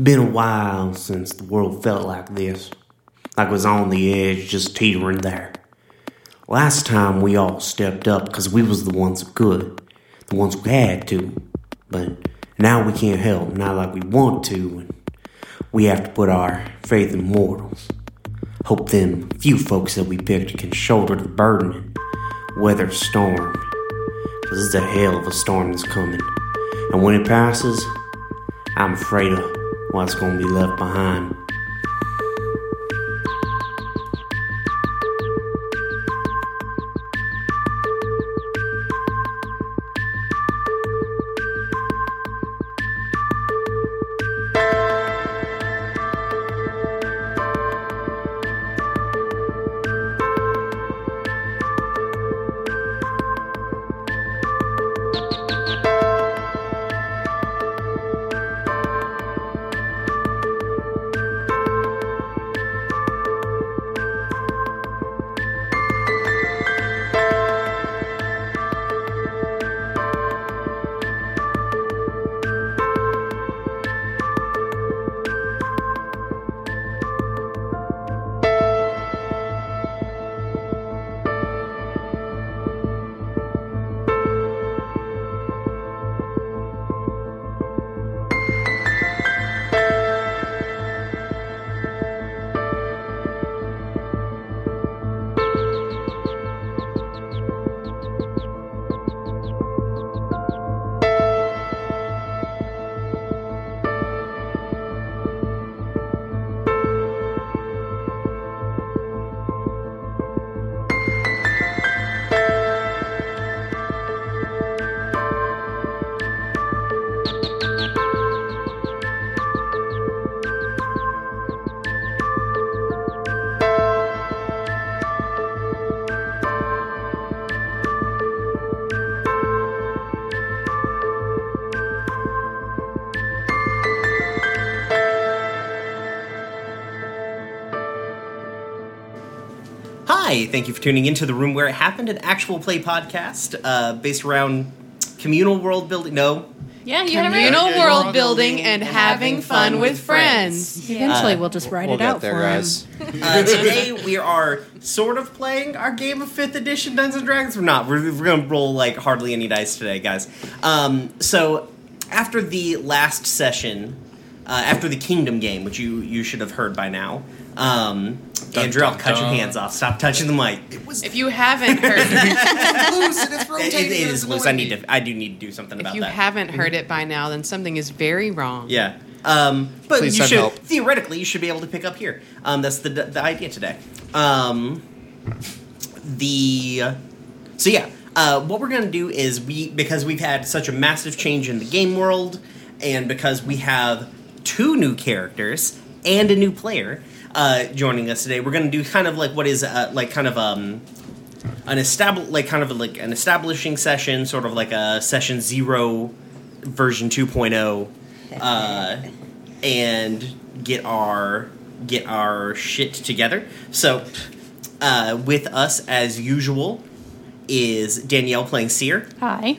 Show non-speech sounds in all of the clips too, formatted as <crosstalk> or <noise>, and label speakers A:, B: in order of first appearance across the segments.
A: Been a while since the world felt like this, like it was on the edge, just teetering there. Last time we all stepped up because we was the ones who could, the ones who had to. But now we can't help, not like we want to, and we have to put our faith in mortals. Hope them few folks that we picked can shoulder the burden and weather the storm. 'Cause it's a hell of a storm that's coming. And when it passes, I'm afraid of what's gonna be left behind.
B: Hi, thank you for tuning into the room where it happened, an actual play podcast uh, based around communal world building. No,
C: Yeah, you have
D: Communal
C: it.
D: world, building and having fun with friends.
E: Eventually, we'll just write it out for us.
B: <laughs> uh, today we are sort of playing our game of fifth edition Dungeons and Dragons. We're not. We're, we're going to roll like hardly any dice today, guys. Um, so after the last session, uh, after the Kingdom game, which you you should have heard by now, um, Andrew, I'll cut your
D: dun.
B: hands off. Stop touching the mic. It was
F: If you haven't heard,
D: loose and
G: <laughs>
D: it's
B: it,
D: rotating.
B: it
D: and
B: is
D: it's
B: loose. I
D: annoying
B: need
D: me.
B: to. I do need to do something
F: if
B: about
F: you
B: that.
F: haven't heard it by now, then something is very wrong.
B: Yeah. Um, but
D: Please
B: you
D: send
B: should
D: help.
B: theoretically you should be able to pick up here. Um, that's the the idea today. Um, the so yeah, uh, what we're gonna do is we because we've had such a massive change in the game world, and because we have two new characters and a new player uh, joining us today, we're gonna do kind of like what is uh, like kind of um, an establish like kind of like an establishing session, sort of like a session zero version oh, 2.0 uh, and get our get our shit together. So uh, with us as usual is Danielle playing Seer,
E: Hi.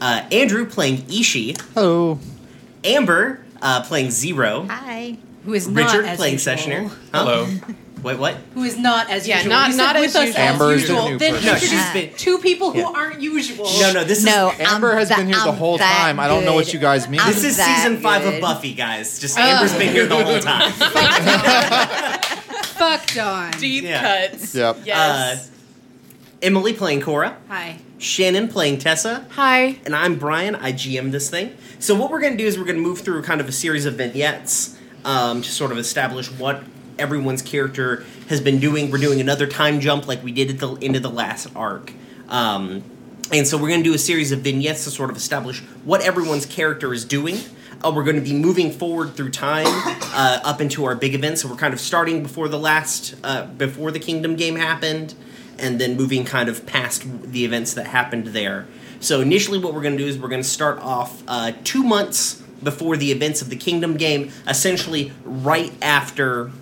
B: uh, Andrew playing Ishi,
E: Hello.
B: Amber uh, playing Zero,
H: Hi.
I: Who is not
B: Richard
I: as
B: playing
I: usual.
B: Sessioner. Huh?
D: Hello.
B: Wait, what?
I: Who is not as
F: Yeah,
I: usual.
F: not-
I: You said
F: not
I: with
F: as
I: us
F: usual.
D: Amber's the
I: usual.
D: new
I: Then
D: person.
B: No, she's
I: introduce
B: been-
I: two people who
B: Yeah.
I: aren't usual.
B: No, no, this
H: No,
B: is
D: Amber
H: I'm
D: has been here the
H: I'm
D: whole
H: that
D: time. I don't know what
H: good.
D: you guys mean.
H: I'm
B: this is
H: that
B: season five of
H: good.
B: Buffy, guys. Just Amber's been here the whole time.
I: Fucked on.
F: Deep
B: Yeah.
F: cuts.
D: Yep.
F: Yes.
B: Emily playing Cora,
I: Hi.
B: Shannon playing Tessa,
F: Hi.
B: and I'm Brian. I GM this thing. So what we're going to do is we're going to move through kind of a series of vignettes um, to sort of establish what everyone's character has been doing. We're doing another time jump like we did at the end of the last arc. Um, and so we're going to do a series of vignettes to sort of establish what everyone's character is doing. Uh, we're going to be moving forward through time uh, up into our big event. So we're kind of starting before the last, uh, before the Kingdom game happened, and then moving kind of past the events that happened there. So initially, what we're going to do is we're going to start off uh, two months before the events of the Kingdom game, essentially right after,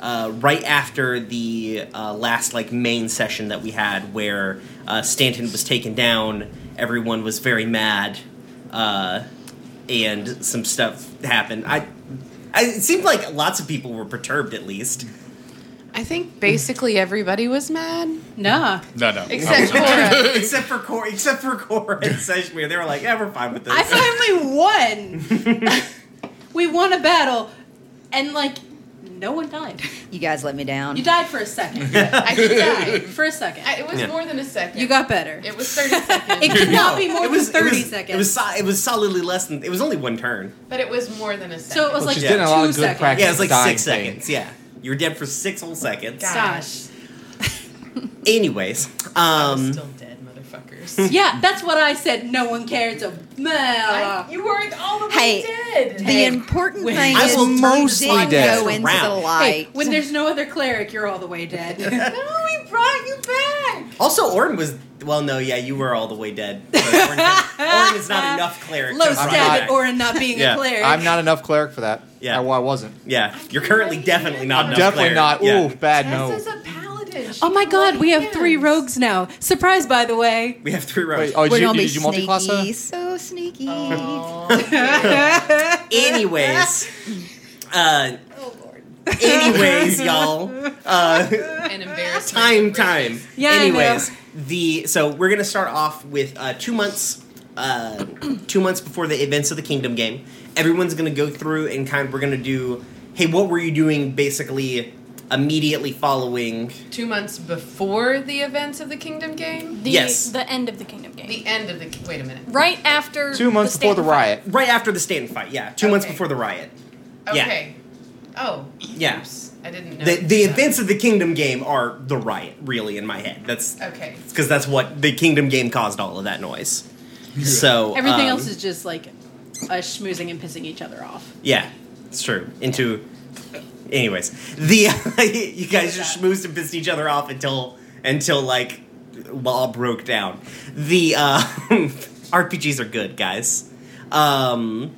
B: uh, right after the uh, last like main session that we had, where uh, Stanton was taken down. Everyone was very mad, uh, and some stuff happened. I I, it seemed like lots of people were perturbed, at
C: <clears throat>
B: least.
F: I think basically everybody was mad.
E: Nah.
C: No, no.
F: Except
J: Oh.
C: I wasn't.
B: <laughs>
F: for-
B: except for Cora, except for Cora and Seshmir, they were like, "Yeah, we're fine with this." <laughs>
E: I finally won. we won a battle, and like no one died.
G: You guys let me down.
E: You died for a second.
F: I did die.
E: for a second.
F: I- It was
B: Yeah.
F: more than a second.
E: you got better.
F: It was 30 seconds.
E: It could not be more
B: It was
E: than
B: it
E: thirty
B: was-
E: seconds.
B: It was so- it was solidly less than. It was only one turn.
F: but it was more than a second.
E: so it was
C: Well,
E: like
C: she's
E: two
C: done a lot of good
E: seconds.
C: practice.
B: Yeah, it was like
C: Dying
B: six
C: thing.
B: seconds. Yeah, you were dead for six whole seconds.
F: God.
E: Gosh.
B: Anyways,
F: I was
B: um,
F: still dead, motherfuckers.
E: Yeah, that's what I said. No one cared. So
F: I- you weren't all the way
G: Hey,
F: dead.
G: The important thing
B: I
G: is
B: will
G: you
B: mostly
G: did
C: dead.
G: go into the
B: Round.
G: light.
E: when there's no other cleric, you're all the way
B: <laughs>
E: dead. no, we brought you back.
B: also Orn was. Well, no, yeah, you were all the way dead. But Orn, Orn is
E: <laughs>
B: not enough cleric.
E: Low
B: to survive.
E: stat at Orin not being
B: Yeah.
E: a cleric.
C: I'm not enough cleric for that.
B: Yeah.
C: I, well, I wasn't.
B: Yeah, you're currently definitely not enough
C: Definitely
B: cleric.
C: not.
B: Yeah.
C: Ooh, bad
F: This is
C: no.
F: a paladin.
E: Oh my god, we have three rogues now. Surprise, by the way.
B: We have three rows.
C: Wait, oh,
G: We're
C: did you,
G: gonna be
C: did you multi-class
J: uh?
C: her?
G: sneaky, so sneaky.
E: <laughs>
B: Anyways, uh,
E: Oh, <laughs>
B: anyways, y'all,
F: An embarrassment.
B: time, time.
E: Yeah, I
B: Anyways, the so we're gonna start off with uh, two months, uh, two months before the events of the Kingdom game. Everyone's gonna go through and kind. We're gonna do, hey, what were you doing? Basically, immediately following.
F: Two months before the events of the Kingdom game?
K: The,
B: Yes.
K: The end of the Kingdom game.
F: The end of the. Wait a minute.
K: right after.
C: Two months
K: the
C: before the
K: Stanton fight.
C: riot.
B: Right after the Stanton fight, yeah, two months
F: Okay.
B: before the riot. Yeah.
F: Okay. Oh.
B: Yeah.
F: Oops. I didn't know.
B: The, the
F: that.
B: events of the Kingdom game are the riot, really, in my head. That's
F: Okay.
B: because that's what the Kingdom game caused all of that noise. So
E: Everything
B: um,
E: else is just like us schmoozing and pissing each other off.
B: yeah, it's true. Into anyways, the <laughs> you guys just schmoozed and pissed each other off until until like law broke down. The uh, <laughs> RPGs are good, guys. Um,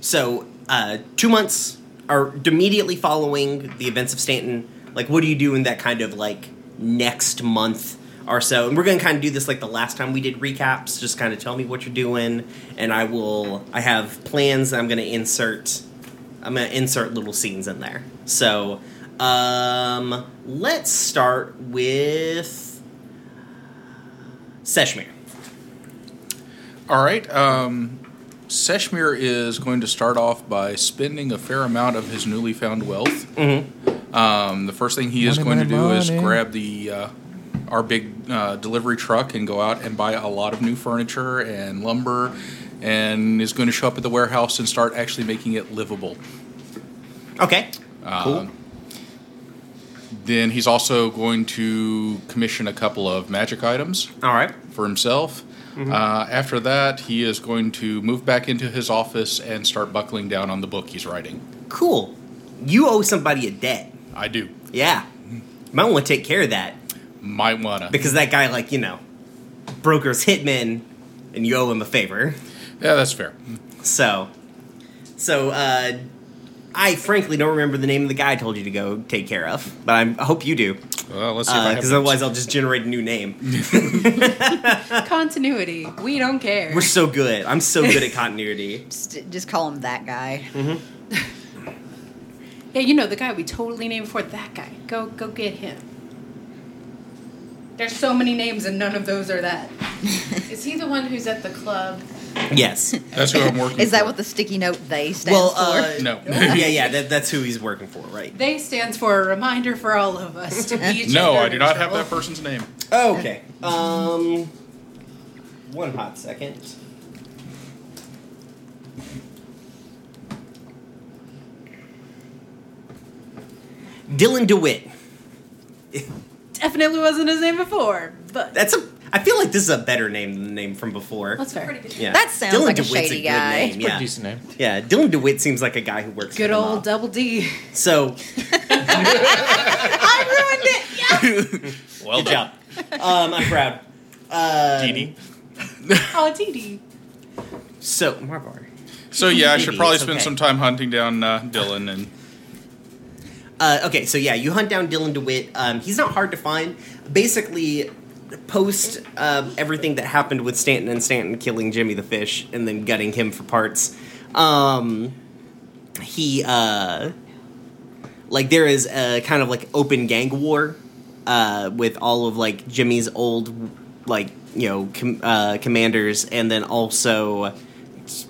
B: so uh, two months are immediately following the events of Stanton. Like, what do you do in that kind of like next month or so? And we're going to kind of do this like the last time we did recaps. Just kind of tell me what you're doing, and I will. I have plans. That I'm going to insert. I'm going to insert little scenes in there. So, um, let's start with Seshmir.
C: All right. Um, Seshmir is going to start off by spending a fair amount of his newly found wealth. Um, the first thing he is Money, going to money, do money. is grab the uh, our big uh, delivery truck and go out and buy a lot of new furniture and lumber, and is going to show up at the warehouse and start actually making it livable.
B: Okay.
C: Um, then he's also going to commission a couple of magic items
B: All right.
C: for himself. Uh, after that, he is going to move back into his office and start buckling down on the book he's writing.
B: Cool. You owe somebody a debt.
C: I do.
B: Yeah. Might want to take care of that
C: Might wanna.
B: because that guy, like, you know, brokers hitmen and you owe him a favor.
C: yeah, that's fair.
B: So, so, uh, I frankly don't remember the name of the guy I told you to go take care of, but I'm, I hope you do.
C: Well, let's see if I have
B: Because Uh, otherwise, I'll just generate a new name.
E: <laughs> Continuity. We don't care.
B: We're so good. I'm so good at continuity.
G: <laughs> Just, just call him that guy.
D: Mm-hmm.
E: Yeah, you know the guy we totally named before. That guy. Go, go get him. There's so many names, and none of those are that.
F: Is he the one who's at the club?
B: Yes.
C: That's who I'm working.
G: Is that
C: for.
G: what the sticky note they stands
B: well, uh,
G: for?
C: <laughs> No.
B: <laughs> yeah, yeah, that, that's who he's working for, right?
E: They stands for a reminder for all of us to
C: <laughs>
E: be. each
C: No,
E: other
C: I do not have
E: neutral.
C: that person's name.
B: Okay. Um. One hot second. Dylan DeWitt.
E: Definitely wasn't his name before, but
B: That's a. I feel like this is a better name than the name from before.
E: that's fair.
B: yeah.
G: That sounds
B: Dylan
G: like a
B: DeWitt's
G: shady
B: good
G: guy.
B: name, yeah.
C: Decent name.
B: yeah, Dylan DeWitt seems like a guy who works.
E: Good
B: for the
E: old
B: mob.
E: Double D.
B: So
E: I ruined <laughs> it.
C: Well
B: good job. <laughs> Um, I'm proud. Uh,
C: Dini.
E: Oh, TD.
B: So Marvar.
C: So yeah, I should
B: Maybe,
C: probably
B: it's
C: spend
B: okay.
C: some time hunting down uh, Dylan and
B: Uh, okay, so yeah, you hunt down Dylan DeWitt. Um, he's not hard to find. Basically, post um, everything that happened with Stanton and Stanton killing Jimmy the Fish and then gutting him for parts. Um, he uh, like there is a kind of like open gang war uh, with all of like Jimmy's old like you know com- uh, commanders, and then also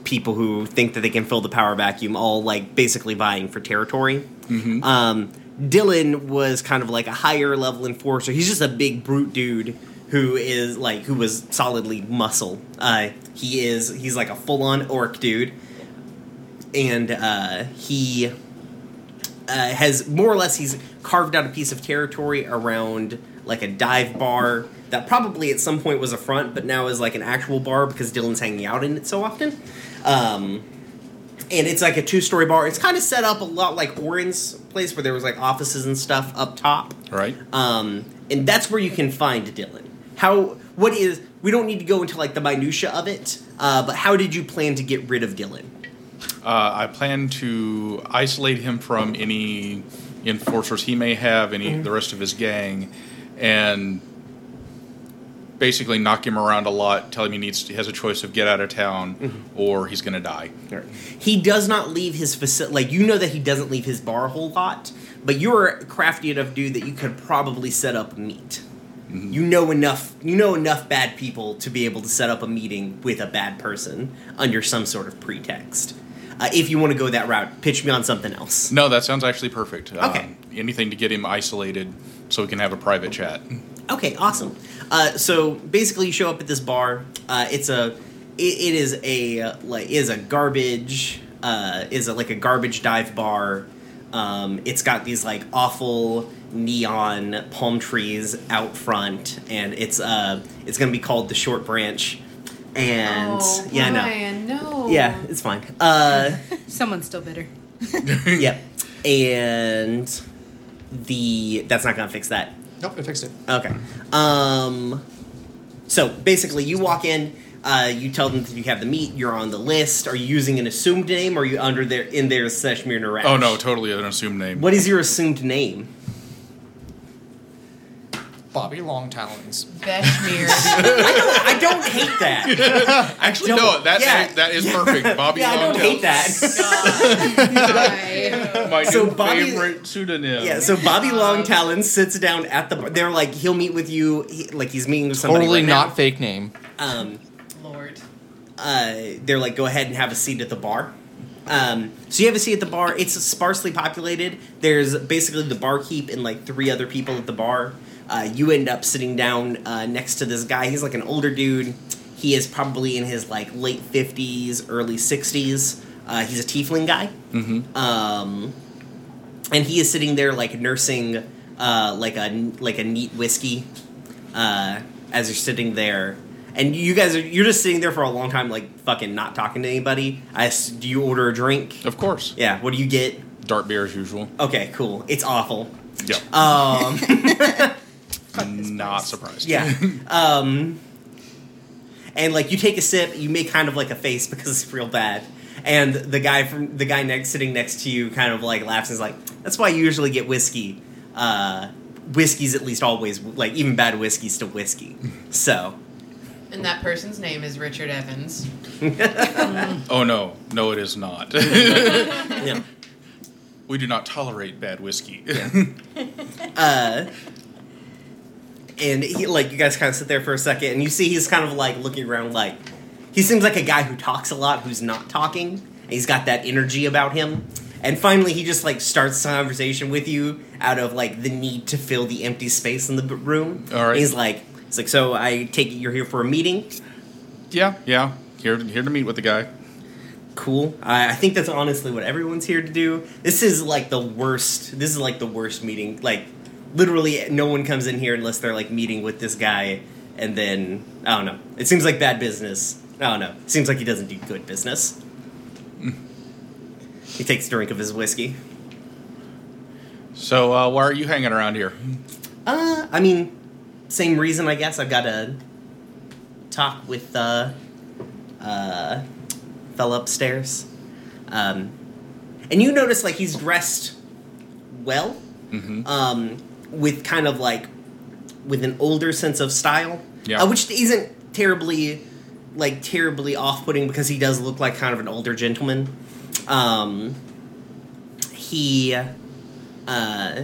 B: people who think that they can fill the power vacuum, all like basically vying for territory. Um, Dylan was kind of like a higher level enforcer. He's just a big brute dude who is like who was solidly muscle. Uh, he is he's like a full on orc dude, and uh, he uh, has more or less he's carved out a piece of territory around like a dive bar that probably at some point was a front, but now is like an actual bar because Dylan's hanging out in it so often. Um, and it's like a two story bar. It's kind of set up a lot like Orin's place where there was like offices and stuff up top.
C: Right.
B: Um, and that's where you can find Dylan. How? What is? We don't need to go into like the minutia of it. Uh, but how did you plan to get rid of Dylan?
C: Uh, I plan to isolate him from any enforcers he may have, any
B: Mm-hmm.
C: the rest of his gang, and basically knock him around a lot. Tell him he needs he has a choice of get out of town
B: Mm-hmm.
C: or he's going to die.
B: He does not leave his facility. Like you know that he doesn't leave his bar a whole lot. But you're a crafty enough dude that you could probably set up a meet. You know enough. You know enough bad people to be able to set up a meeting with a bad person under some sort of pretext. Uh, if you want to go that route, pitch me on something else.
C: No, that sounds actually perfect.
B: Okay.
C: Um, anything to get him isolated so we can have a private chat.
B: Okay, awesome. Uh, so basically, you show up at this bar. Uh, it's a, it, it is a uh, like is a garbage, uh, is a, like a garbage dive bar. Um, it's got these like awful neon palm trees out front, and it's uh, it's gonna be called the Short Branch. And
F: oh,
B: yeah, no,
F: Brian, no.
B: yeah, it's fine. Uh,
I: Someone's still
B: <laughs>
I: bitter.
B: yep, and the that's not gonna fix that.
J: Nope, I fixed it.
B: Okay. Um, so basically, you walk in. Uh, you tell them that you have the meat. You're on the list. Are you using an assumed name? Or are you under there in there as Seshmir Narash?
C: Oh no, totally an assumed name.
B: what is your assumed name?
J: Bobby Long Talons.
B: <laughs>
F: Beshmir.
B: I don't hate that.
C: <laughs> Actually, no, that's
B: Yeah.
C: that is
B: <laughs>
C: perfect. Bobby
B: yeah, I don't
C: Longtail.
B: hate that.
C: <laughs> My
B: So
C: new
B: Bobby-
C: favorite pseudonym.
B: yeah. So Bobby Long Talon sits down at the. bar. They're like he'll meet with you. He, like he's meeting with somebody.
J: Totally
B: right
J: not
B: now.
J: fake name.
B: Um,
F: Lord.
B: uh, they're like, go ahead and have a seat at the bar. Um, so you have a seat at the bar. It's sparsely populated. There's basically the barkeep and like three other people at the bar. Uh, you end up sitting down uh, next to this guy. He's like an older dude. He is probably in his like late fifties, early sixties. Uh, he's a tiefling guy. Mm-hmm. Um, and he is sitting there like nursing uh, like a like a neat whiskey uh, as you're sitting there and you guys are you're just sitting there for a long time like fucking not talking to anybody I s- do you order a drink
C: Of course.
B: yeah what do you get
C: Dark beer as usual.
B: okay cool it's awful
C: Yep.
B: um
C: <laughs> Not surprised.
B: yeah um and like you take a sip you make kind of like a face <laughs> because it's real bad and the guy from the guy next sitting next to you kind of like laughs and is like that's why you usually get whiskey uh whiskey's at least always like even bad whiskey's still whiskey so
F: And that person's name is Richard Evans.
C: Oh no, no, it is not. <laughs>
B: yeah
C: we do not tolerate bad whiskey.
B: and he like you guys kind of sit there for a second and you see he's kind of like looking around like he seems like a guy who talks a lot who's not talking and he's got that energy about him and finally he just like starts a conversation with you out of like the need to fill the empty space in the b- room
C: All right.
B: he's like it's like so i take it you're here for a meeting
C: <laughs> yeah, yeah. Here, here to meet with the guy.
B: cool I, I think that's honestly what everyone's here to do this is like the worst this is like the worst meeting like literally no one comes in here unless they're like meeting with this guy and then i don't know it seems like bad business i don't know seems like he doesn't do good business he takes a drink of his whiskey
C: So, uh, why are you hanging around here?
B: uh i mean same reason i guess i've got to talk with uh uh fella upstairs um and you notice like he's dressed well
C: Mm-hmm.
B: um, with kind of like with an older sense of style,
C: Yeah.
B: uh, which isn't terribly like terribly off-putting because he does look like kind of an older gentleman. Um, he, uh,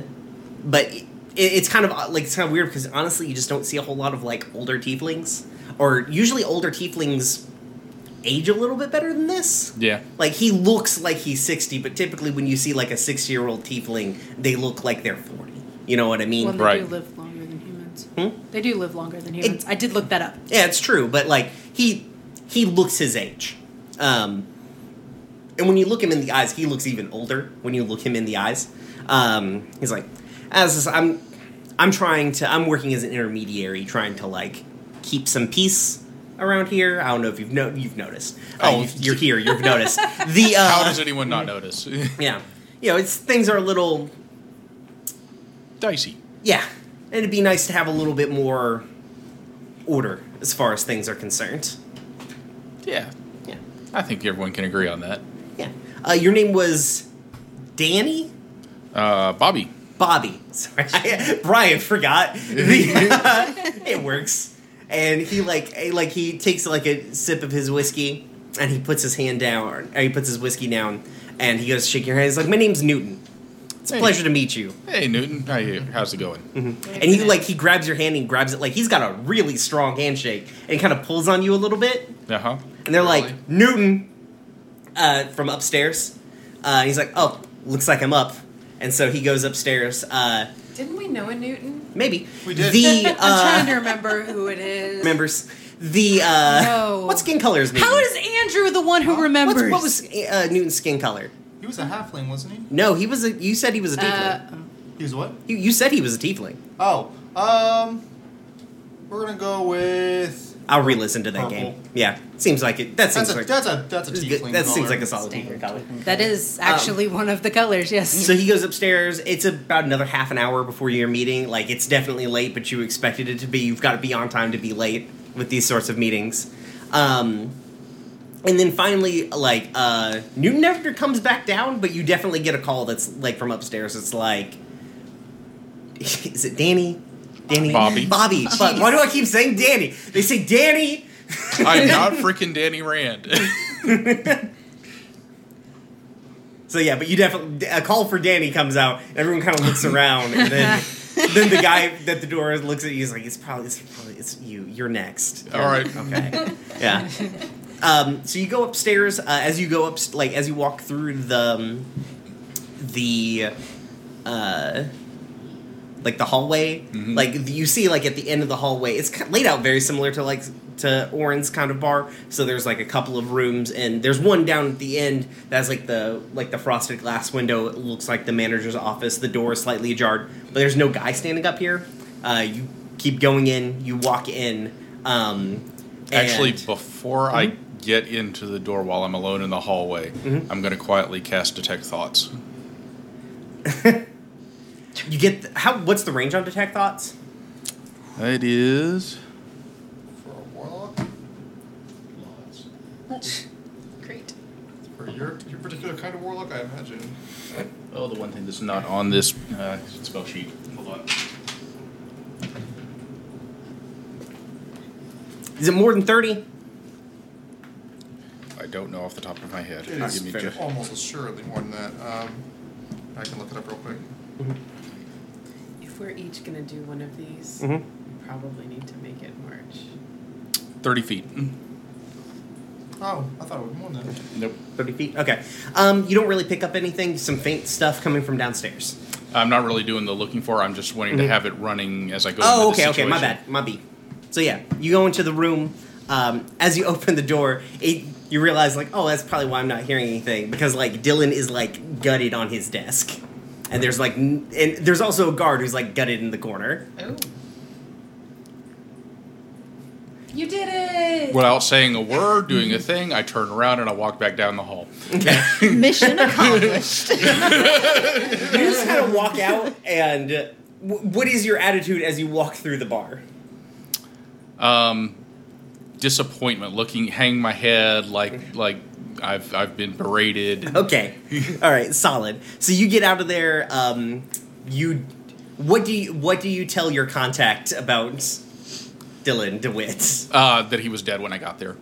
B: but it, it's kind of uh, like it's kind of weird because honestly, you just don't see a whole lot of like older tieflings, or usually older tieflings age a little bit better than this.
C: Yeah.
B: Like he looks like he's sixty, but typically when you see like a sixty-year-old tiefling, they look like they're forty. You know what I mean?
I: Well, they
C: Right.
I: do live longer than humans.
B: Hmm?
I: They do live longer than humans. I did look that up.
B: Yeah, it's true, but like he he looks his age. Um and when you look him in the eyes, he looks even older when you look him in the eyes. Um he's like as is- I'm I'm trying to I'm working as an intermediary trying to like keep some peace around here. I don't know if you've no you've noticed.
C: Oh.
B: Oh, you're here, you've
C: <laughs>
B: noticed. The uh
C: How does anyone not notice?
B: <laughs> yeah. You know, it's things are a little
C: Dicey.
B: yeah, and it'd be nice to have a little bit more order as far as things are concerned.
C: Yeah.
B: Yeah.
C: I think everyone can agree on that.
B: Yeah. Uh, your name was Danny?
C: Uh, Bobby.
B: Bobby. <laughs> Sorry. Brian forgot. The- it works. And he like eh, like he takes like a sip of his whiskey and he puts his hand down or he puts his whiskey down and he goes to shake your hand. He's like, My name's Newton. It's a
C: Hey.
B: pleasure Mm-hmm. to meet you.
C: Hey, Newton. How you? How's it going?
B: And he like he grabs your hand and grabs it like he's got a really strong handshake and he kind of pulls on you a little bit.
C: Uh huh.
B: And they're
C: Really?
B: like, Newton, uh, from upstairs. Uh, he's like, oh, looks like I'm up. And so he goes upstairs. Uh,
F: Didn't we know a Newton?
B: maybe.
C: We
J: <laughs>
C: did.
B: The,
I: I'm trying to
B: uh,
I: remember who it is.
B: members. The, uh,
I: No.
B: what skin color is Newton?
I: How is Andrew the one who remembers?
B: What's, what was uh, Newton's skin color?
J: He was a halfling, wasn't he?
B: No, he was a, you said he was a
I: Uh,
B: tiefling.
J: He was what?
B: you, you said he was a tiefling.
J: Oh, um, we're gonna go with.
B: I'll re-listen to that
J: Purple.
B: game. Yeah, seems like it. That seems
J: That's a
B: like
J: that's a that's a
B: that's good-
J: tiefling
B: that seems
J: color.
B: like a solid tiefling color.
E: That is actually one of the colors, yes.
B: Um, So he goes upstairs. It's about another half an hour before your meeting. Like it's definitely late, but you expected it to be. You've got to be on time to be late with these sorts of meetings. Um, and then finally, like uh, Newton never comes back down, but you definitely get a call that's like from upstairs. It's like, <laughs> is it Danny? Danny?
C: Bobby.
B: Bobby. But why do I keep saying Danny? They say Danny.
C: I'm not freaking Danny Rand. <laughs>
B: So yeah, but you definitely a call for Danny comes out. and Everyone kind of looks around, and then then the guy at the door looks at you. He's like, "It's probably it's probably it's you. You're next."
C: All right.
B: Okay. yeah. Um, so you go upstairs. Uh, as you go up, like as you walk through the um, the uh, like the hallway, like you see, like at the end of the hallway, it's kind laid out very similar to like to Orin's kind of bar. So there's like a couple of rooms, and there's one down at the end that's like the like the frosted glass window. It looks like the manager's office. The door is slightly ajar, but there's no guy standing up here. Uh, you keep going in. You walk in. Um,
C: Actually,
B: and- Mm-hmm.
C: before I get into the door while I'm alone in the hallway, I'm going to quietly cast Detect Thoughts.
B: You get th- how? What's the range on detect thoughts?
C: It is.
J: for a warlock. Lots.
F: Great.
J: For your your particular kind of warlock, I imagine.
C: Oh, the one thing that's not on this uh, spell sheet. Hold on.
B: Is it more than thirty?
C: I don't know off the top of my head.
J: It is
C: Give me just-
J: almost assuredly more than that. Um, I can look it up real quick.
F: If we're each gonna do one of these,
B: Mhm.
F: we probably need to make it March.
C: 30 feet.
J: Oh, I thought it was more than that.
C: Nope.
B: Thirty feet. Okay. Um, you don't really pick up anything. Some faint stuff coming from downstairs.
C: I'm not really doing the looking for. I'm just wanting to have it running as I go.
B: Mm-hmm. Oh,
C: into the
B: okay, okay, my
C: situation.
B: bad, my B. So yeah, you go into the room. Um, as you <laughs> open the door, it, you realize like, oh, that's probably why I'm not hearing anything because like Dylan is like gutted on his desk, and there's like, n- and there's also a guard who's like gutted in the corner.
F: Oh.
I: You did it.
C: Without saying a word, doing a thing, I turn around and I walk back down the hall.
G: <laughs>
H: Mission accomplished.
B: You just kind of walk out, and uh, w- what is your attitude as you walk through the bar?
C: Um, disappointment, looking, hang my head like like I've I've
B: <laughs>
C: been berated.
B: Okay, all right, solid. So you get out of there. Um, you, what do you what do you tell your contact about Dylan Dewitt?
C: Uh, that he was dead when I got there.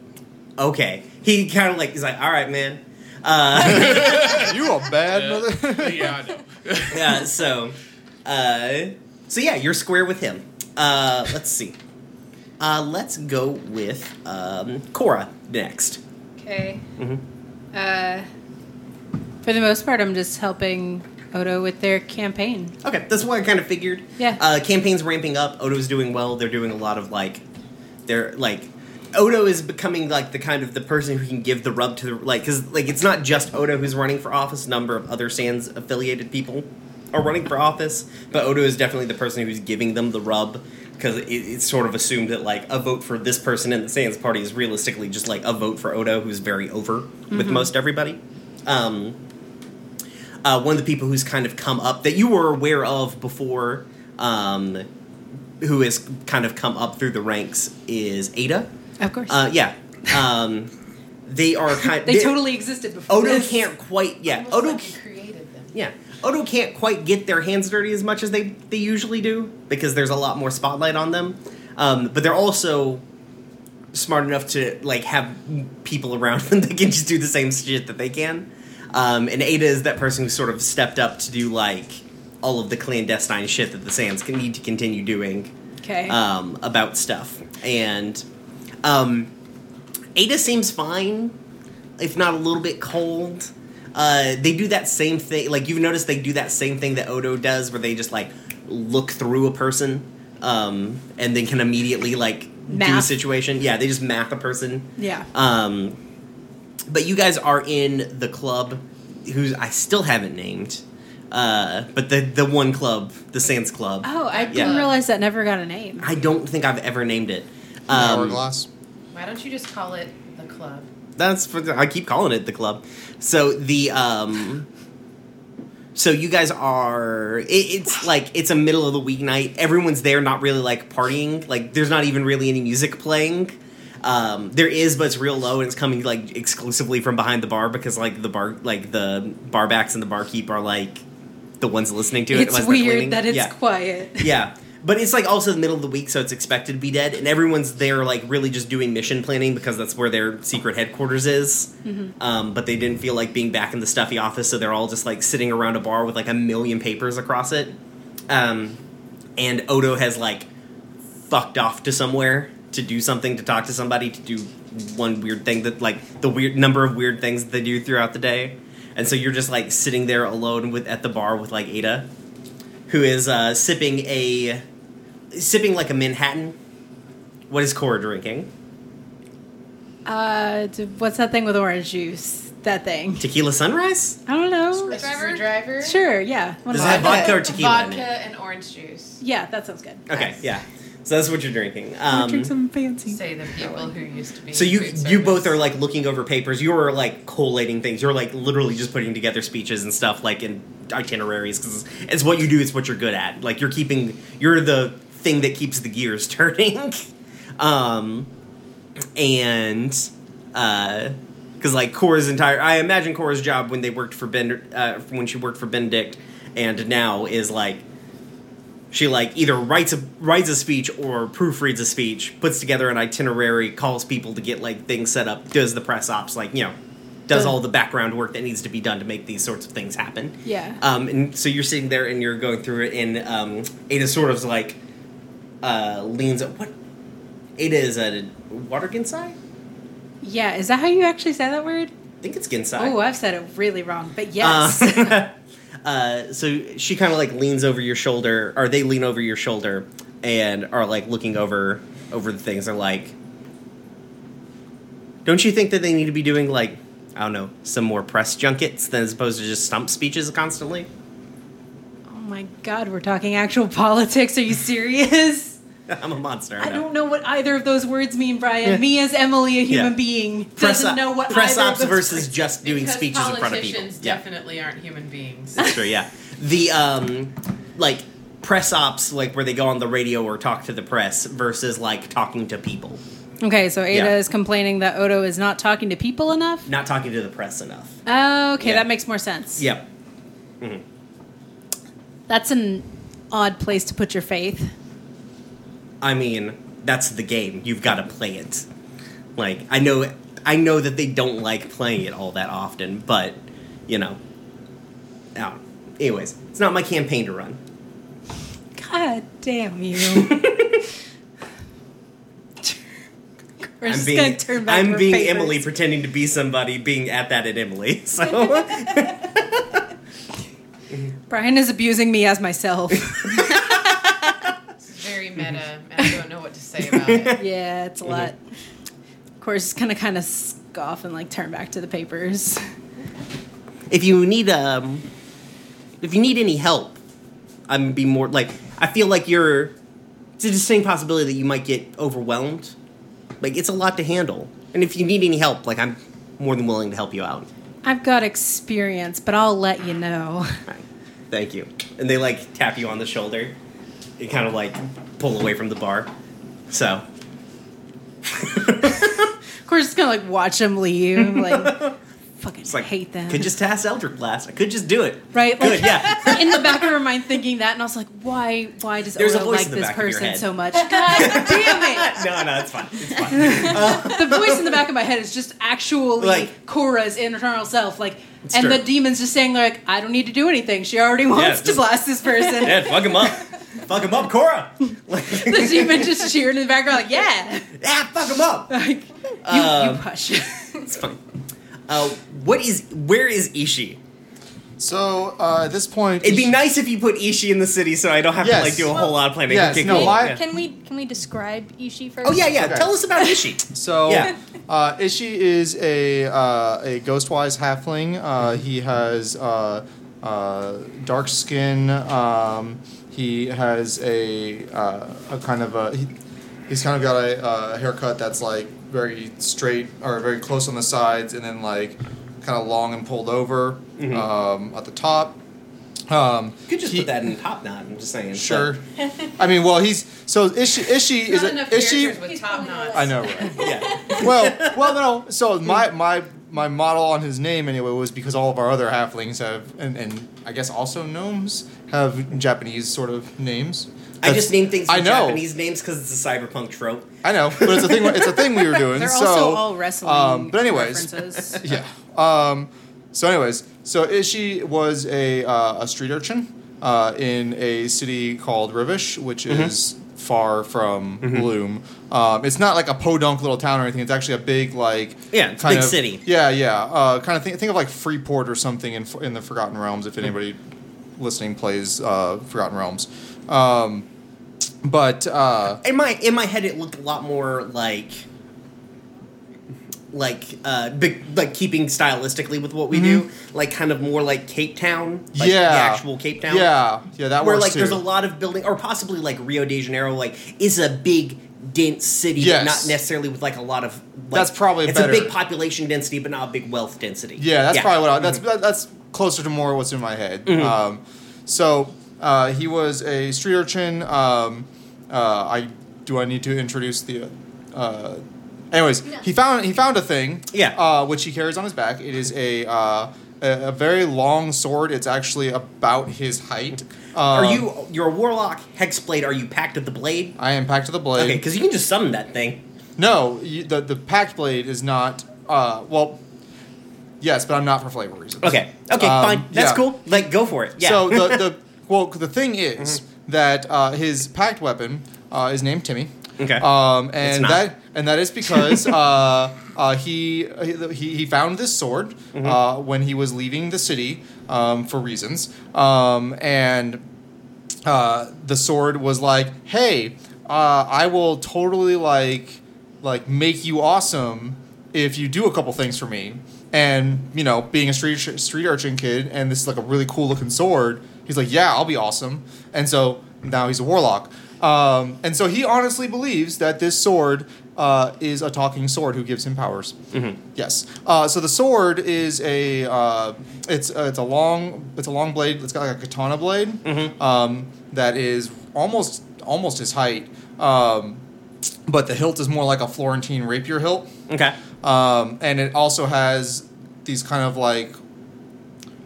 B: okay. He kind of like he's like, all right, man. Uh,
J: you a bad mother. <laughs>
C: yeah, I know.
B: yeah, so, uh, so yeah, you're square with him. Uh, let's see. Uh, let's go with um, Cora next.
E: Okay.
B: Mm-hmm.
E: Uh, for the most part, I'm just helping Odo with their campaign.
B: Okay, that's what I kind of figured.
E: Yeah.
B: Uh, campaign's ramping up. Odo's doing well. They're doing a lot of like, they're like, Odo is becoming like the kind of the person who can give the rub to the like because like it's not just Odo who's running for office. A number of other Sans affiliated people are running for office, but Odo is definitely the person who's giving them the rub because it, it's sort of assumed that like a vote for this person in the Sans party is realistically just like a vote for Odo who's very over with most everybody. Um, uh, one of the people who's kind of come up that you were aware of before, um, who has kind of come up through the ranks is Ada.
E: Of course.
B: Uh, yeah, um, they
E: <laughs>
B: are kind.
E: they totally existed before.
B: Odo
E: this.
B: can't quite. Yeah,
F: Almost
B: Odo.
F: like he created them.
B: Yeah, Odo can't quite get their hands dirty as much as they they usually do because there's a lot more spotlight on them. Um, but they're also smart enough to like have people around <laughs> them that can just do the same shit that they can. Um, and Ada is that person who sort of stepped up to do like all of the clandestine shit that the Sands can need to continue doing
E: Okay.
B: um, about stuff. And um, Ada seems fine, if not a little bit cold. Uh, they do that same thing. Like you've noticed, they do that same thing that Odo does, where they just like look through a person um, and then can immediately like do a
E: Math.
B: situation. Yeah, they just map a person.
E: yeah.
B: Um, but you guys are in the club, who I still haven't named. Uh, but the the one club, the Sands Club.
E: oh, I didn't
B: yeah.
E: realize that never got a name.
B: I don't think I've ever named it. Um,
J: Hourglass.
F: Why don't you just call it the club?
B: that's for the- I keep calling it the club. So the um, so you guys are it, it's like it's a middle of the week night. Everyone's there, not really like partying. Like there's not even really any music playing. Um, there is, but it's real low, and it's coming like exclusively from behind the bar because like the bar like the bar backs and the barkeep are like the ones listening to it.
E: It's
B: unless they're cleaning.
E: weird that it's
B: Yeah. <laughs>
E: quiet.
B: yeah but it's like also the middle of the week so it's expected to be dead and everyone's there like really just doing mission planning because that's where their secret headquarters is um, but they didn't feel like being back in the stuffy office so they're all just like sitting around a bar with like a million papers across it um, and odo has like fucked off to somewhere to do something to talk to somebody to do one weird thing that like the weird number of weird things that they do throughout the day and so you're just like sitting there alone with at the bar with like ada who is uh, sipping a sipping like a Manhattan. What is Cora drinking?
E: Uh, d- what's that thing with orange juice? That thing.
B: Tequila sunrise?
E: I don't know.
F: Screwdriver? Driver?
E: Sure. Yeah. One
B: Does
E: of
B: it have
E: those.
B: vodka or tequila in
F: Vodka
B: it?
F: and orange juice.
E: Yeah, that sounds good.
B: Okay, yeah. So that's what you're drinking.
E: I'll
B: Um,
E: drink something fancy.
F: Say the people who used to be.
B: so you
F: in food
B: you both are
F: service.
B: like looking over papers. You are like collating things. You're like literally just putting together speeches and stuff like in itineraries because it's what you do. It's what you're good at. Like you're keeping you're the thing that keeps the gears <laughs> turning. um, and uh because like Cora's entire I imagine Cora's job when they worked for Ben uh, when she worked for Benedict and now is like she like either writes a writes a speech or proofreads a speech, puts together an itinerary, calls people to get like things set up, does the press ops, like you know, does all the background work that needs to be done to make these sorts of things happen.
E: Yeah.
B: Um, and so you're sitting there and you're going through it, and um, Ada sort of like uh, leans. What? Ada is a water ginsai.
E: Yeah. Is that how you actually say that word?
B: I think it's ginsai.
E: Oh, I've said it really wrong, but yes.
B: <laughs> Uh, uh, so she kind of like leans over your shoulder, or they lean over your shoulder, and are like looking over over the things. They're like, "Don't you think that they need to be doing like I don't know some more press junkets than as opposed to just stump speeches constantly?" <laughs>
E: oh my god, we're talking actual <laughs> politics. Are you serious?
B: I'm a monster.
E: I
B: know.
E: don't know what either of those words mean, Brian.
B: Yeah.
E: Me as Emily, a human
B: Yeah.
E: being,
B: Press,
E: doesn't
B: op-
E: know what
B: press
E: either
B: ops
E: of those
B: versus just doing
F: Because
B: speeches in front of people.
F: Politicians
B: Yeah.
F: definitely aren't human
B: <laughs>
F: beings.
B: Sure, yeah. The um like press ops like where they go on the radio or talk to the press versus like talking to people.
E: Okay, so Ada
B: Yeah.
E: is complaining that Odo is not talking to people enough.
B: Not talking to the press enough.
E: Oh, okay,
B: Yeah.
E: that makes more sense.
B: Yep.
E: That's an odd place to put your faith.
B: I mean, that's the game. You've got to play it. Like I know I know that they don't like playing it all that often, but you know, I don't know. Anyways, it's not my campaign to run.
E: God damn <laughs> you. We're
B: I'm
E: just
B: being,
E: gonna turn back.
B: I'm
E: our
B: being
E: papers.
B: Emily, pretending to be somebody, being at that at Emily. <laughs> So
E: <laughs> Brian is abusing me as myself.
H: Very meta,
B: Mm-hmm.
H: and I don't know what to say about
B: <laughs>
H: it.
E: <laughs> yeah, it's a lot. Of course, it's gonna kind of scoff and like turn back to the papers.
B: if you need um, if you need any help, I'm be more like I feel like you're. It's a distinct possibility that you might get overwhelmed. Like it's a lot to handle, and if you need any help, like I'm more than willing to help you out.
E: I've got experience, but I'll let you know.
B: Thank you. And they like tap you on the shoulder and kind of like pull away from the bar. So
E: Of course, it's gonna like watch him leave.
B: <laughs>
E: Like, fucking
B: it's like
E: hate them.
B: Could just task Elder Blast. I could just do
E: <laughs>
B: it.
E: right? Like,
B: Good, yeah.
E: <laughs> in the back of her mind, thinking that, and I was like, why? Why does
B: There's a
E: Odo
B: voice
E: like
B: in the
E: this
B: back of your
E: person
B: head.
E: so much? God damn
B: no, no, it's fine. It's fine.
E: it! The voice in the back of my head is just actually
B: Like-
E: Cora's internal self, like.
B: It's
E: And
B: true.
E: the demon's just saying, like, I don't need to do anything. She already wants to
B: just-
E: blast this
B: <laughs>
E: person.
B: Yeah, fuck him up. Fuck him up, Cora. Like,
E: The demon just cheered in the background, like, yeah.
B: yeah, fuck him up.
E: Like, you,
B: Um,
E: you hush.
B: It's fine. Uh, what is? Where is Ishi?
J: So uh, at this point,
B: It'd be nice if you put Ishi in the city, so I don't have
J: Yes.
B: to like do a whole lot of planning.
J: Yes,
B: Okay,
J: no,
B: cool.
J: why-
B: Yeah.
K: Can we can we describe Ishi first?
B: Oh yeah, yeah.
J: Okay.
B: Tell us about Ishi.
J: So,
B: Yeah.
J: uh, Ishi is a uh, a Ghostwise halfling. Uh, he has uh, uh, dark skin. Um, he has a uh, a kind of a he, he's kind of got a uh, haircut that's like very straight or very close on the sides, and then like kind of long and pulled over um, at the top. Um,
B: You Mm-hmm. could just
J: he-
B: put that in top knot. I'm just saying.
J: Sure. I mean, well, he's so Ishi. Ishi is
I: Not
J: a,
I: enough
J: Ishi.
I: characters with top knots.
J: I know. Right?
B: So, yeah.
J: <laughs> well, well, no. So my my my model on his name anyway was because all of our other halflings have, and, and I guess also gnomes have Japanese sort of names.
B: I just named things
J: I
B: with
J: know.
B: Japanese names because it's a cyberpunk trope.
J: I know, but it's a thing. It's a thing
B: <laughs>
J: we were doing.
E: They're
J: so,
E: also all wrestling.
J: um, but anyways,
E: references.
J: yeah. Um, so, anyways, so Ishi was a, uh, a street urchin uh, in a city called Rivish, which
B: Mm-hmm.
J: is far from Bloom. Um, it's not like a podunk little town or anything. It's actually a big like
B: Yeah, it's a
J: kind
B: big
J: of-
B: city.
J: Yeah, yeah. Uh, kind of think think of like Freeport or something in in the Forgotten Realms.
B: Mm-hmm.
J: If anybody listening plays uh, Forgotten Realms, um, but uh,
B: In my in my head, it looked a lot more like like uh big, like keeping stylistically with what we do, like kind of more like Cape Town, like
J: Mm-hmm. yeah,
B: the actual Cape Town,
J: Yeah, yeah. That
B: where
J: works
B: like
J: too.
B: there's a lot of building, or possibly like Rio de Janeiro, like is a big dense city,
J: Yes.
B: but not necessarily with like a lot of. Like,
J: That's probably
B: it's
J: better.
B: a big population density, but not a big wealth density.
J: Yeah, that's probably what I,
B: Mm-hmm.
J: that's that- that's closer to more what's in my head. Um, so uh, he was a street urchin. Um, uh, I do I need to introduce the. Uh, anyways, he found he found a thing.
B: Yeah.
J: Uh, which he carries on his back. It is a. Uh, a a very long sword. It's actually about his height. Um,
B: Are you you're a warlock hexblade? Are you packed with the blade?
J: I am packed to the blade.
B: Okay, because you can just summon that thing.
J: No, you, the the packed blade is not. Uh, well, yes, but I'm not for flavor reasons.
B: Okay. Okay,
J: Um,
B: fine. That's
J: yeah.
B: cool. Like, go for it. Yeah. Mm-hmm.
J: So the,
B: <laughs>
J: the well, the thing is that uh, his packed weapon uh, is named Timmy.
B: Okay.
J: Um,
B: It's
J: and
B: not.
J: that and that
B: <laughs>
J: is because uh, uh, he, he he found this sword
B: Mm-hmm.
J: uh, when he was leaving the city um, for reasons, um, and uh, the sword was like, "Hey, uh, I will totally like like make you awesome if you do a couple things for me." And you know, being a street street urchin kid, and this is like a really cool looking sword. He's like, "Yeah, I'll be awesome." And so now he's a warlock. Um, and so he honestly believes that this sword uh, is a talking sword who gives him powers. Yes. Uh, so the sword is a uh, it's uh, it's a long it's a long blade. It's got like a katana blade um, that is almost almost his height, um, but the hilt is more like a Florentine rapier hilt,
B: okay.
J: um, and it also has these kind of like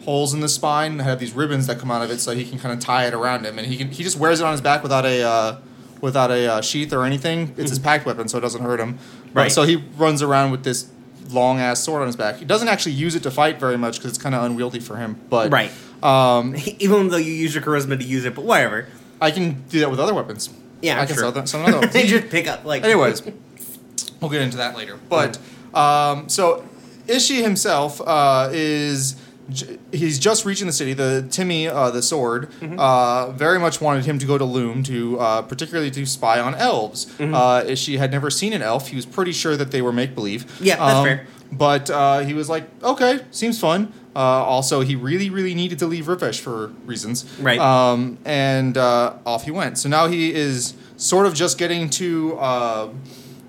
J: holes in the spine that have these ribbons that come out of it, so he can kind of tie it around him, and he can he just wears it on his back without a. Uh, Without a uh, sheath or anything, it's his packed weapon, so it doesn't hurt him. But-
B: Mm-hmm. Right.
J: So he runs around with this long ass sword on his back. He doesn't actually use it to fight very much because it's kind of unwieldy for him. But
B: Right.
J: um,
B: <laughs> Even though you use your charisma to use it, but whatever.
J: I can do that with other weapons.
B: Yeah,
J: I
B: I'm
J: can
B: sure.
J: sell that. Some other weapons.
B: they <laughs> just pick up like
J: Anyways, <laughs> we'll get into that later. But um, so Ishi himself uh, is. j- He's just reaching the city. The Timmy, uh, the sword,
B: Mm-hmm.
J: uh, very much wanted him to go to Loom to, uh, particularly to spy on elves.
B: Mm-hmm.
J: Uh, Ishi had never seen an elf. He was pretty sure that they were Um, make believe.
B: Yeah, that's fair.
J: But uh, he was like, okay, seems fun. Uh, also, he really, really needed to leave Rivesh for reasons.
B: Right.
J: Um, and uh, off he went. So now he is sort of just getting to uh,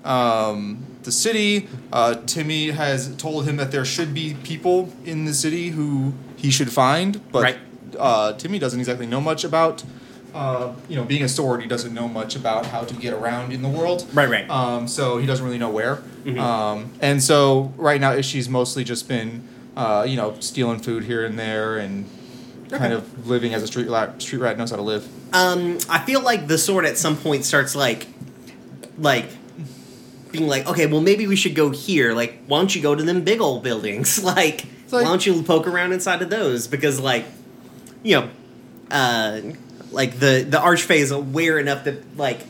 J: um, the city. Uh, Timmy has told him that there should be people in the city who he should find, but
B: Right.
J: uh, Timmy doesn't exactly know much about. Uh, you know, being a sword, he doesn't know much about how to get around in the world.
B: Right, right. Mm-hmm.
J: Um, so he doesn't really know where. Um, and so right now, Ishi's mostly just been, uh, you know, stealing food here and there and kind of living as a street rat. Street rat knows how to live.
B: Um, I feel like the sword at some point starts like, like, being like, okay, well maybe we should go here. Like, why don't you go to them big old buildings? <laughs> Like,
J: like-
B: why don't you poke around inside of those? Because like, you know, uh, like the the archfey is aware enough that like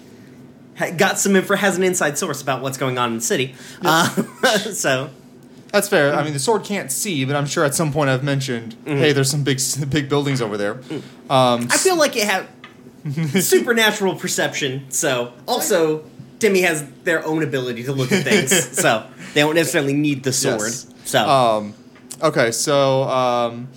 B: ha- got some info has an inside source about what's going on in the city. Uh, <laughs> so
J: That's fair.
B: Mm-hmm.
J: I mean, the sword can't see, but I'm sure at some point I've mentioned, hey, there's some big, <laughs> big buildings over there.
B: Mm-hmm.
J: Um,
B: I feel like it
J: <laughs>
B: had supernatural perception. So also, Timmy has their own ability to look at things.
J: <laughs>
B: so they don't necessarily need the sword.
J: Yes.
B: So,
J: um, okay, so um,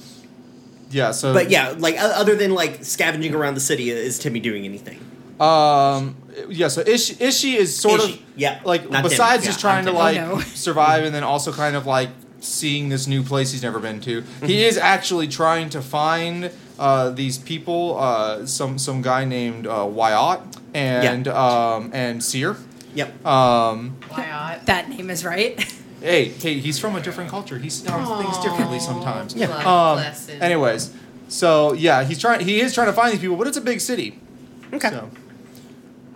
J: yeah, so
B: but yeah, like o- other than like scavenging around the city, is Timmy doing anything?
J: Um, yeah, so Ishi, Ishi is sort
B: Ishi,
J: of
B: yeah,
J: like
B: not Timmy,
J: besides
B: yeah,
J: just trying to
B: not
J: like
B: Timmy.
E: Oh, no.
J: survive and then also kind of like seeing this new place he's never been to.
B: Mm-hmm.
J: He is actually trying to find uh, these people, uh, some some guy named uh, Wyatt and um, and Seer.
B: Yep.
J: Um,
H: Wyatt.
E: That name
B: <laughs>
E: is right.
J: hey, hey, he's from a different culture. He sees things differently sometimes.
B: Yeah.
H: Bless-
J: Um,
H: bless him.
J: anyways, so yeah, he's trying. He is trying to find these people, but it's a big city.
B: Okay.
J: So,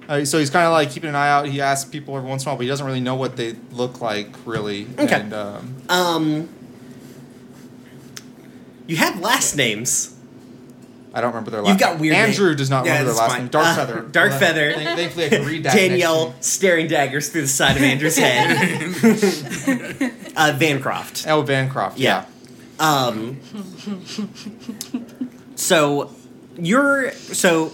J: uh, so he's kind of like keeping an eye out. He asks people every once in a while, but he doesn't really know what they look like, really.
B: Okay.
J: And, um,
B: Um, you have last names.
J: I don't remember their last
B: You've got weird name.
J: Andrew does not
B: Yeah,
J: remember their
B: that's
J: last
B: fine.
J: name. Dark
B: Uh,
J: Feather.
B: <laughs> Dark
J: Well,
B: Feather.
J: thank- Thankfully, I can read that. next
B: Danielle
J: to
B: staring daggers through the side of Andrew's head.
J: <laughs>
B: <laughs> uh, Bancroft.
J: me. Oh, Bancroft. Yeah.
B: Yeah. Um, so you're so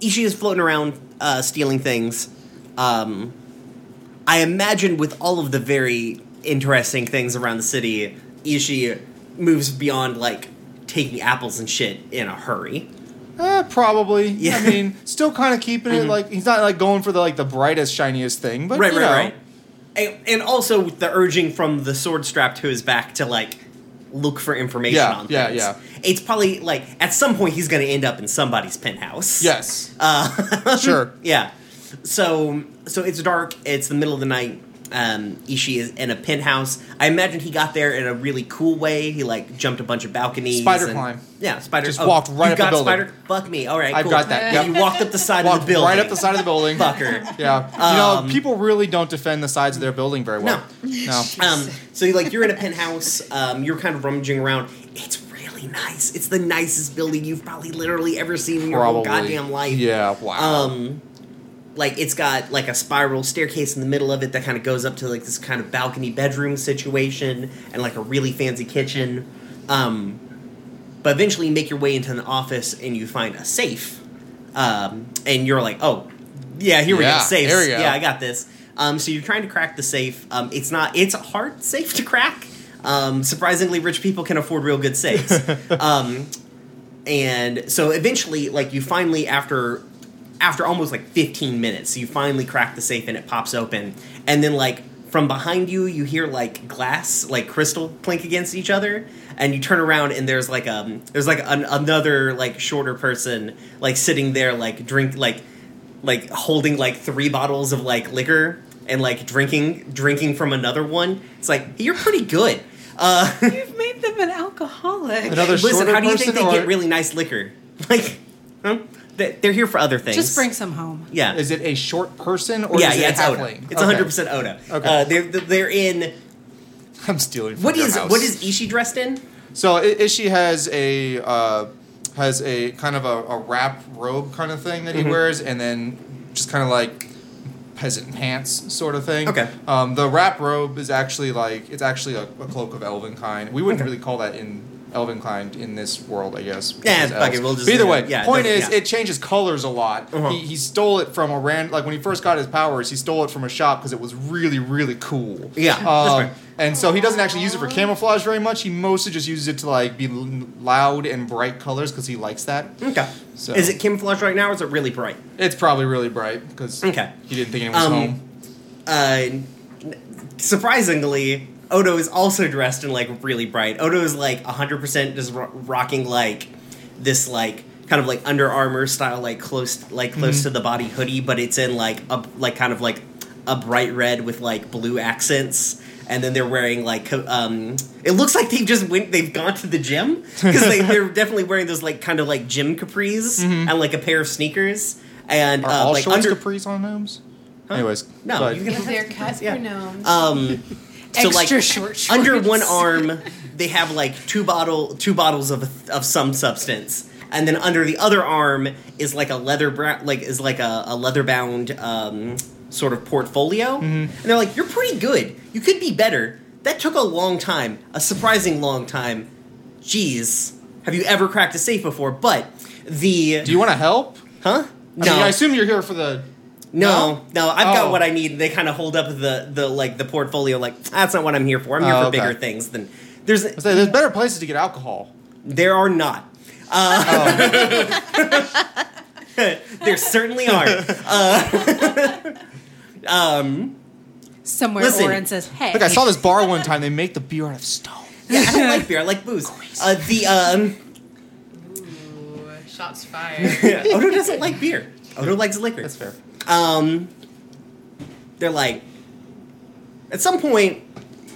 B: Ishi is floating around uh, stealing things. Um, I imagine with all of the very interesting things around the city, Ishi moves beyond like taking apples and shit in a hurry.
J: Eh, probably.
B: Yeah. Mm-hmm.
J: I mean, still kind of keeping it like he's not like going for the like the brightest, shiniest thing, but
B: right,
J: you
B: right,
J: know.
B: right. And, and also with the urging from the sword strap to his back to like look for information
J: Yeah,
B: on
J: yeah,
B: things.
J: yeah.
B: It's probably like at some point he's going to end up in somebody's penthouse.
J: Yes.
B: Uh, <laughs>
J: <laughs> Sure.
B: Yeah. So so it's dark. It's the middle of the night. Um, Ishi is in a penthouse. I imagine he got there in a really cool way. He like jumped a bunch of balconies.
J: Spider
B: and-
J: climb.
B: Yeah, spider.
J: Just
B: oh,
J: walked right
B: you
J: up the
B: got
J: building.
B: Spider. Fuck me. All right,
J: I've
B: cool.
J: got that, yep.
B: You walked up the side of
J: Walked
B: the building.
J: right up the side of the building.
B: <laughs> Fucker.
J: Yeah. you know,
B: Um,
J: people really don't defend the sides of their building very well. No.
B: Um, so like you're in a penthouse. Um, you're kind of rummaging around. It's really nice. It's the nicest building you've probably literally ever seen in your
J: Probably.
B: whole goddamn life.
J: Yeah. Wow.
B: Um, like it's got like a spiral staircase in the middle of it that kind of goes up to like this kind of balcony bedroom situation and like a really fancy kitchen. Um, but eventually you make your way into an office and you find a safe. Um, and you're like, oh, yeah, here we
J: Yeah,
B: go, safe.
J: here we go.
B: Yeah, I got this. Um, so you're trying to crack the safe. Um, it's not. It's a hard safe to crack. Um, surprisingly, rich people can afford real good safes. um, and so eventually, like you finally after after almost like 15 minutes, you finally crack the safe and it pops open. And then like from behind you, you hear like glass, like crystal plink against each other. And you turn around and there's like um there's like an, another like shorter person like sitting there like drink like like holding like three bottles of like liquor and like drinking drinking from another one. It's like you're pretty good. Uh,
E: You've made them an alcoholic.
J: Another
B: listen,
J: shorter
B: how do you think they
J: person, or
B: get really nice liquor? <laughs> Like, huh? They- they're here for other things.
E: Just bring some home.
B: yeah.
J: is it a short person or
B: yeah,
J: is
B: yeah,
J: it
B: it's
J: a
B: Oda.
J: halfling?
B: It's
J: Okay.
B: hundred percent Oda.
J: Okay.
B: Uh, they're they're in
J: I'm stealing. From
B: What
J: your
B: is
J: house.
B: what is Ishi dressed in?
J: So I- Ishi has a uh, has a kind of a, a wrap robe kind of thing that
B: Mm-hmm.
J: he wears, and then just kind of like peasant pants sort of thing.
B: Okay.
J: Um, the wrap robe is actually like it's actually a, a cloak of Elvenkind. We wouldn't really call that in Elvenkind in this world, I guess. because
B: fuck it,
J: elves.
B: we'll just-
J: But either way,
B: yeah, it
J: point
B: doesn't-
J: is
B: yeah.
J: it changes colors a lot.
B: Uh-huh.
J: He, he stole it from a random like when he first got his powers, he stole it from a shop because it was really really cool.
B: Yeah, that's
J: Um,
B: fair.
J: and so he doesn't actually use it for camouflage very much. He mostly just uses it to like be l- loud and bright colors because he likes that.
B: Okay.
J: So-
B: Is it camouflage right now or is it really bright?
J: It's probably really bright because
B: Okay.
J: he didn't think anyone was
B: Um,
J: home.
B: Uh, surprisingly, Odo is also dressed in like really bright. Odo is like 100% just ro- rocking like this like kind of like Under Armour style like close like close
J: Mm-hmm.
B: to the body hoodie, but it's in like a like kind of like a bright red with like blue accents. And then they're wearing like co- um, it looks like they just went. They've gone to the gym because they,
J: <laughs>
B: they're definitely wearing those like kind of like gym capris and like a pair of sneakers and
J: Mm-hmm. Are
B: uh,
J: all
B: like
J: shorts
B: under
J: capris on gnomes?
B: Huh?
J: Anyways,
B: no,
J: but-
B: you can have
H: They're cut
B: yeah.
H: for gnomes.
B: Um, so
E: Extra
B: like
E: short
B: <laughs>
E: shorts.
B: under one arm, they have like two bottle two bottles of of some substance, and then under the other arm is like a leather bra- like is like a, a leather bound um, sort of portfolio,
E: Mm-hmm.
B: and they're like, "You're pretty good. You could be better." That took a long time, a surprising long time. Jeez, have you ever cracked a safe before? But the
J: do you want to help?
B: huh?
J: I, mean, I assume you're here for the.
B: No, no, I've
J: Oh.
B: got what I need. They kind of hold up the the like the portfolio, like that's not what I'm here for. I'm here
J: Oh,
B: for
J: okay.
B: bigger things than there's.
J: I say, There's better places to get alcohol.
B: There are not.
J: Oh.
B: Uh, <laughs> there certainly
J: <laughs>
B: are. Uh, um,
E: Somewhere
B: Listen.
E: Oren says, hey.
J: Look, I saw this bar one time. They make the beer out of stone. <laughs>
B: yeah, I don't like beer. I like booze. Uh, the um,
H: Ooh, shots
B: <laughs>
H: fired.
B: Odo doesn't like beer. Odo likes liquor.
J: That's fair.
B: um, they're like, at some point,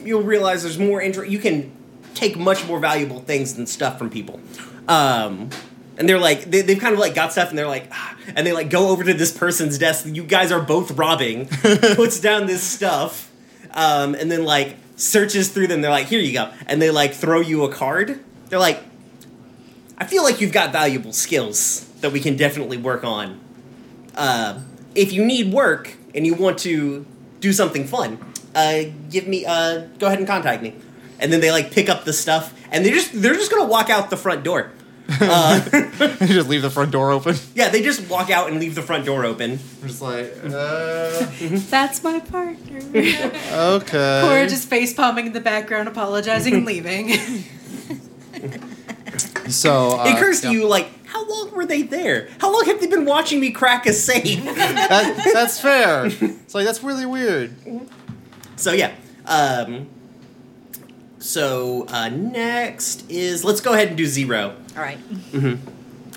B: you'll realize there's more interest. You can take much more valuable things than stuff from people. Um, and they're like, they, they've kind of like got stuff, and they're like, "Ah," and they like go over to this person's desk. You guys are both
J: <laughs>
B: robbing. puts down this stuff, um, and then like searches through them. They're like, here you go, and they like throw you a card. They're like, I feel like you've got valuable skills that we can definitely work on uh, if you need work and you want to do something fun, uh, give me uh, go ahead and contact me. And then they like pick up the stuff and they just they're just gonna walk out the front door. Uh,
J: you just leave the front door open. <laughs>
B: yeah, they just walk out and leave the front door open.
J: I'm just like, uh,
E: <laughs> That's my partner.
J: okay.
E: Or just face palming in the background, apologizing and leaving.
J: so uh,
B: it occurs to
J: yeah.
B: you like, how long were they there? How long have they been watching me crack a safe?
J: <laughs> That,
B: <laughs>
J: that's fair. It's like that's really weird.
B: So yeah. Um, so uh, next is let's go ahead and do zero.
G: All right,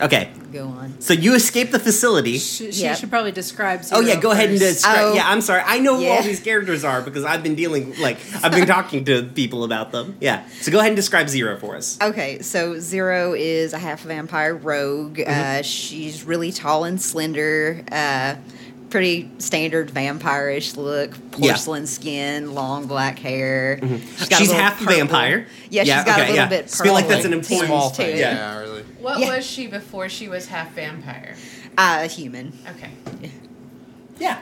B: Okay.
G: go on.
B: So you escape the facility.
E: <laughs> she
G: Yep.
E: should probably describe.
B: Oh yeah, go ahead and describe.
G: Oh.
B: yeah, I'm sorry. I know who
G: Yeah.
B: all these characters are because I've been dealing like I've been talking to people about them. Yeah. So go ahead and describe Zero for us.
G: Okay, so Zero is a half vampire rogue.
B: Mm-hmm.
G: Uh, she's really tall and slender. Uh, pretty standard vampire-ish look.
B: Yeah. Mm-hmm.
G: Porcelain skin, long black hair. She's, got a
B: She's
G: little
B: half
G: purple-
B: vampire.
G: Yeah, she's got a little bit
B: I feel like that's an
G: purple
B: important
G: tinge
J: Small
G: to
J: thing.
G: it.
B: Yeah.
J: really.
H: What
G: Yeah.
H: was she before she was half vampire?
G: Uh, human. <laughs>
B: <laughs>
H: Okay.
B: Yeah.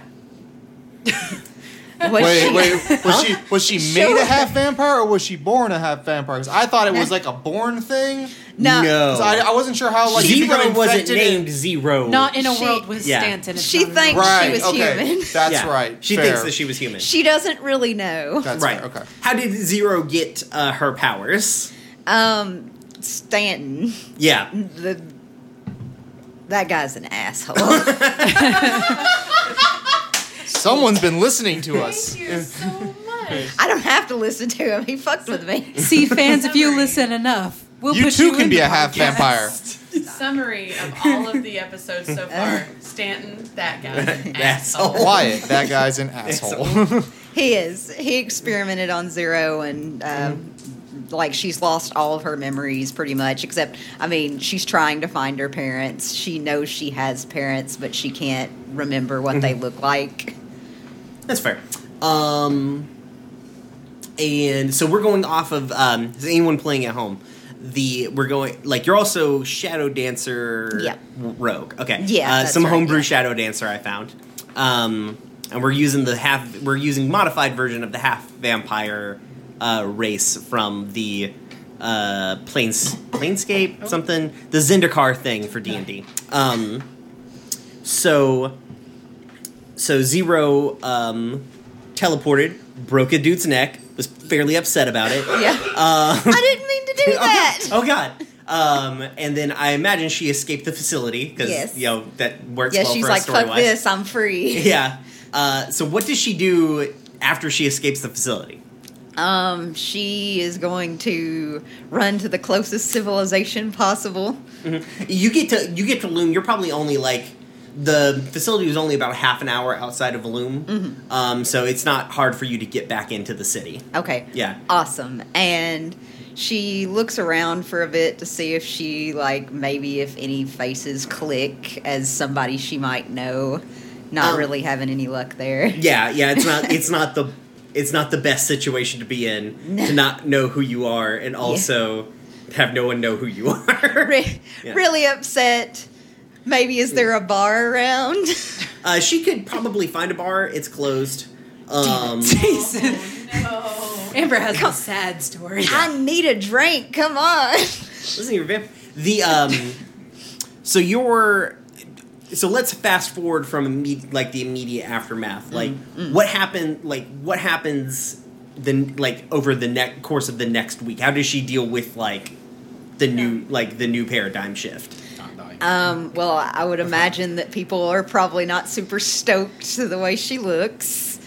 G: What
J: wait,
G: she-
J: wait. Was she was she made a half vampire or was she born a half vampire? 'Cause I thought it was like a born thing.
G: No.
J: 'Cause I, I wasn't sure how like you become
B: Zero Oh. wasn't
J: infected and-
B: named Zero.
E: Not in a
G: She-
E: world with
B: Yeah.
E: Stanton. it's
G: She
E: not in a world.
G: thinks
J: Right.
G: she was
J: okay.
G: human.
J: That's
B: Yeah.
J: right.
B: She
J: fair.
B: thinks that she was human.
G: She doesn't really know.
J: That's
B: right.
J: fair, Okay.
B: How did Zero get uh, her powers?
G: Um, Stanton,
B: Yeah.
G: the that guy's
B: <laughs>
G: an asshole.
J: Someone's been listening to us.
H: Thank you so much.
G: I don't have to listen to him. He fucks with me.
E: See, fans, if you listen enough, we'll
J: You
E: put
J: too
E: you
J: can
E: in
J: be
E: the
J: a half
E: podcast.
J: vampire.
H: Summary of all of the episodes so far:
B: <laughs>
H: Stanton, that guy, asshole.
B: Asshole.
J: Wyatt, that guy's an <laughs> asshole.
G: He is. He experimented on Zero and. Um, Like she's lost all of her memories pretty much, except I mean, she's trying to find her parents. She knows she has parents, but she can't
B: Mm-hmm.
G: remember what they look like.
B: That's fair. Um, and so we're going off of um, is anyone playing at home? The we're going like you're also shadow dancer
G: Yeah.
B: rogue. Okay,
G: Yeah,
B: uh,
G: that's
B: some
G: right,
B: homebrew
G: yeah.
B: shadow dancer I found, um, and we're using the half we're using modified version of the half vampire uh, race from the uh, planes planescape
G: Oh.
B: something the Zendikar thing for D and D. Um, So so Zero um, teleported, broke a dude's neck, was fairly upset about it. Um,
G: Yeah. <laughs> I didn't mean to
B: <laughs>
G: do that.
B: Oh god. Um, and then I imagine she escaped the facility because
G: Yes.
B: you know that works
G: yeah,
B: well
G: she's
B: for
G: like,
B: us story
G: fuck this, I'm free.
B: Yeah. Uh, so what does she do after she escapes the facility?
G: Um, she is going to run to the closest civilization possible.
B: You get to you get to Loom. You're probably only like the facility was only about half an hour outside of Loom,
G: Mm-hmm.
B: um, so it's not hard for you to get back into the city.
G: Okay.
B: Yeah.
G: Awesome. And she looks around for a bit to see if she, like, maybe if any faces click as somebody she might know. Not
B: Um,
G: really having any luck there.
B: Yeah, yeah, it's not it's not the it's not the best situation to be in to not know who you are and also have no one know who you <laughs> are.
G: <laughs> Re-
B: Yeah.
G: Really upset. Maybe is there a bar around? <laughs>
B: Uh, she could probably find a bar. It's closed. Um,
E: Jason.
H: No.
E: Amber has a sad story.
G: I need a drink. Come <laughs> on.
B: Listen, you're vamp. The um, so you're so let's fast forward from imme- like the immediate aftermath. Like what happened? Like what happens? Then like over the next course of the next week, how does she deal with like the new like the new paradigm shift?
G: Um, well, I would imagine that people are probably not super stoked to the way she looks.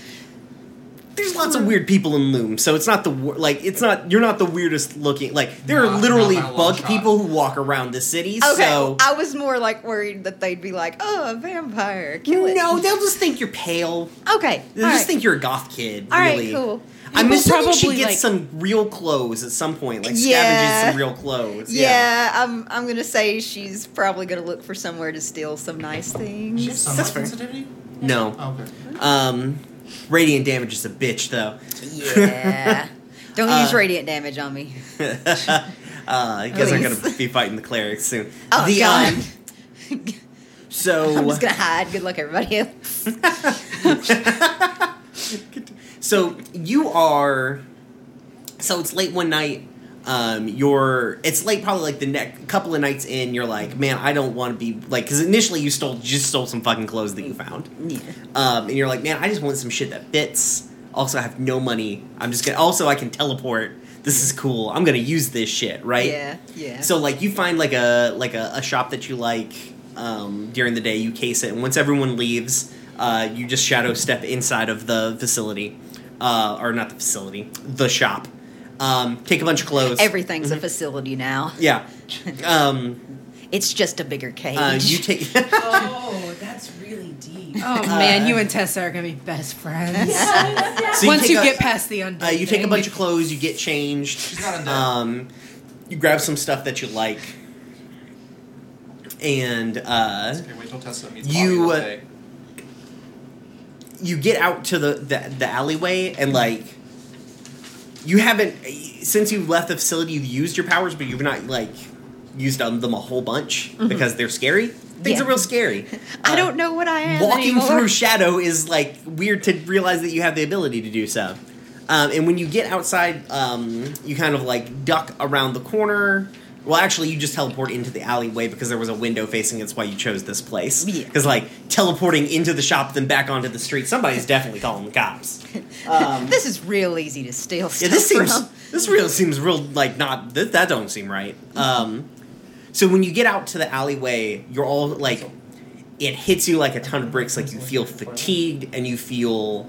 B: There's lots of weird people in Loom, so it's not the wor- like it's not you're not the weirdest looking. Like there are
J: Not-
B: literally
J: not by a long
B: bug
J: shot.
B: people who walk around the city.
G: Okay,
B: so
G: I was more like worried that they'd be like, "Oh, a vampire, kill it."
B: no, they'll just think you're pale.
G: okay,
B: They
G: all
B: just
G: right.
B: think you're a goth kid.
G: All right,
B: really.
G: cool.
B: I'm
E: Well,
B: assuming she
E: probably,
B: gets
E: like-
B: some real clothes at some point, like
G: Yeah.
B: scavenges some real clothes.
G: Yeah, I'm. I'm gonna say she's probably gonna look for somewhere to steal some nice things.
J: She has some
B: That's fair.
J: sensitivity.
B: No.
J: Okay.
B: Um, radiant damage is a bitch, though. <laughs>
G: <laughs> Yeah, don't
B: Uh,
G: use radiant damage on me.
B: uh, you guys are
G: Please.
B: gonna be fighting the clerics soon.
G: Oh
B: the,
G: God,
B: Um,
G: <laughs> I'm
B: so
G: just gonna hide. Good luck, everybody. else.
B: so you are. So it's late one night. Um, you're it's late, probably like the next couple of nights in. You're like, man, I don't want to be like because initially you stole just stole some fucking clothes that you found.
G: Yeah.
B: um, and you're like, man, I just want some shit that fits. Also, I have no money. I'm just gonna. Also, I can teleport. This is cool. I'm gonna use this shit, right?
G: <laughs> Yeah, yeah.
B: So like, you find like a like a, a shop that you like um, during the day. You case it, and once everyone leaves, uh, you just shadow step inside of the facility, uh, or not the facility, the shop. Um, take a bunch of clothes.
G: everything's
B: mm-hmm.
G: a facility now.
B: yeah. Um,
G: It's just a bigger cage.
B: uh, you take. <laughs>
E: <laughs>
H: Oh, that's really deep.
B: Uh,
E: Oh man, you and Tessa are gonna be best <laughs> friends.
B: So you
E: Once
B: take
E: you
B: a-
E: get past the undead,
B: Uh, you take a
E: thing.
B: bunch of clothes, you get changed.
J: not undead.
B: Um, you grab some stuff that you like, and uh,
J: Okay, wait till Tessa meets
B: You,
J: Bobby
B: uh,
J: today.
B: you get out to the, the the alleyway, and like you haven't since you left the facility, you've used your powers, but you've not like used on them a whole bunch because they're scary. Things
G: Mm-hmm. Yeah.
B: are real
G: <laughs>
B: scary.
G: I don't know what I am
B: uh, walking
G: anymore.
B: through shadow is like weird to realize that you have the ability to do so. Um, and when you get outside, um, you kind of like duck around the corner. Well, actually, you just teleport into the alleyway because there was a window facing. That's why you chose this place.
G: Yeah.
B: Because like teleporting into the shop, then back onto the street. Somebody's definitely calling the cops. Um,
G: this is real easy to steal stuff
B: yeah, this seems
G: from. <laughs>
B: this real seems real like not th- that don't seem right. Um, so when you get out to the alleyway, you're all like, it hits you like a ton of bricks. Like you feel fatigued and you feel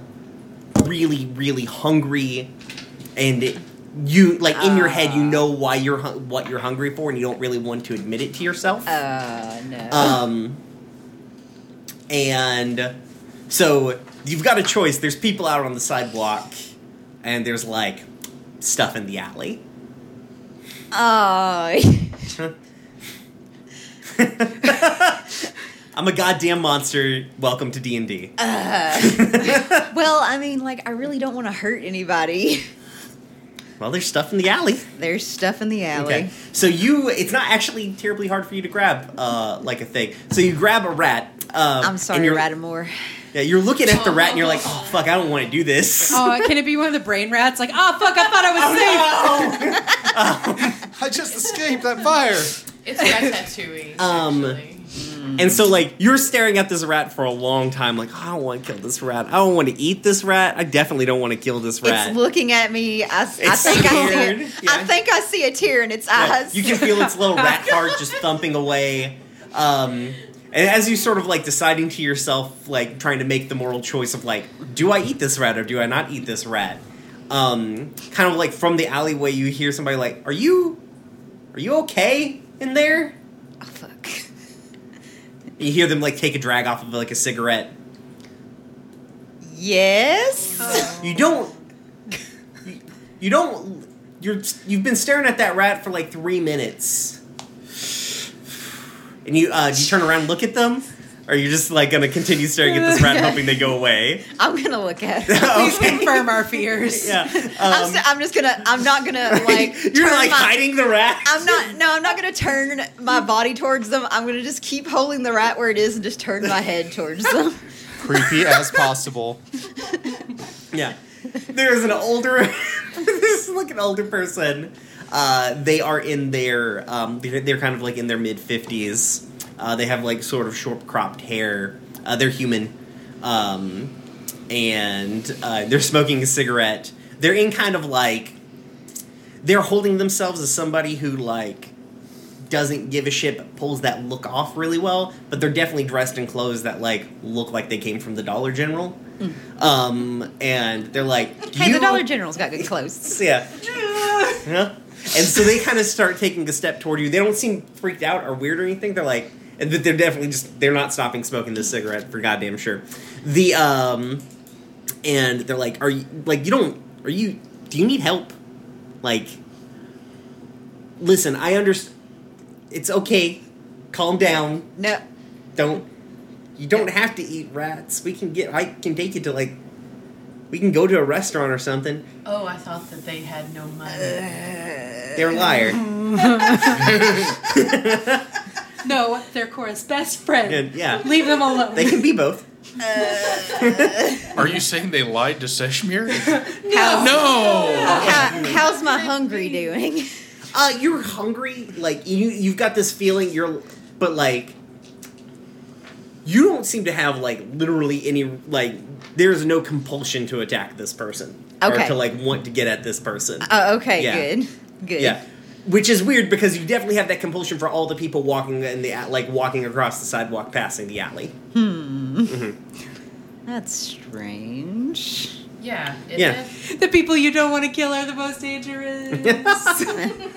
B: really really hungry, and it, you like in your head
G: Ah.
B: you know why you're hun- what you're hungry for, and you don't really want to admit it to yourself.
G: Uh, no.
B: Um, and so you've got a choice. There's people out on the sidewalk, and there's like stuff in the alley. <laughs>
G: Oh,
B: I'm a goddamn monster. Welcome to D
G: Uh.
B: and D.
G: well, I mean, like, I really don't want to hurt anybody. <laughs>
B: Well, there's stuff in the alley.
G: There's stuff in the alley.
B: Okay. So you, it's not actually terribly hard for you to grab uh, like a thing. So you grab a rat. Uh,
G: I'm sorry,
B: and you're-
G: Radamore.
B: Yeah, you're looking at the rat and you're like, oh fuck, I don't want to do this.
G: <laughs>
E: Oh, can it be one of the brain rats? Like, oh fuck, I thought I was safe.
J: I just escaped that fire.
H: It's Ratatouille.
B: Um, and so like you're staring at this rat for a long time, like I don't want to kill this rat. I don't want to eat this rat. I definitely don't want to kill this rat.
G: It's looking at me. I, I
B: It's
G: think I see
B: scared,
G: it. I think I see a tear in its
B: Yeah,
G: eyes.
B: You can feel its little rat heart just thumping away. Um, and as you sort of like deciding to yourself, like trying to make the moral choice of like, do I eat this rat or do I not eat this rat? Um, kind of like from the alleyway, you hear somebody like, "Are you, are you okay in there?"
G: Oh, fuck.
B: You hear them like take a drag off of like a cigarette.
G: Yes.
B: You don't. you- You don't. You're. You've been staring at that rat for like three minutes. And you uh, do you turn around and look at them, or you're just like gonna continue staring at this rat, hoping they go away.
G: I'm gonna look
B: <laughs>
G: at it.
E: Please <laughs> confirm our fears.
B: Yeah.
G: I'm,
B: Um,
G: s I'm just gonna. I'm not gonna like.
B: <laughs> you're
G: turn Uh,
B: like
G: my-
B: hiding the rat.
G: I'm not. No, I'm not gonna turn my body towards them. I'm gonna just keep holding the rat where it is and just turn my head towards
B: <laughs>
G: them.
J: Creepy as possible.
B: Yeah. There's an older, <laughs> this is like an older person. Uh, they are in their, um, they're, they're kind of like in their mid 50s. Uh, they have like sort of short cropped hair. Uh, they're human. Um, and uh, they're smoking a cigarette. They're in kind of like, they're holding themselves as somebody who like doesn't give a shit but pulls that look off really well. But they're definitely dressed in clothes that like look like they came from the Dollar General. Um, and they're like, you...
G: Hey, Hmm. the Dollar General's got good
B: <laughs>
G: clothes.
B: Yeah. yeah. And so they kind of start taking a step toward you. They don't seem freaked out or weird or anything. They're like, and they're definitely just, they're not stopping smoking this cigarette for goddamn sure. The, um, and they're like, are you, like, you don't, are you, do you need help? Like, listen, I understand, it's okay. Calm down.
G: No,
B: Don't, you don't have to eat rats. We can get, I can take you to like, we can go to a restaurant or something.
H: Oh, I thought that they had no
B: uh,
H: money.
B: They're liar.
E: No, they're Cora's best friend.
B: And, yeah,
E: Leave them alone.
B: they can be both.
C: Are you saying they lied to Seshmir?
B: <laughs>
C: no.
G: How, how's my hungry
B: <laughs>
G: doing? <laughs>
B: Uh, you're hungry. Like you, you've got this feeling. You're, but like, you don't seem to have like literally any like. There's no compulsion to attack this person or
G: Okay.
B: to like want to get at this person.
G: Oh, okay,
B: Yeah.
G: good, good.
B: Yeah. Which is weird because you definitely have that compulsion for all the people walking in the like walking across the sidewalk, passing the alley.
G: That's strange.
H: Yeah. isn't
B: Yeah.
H: it?
E: the people you don't want to kill are the most dangerous.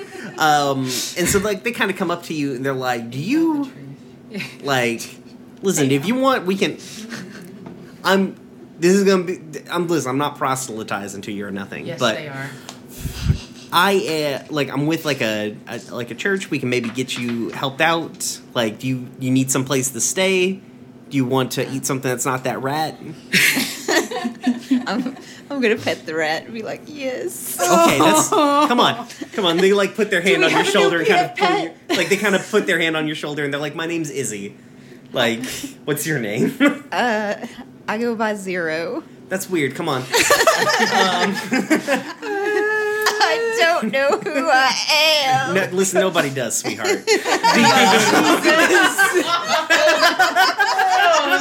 E: <laughs>
B: Um, and so like they kind of come up to you and they're like, "Do you like listen? If you want, we can. I'm. This is gonna be. I'm listen. I'm not proselytizing to you or nothing.
H: Yes,
B: but
H: they are.
B: I uh, like I'm with like a, a like a church. We can maybe get you helped out. Like, do you you need some place to stay? Do you want to eat something that's not that rat?
G: I'm, I'm gonna pet the rat and be like, yes.
B: Okay, that's come on, come on. They like put their hand on your shoulder and kind of pull your, like they kind of put their hand on your shoulder and they're like, "My name's Izzy. Like, what's your name?" <laughs>
G: Uh, I go by zero.
B: that's weird. Come on.
G: I don't know who I am.
B: No, listen, nobody does, sweetheart.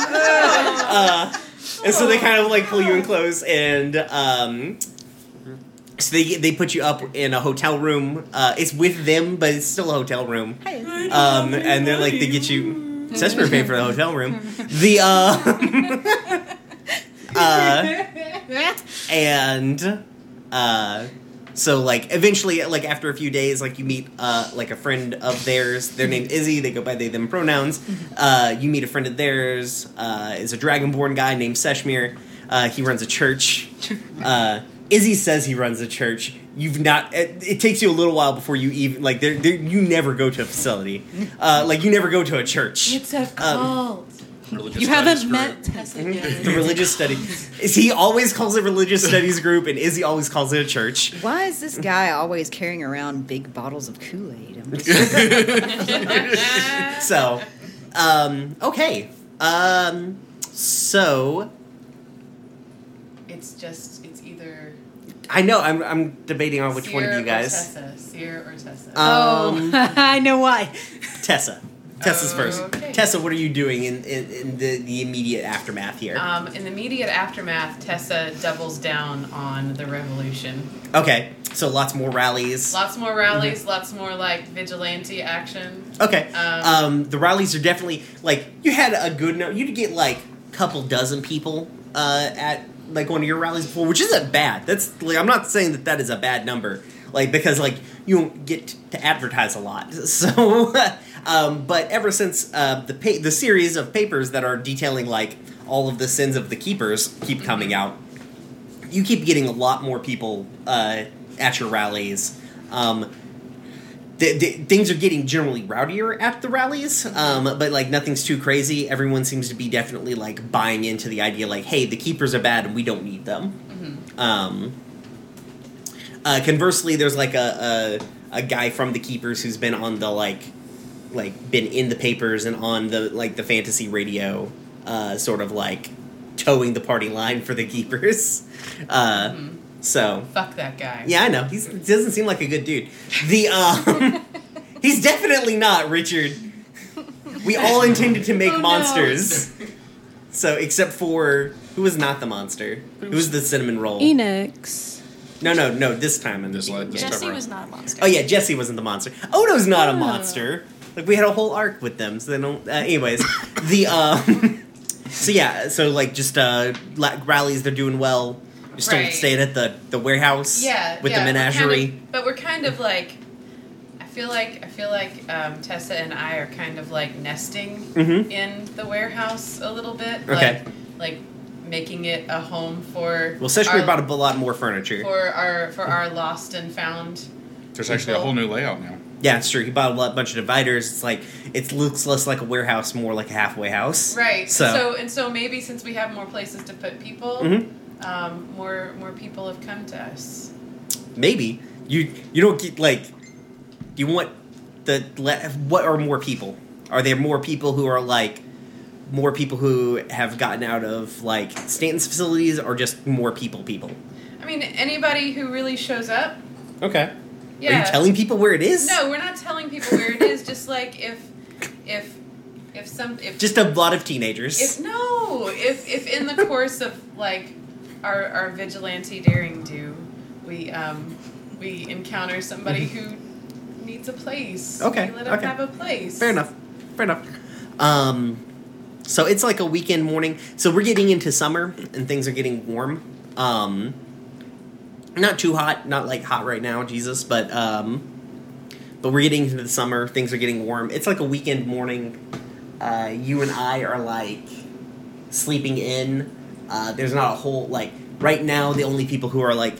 B: uh, and so they kind of like pull you in close, and um, so they they put you up in a hotel room. Uh, it's with them, but it's still a hotel room.
G: Hey.
B: Um, and they're like they get you. Sesame paid for the hotel room. The uh, <laughs> uh, and uh so like eventually like after a few days like you meet uh like a friend of theirs their name izzy they go by they them pronouns uh you meet a friend of theirs uh is a dragonborn guy named seshmir uh he runs a church uh izzy says he runs a church you've not it, it takes you a little while before you even like there you never go to a facility uh like you never go to a church
H: It's a
B: Um,
H: cult.
J: Religious
E: you
J: studies
E: haven't
J: group.
E: met Tessa yet.
B: The religious study. Is he always calls it religious studies group, and Izzy always calls it a church.
G: Why is this guy always carrying around big bottles of Kool Aid?
B: <laughs> Um, so, um, okay. Um, so
F: It's just it's either
B: I know I'm, I'm debating on which one of
F: Sierra
B: you guys.
F: or Tessa, Sierra or Tessa.
B: Um,
E: Oh, <laughs> I know why.
B: Tessa. Tessa's first.
F: Oh, Okay.
B: Tessa, what are you doing in, in, in the, the immediate aftermath here?
F: Um, in the immediate aftermath, Tessa doubles down on the revolution.
B: okay, so lots more rallies.
F: Lots more rallies,
B: Mm-hmm.
F: lots more like vigilante action.
B: Okay.
F: Um,
B: Um, the rallies are definitely like you had a good number. You'd get like a couple dozen people uh, at like one of your rallies before, which isn't bad. That's like I'm not saying that that is a bad number, like because like you don't get to advertise a lot. <laughs> So, um, but ever since uh, the pa- the series of papers that are detailing like all of the sins of the keepers keep coming out, you keep getting a lot more people uh, at your rallies. Um, th- th- things are getting generally rowdier at the rallies, um, but like nothing's too crazy. Everyone seems to be definitely like buying into the idea, like, hey, the keepers are bad and we don't need them. Um, uh, conversely, there's like a, a a guy from the keepers who's been on the like like been in the papers and on the like the fantasy radio, uh, sort of like towing the party line for the keepers. Uh, So
F: fuck that guy.
B: yeah, I know. He's, he doesn't seem like a good dude. The
F: <laughs>
B: um, he's definitely not Richard. We all intended to make
F: Oh, no.
B: monsters. So except for who was not the monster? Who was the cinnamon roll?
E: Enox.
B: No, no, no. This time in this
J: light,
B: this
K: Jesse was not a monster.
B: Oh yeah, Jesse wasn't the monster. Odo's not a
K: Oh.
B: monster. Like we had a whole arc with them, so they don't. Uh, anyways, the um, <laughs> so yeah, so like just uh, la- rallies, they're doing well. You're still
F: Right.
B: staying at the the warehouse.
F: Yeah,
B: with
F: yeah,
B: the
F: we're kind of-
B: menagerie.
F: but we're kind of like, I feel like I feel like um, Tessa and I are kind of like nesting
B: Mhm.
F: in the warehouse a little bit.
B: Okay.
F: Like, like making it a home for.
B: Well, Seshmi
F: our-
B: bought a b- lot more furniture.
F: for our for our lost and found.
J: There's actually a whole new layout now.
B: yeah, it's true. He bought a lot, bunch of dividers. It's like it looks less like a warehouse, more like a halfway house.
F: Right.
B: So,
F: and so maybe since we have more places to put people,
B: Mhm.
F: um, more more people have come to us.
B: maybe you you don't get like you want the le- what are more people? Are there more people who are like more people who have gotten out of like Stanton's facilities, or just more people? People.
F: I mean, anybody who really shows up.
B: Okay.
F: Yeah.
B: Are you telling people where it is?
F: No, we're not telling people where it is. Just like if if if some if
B: Just a lot of teenagers.
F: if no if if in the course of like our our vigilante daring do we um we encounter somebody who needs a place.
B: Mm-hmm. Okay,
F: We let them
B: okay.
F: have a place.
B: Fair enough. Fair enough. Um, so it's like a weekend morning. So we're getting into summer and things are getting warm. Um, not too hot, not like hot right now, Jesus, but um, but we're getting into the summer. Things are getting warm. It's like a weekend morning. Uh, you and I are like sleeping in. Uh, there's not a whole like right now. The only people who are like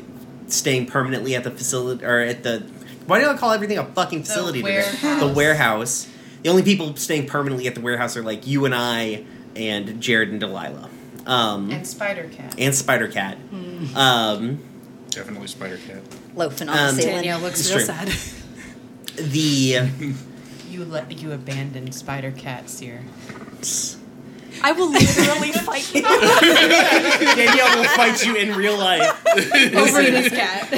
B: staying permanently at the facility or at the why do I call everything a fucking facility? today?
F: warehouse.
B: The warehouse. The only people staying permanently at the warehouse are like you and I and Jared and Delilah um,
F: And Hmm. Spider Cat.
B: and Spider Cat. Um,
J: Definitely Spider Cat.
G: Loafing on
B: Um,
G: the ceiling.
E: Danielle looks
B: It's
E: real
B: true. <laughs>
E: sad.
B: the
F: You let you abandoned Spider Cat, Seer.
K: I will literally fight you.
B: Danielle will fight you in real life.
E: <laughs> Over this cat.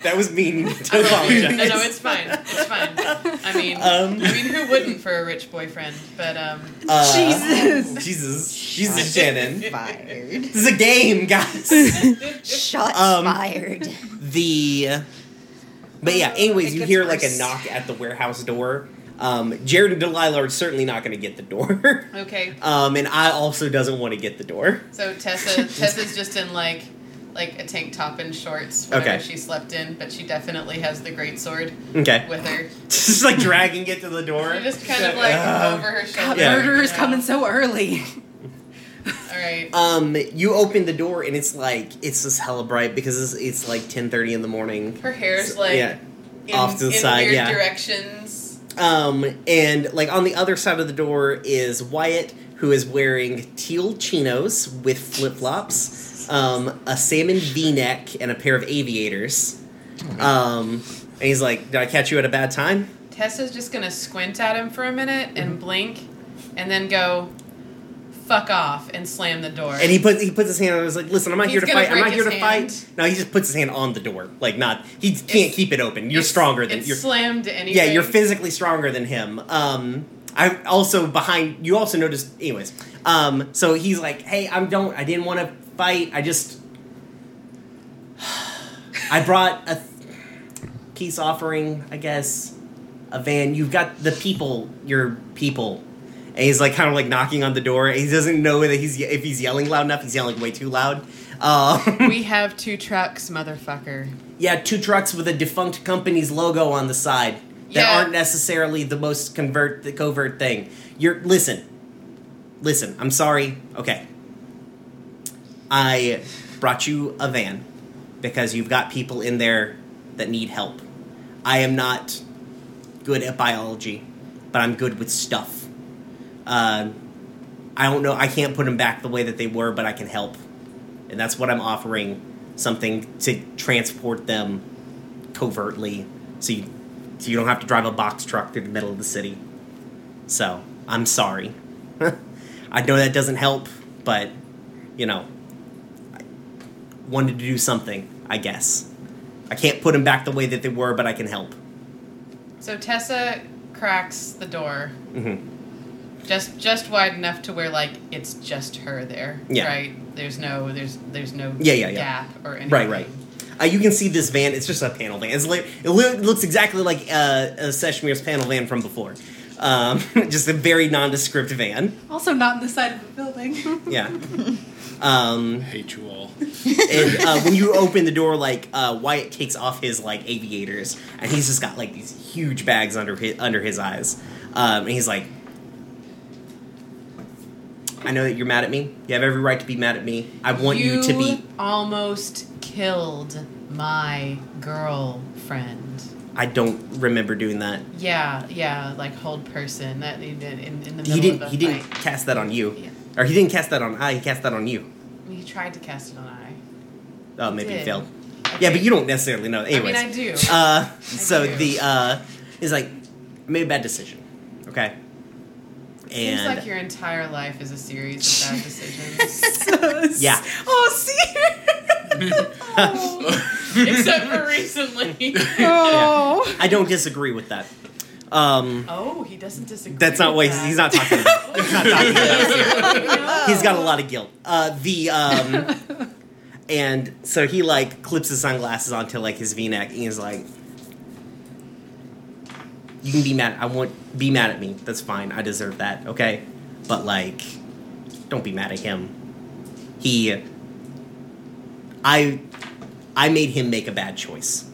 B: <laughs> that was mean to <laughs>
F: I love you.
B: apologize.
F: no, no, it's fine. It's fine. I mean,
B: <laughs> Um.
F: I mean, who wouldn't for a rich boyfriend? But um,
B: Uh, Jesus, Jesus, Jesus, Shannon.
G: Fired.
B: This is a game, guys.
G: Shots
B: Um,
G: fired.
B: the, but yeah. Anyways, you hear like a knock at the warehouse door. Um, Jared and Delilah are certainly not going to get the door. <laughs>
F: okay.
B: Um, and I also doesn't want to get the door. <laughs>
F: So Tessa, Tessa's just in like, like a tank top and shorts. Whatever
B: Okay.
F: She slept in, but she definitely has the great sword
B: Okay,
F: with her.
B: just like dragging it to the door.
F: We're <laughs> just kind of like
B: Uh,
F: over her shoulder.
E: God,
B: Yeah.
E: Murderer's
F: Yeah.
E: coming so early.
F: All right.
B: Um, you open the door and it's like it's just hella bright because it's, it's like ten thirty in the morning.
F: Her hair's like
B: yeah,
F: in,
B: off to the
F: in
B: side,
F: weird
B: yeah.
F: directions.
B: Um, and like on the other side of the door is Wyatt, who is wearing teal chinos with flip flops, um, a salmon V neck, and a pair of aviators. Um, and he's like, "Did I catch you at a bad time?"
F: Tessa's just gonna squint at him for a minute
B: Mm-hmm.
F: and blink, and then go, "Fuck off!" and slam the door.
B: And he puts he puts his hand on. it, He's like, "Listen, I'm not
F: He's
B: here to
F: gonna
B: fight. I'm
F: break
B: not here to
F: his hand.
B: fight." No, he just puts his hand on the door. Like, not he can't keep it open. You're stronger than
F: It's
B: you're.
F: slammed anything.
B: Yeah, you're physically stronger than him. Um, I also behind you also noticed. Anyways, um, so he's like, "Hey, I'm don't. I didn't want to fight. I just, I brought a peace offering. I guess a van. You've got the people. Your people." And he's like, kind of like knocking on the door. He doesn't know that he's if he's yelling loud enough. He's yelling way too loud. Um, <laughs>
F: we have two trucks, motherfucker.
B: yeah, two trucks with a defunct company's logo on the side that
F: Yeah.
B: aren't necessarily the most convert the covert thing. You're listen, listen. I'm sorry. Okay, I brought you a van because you've got people in there that need help. I am not good at biology, but I'm good with stuff. Uh, I don't know. I can't put them back the way that they were, but I can help, and that's what I'm offering. Something to transport them covertly, so you so you don't have to drive a box truck through the middle of the city. So I'm sorry. <laughs> I know that doesn't help, but you know, I wanted to do something. I guess I can't put them back the way that they were, but I can help.
F: So Tessa cracks the door
B: hmm
F: just just wide enough to where like it's just her there,
B: Yeah.
F: right? There's no there's there's no
B: Yeah, yeah, yeah.
F: gap or anything.
B: Right, right. Uh, you can see this van. It's just a panel van. It's like, it loo- looks exactly like uh, a Seshmir's panel van from before. Um, <laughs> just a very nondescript van.
E: Also, not on the side of the building.
B: Yeah. Um,
L: hate you all.
B: and uh, when you open the door, like uh, Wyatt takes off his like aviators, and he's just got like these huge bags under his under his eyes, um, and he's like, "I know that you're mad at me. You have every right to be mad at me. I want you to be
F: almost killed my girlfriend.
B: I don't remember doing that.
F: Yeah, yeah, like hold person that he did in, in the middle
B: He didn't.
F: of a
B: He didn't
F: fight.
B: cast that on you, or he didn't cast that on I. He cast that on you.
F: He tried to cast it on I.
B: Oh, maybe he
F: did.
B: failed. Yeah, but you don't necessarily know. Anyways,
F: I do.
B: Uh, so
F: do.
B: the uh, is like I made a bad decision. Okay. And
F: Seems like your entire life is a series
B: <laughs>
F: of bad
B: <laughs>
F: decisions.
B: yeah,
E: oh,
B: <laughs>
E: see.
F: Except for recently.
B: Oh. I don't disagree with that. Um,
F: Oh, he doesn't disagree.
B: that's not what he's, he's not talking about. He's not talking about. He's got a lot of guilt. Uh, the
F: <laughs>
B: um, and so he like clips his sunglasses onto like his V-neck and he's like, "You can be mad. I want be mad at me. That's fine. I deserve that. Okay, but like, don't be mad at him. He, I, I made him make a bad choice,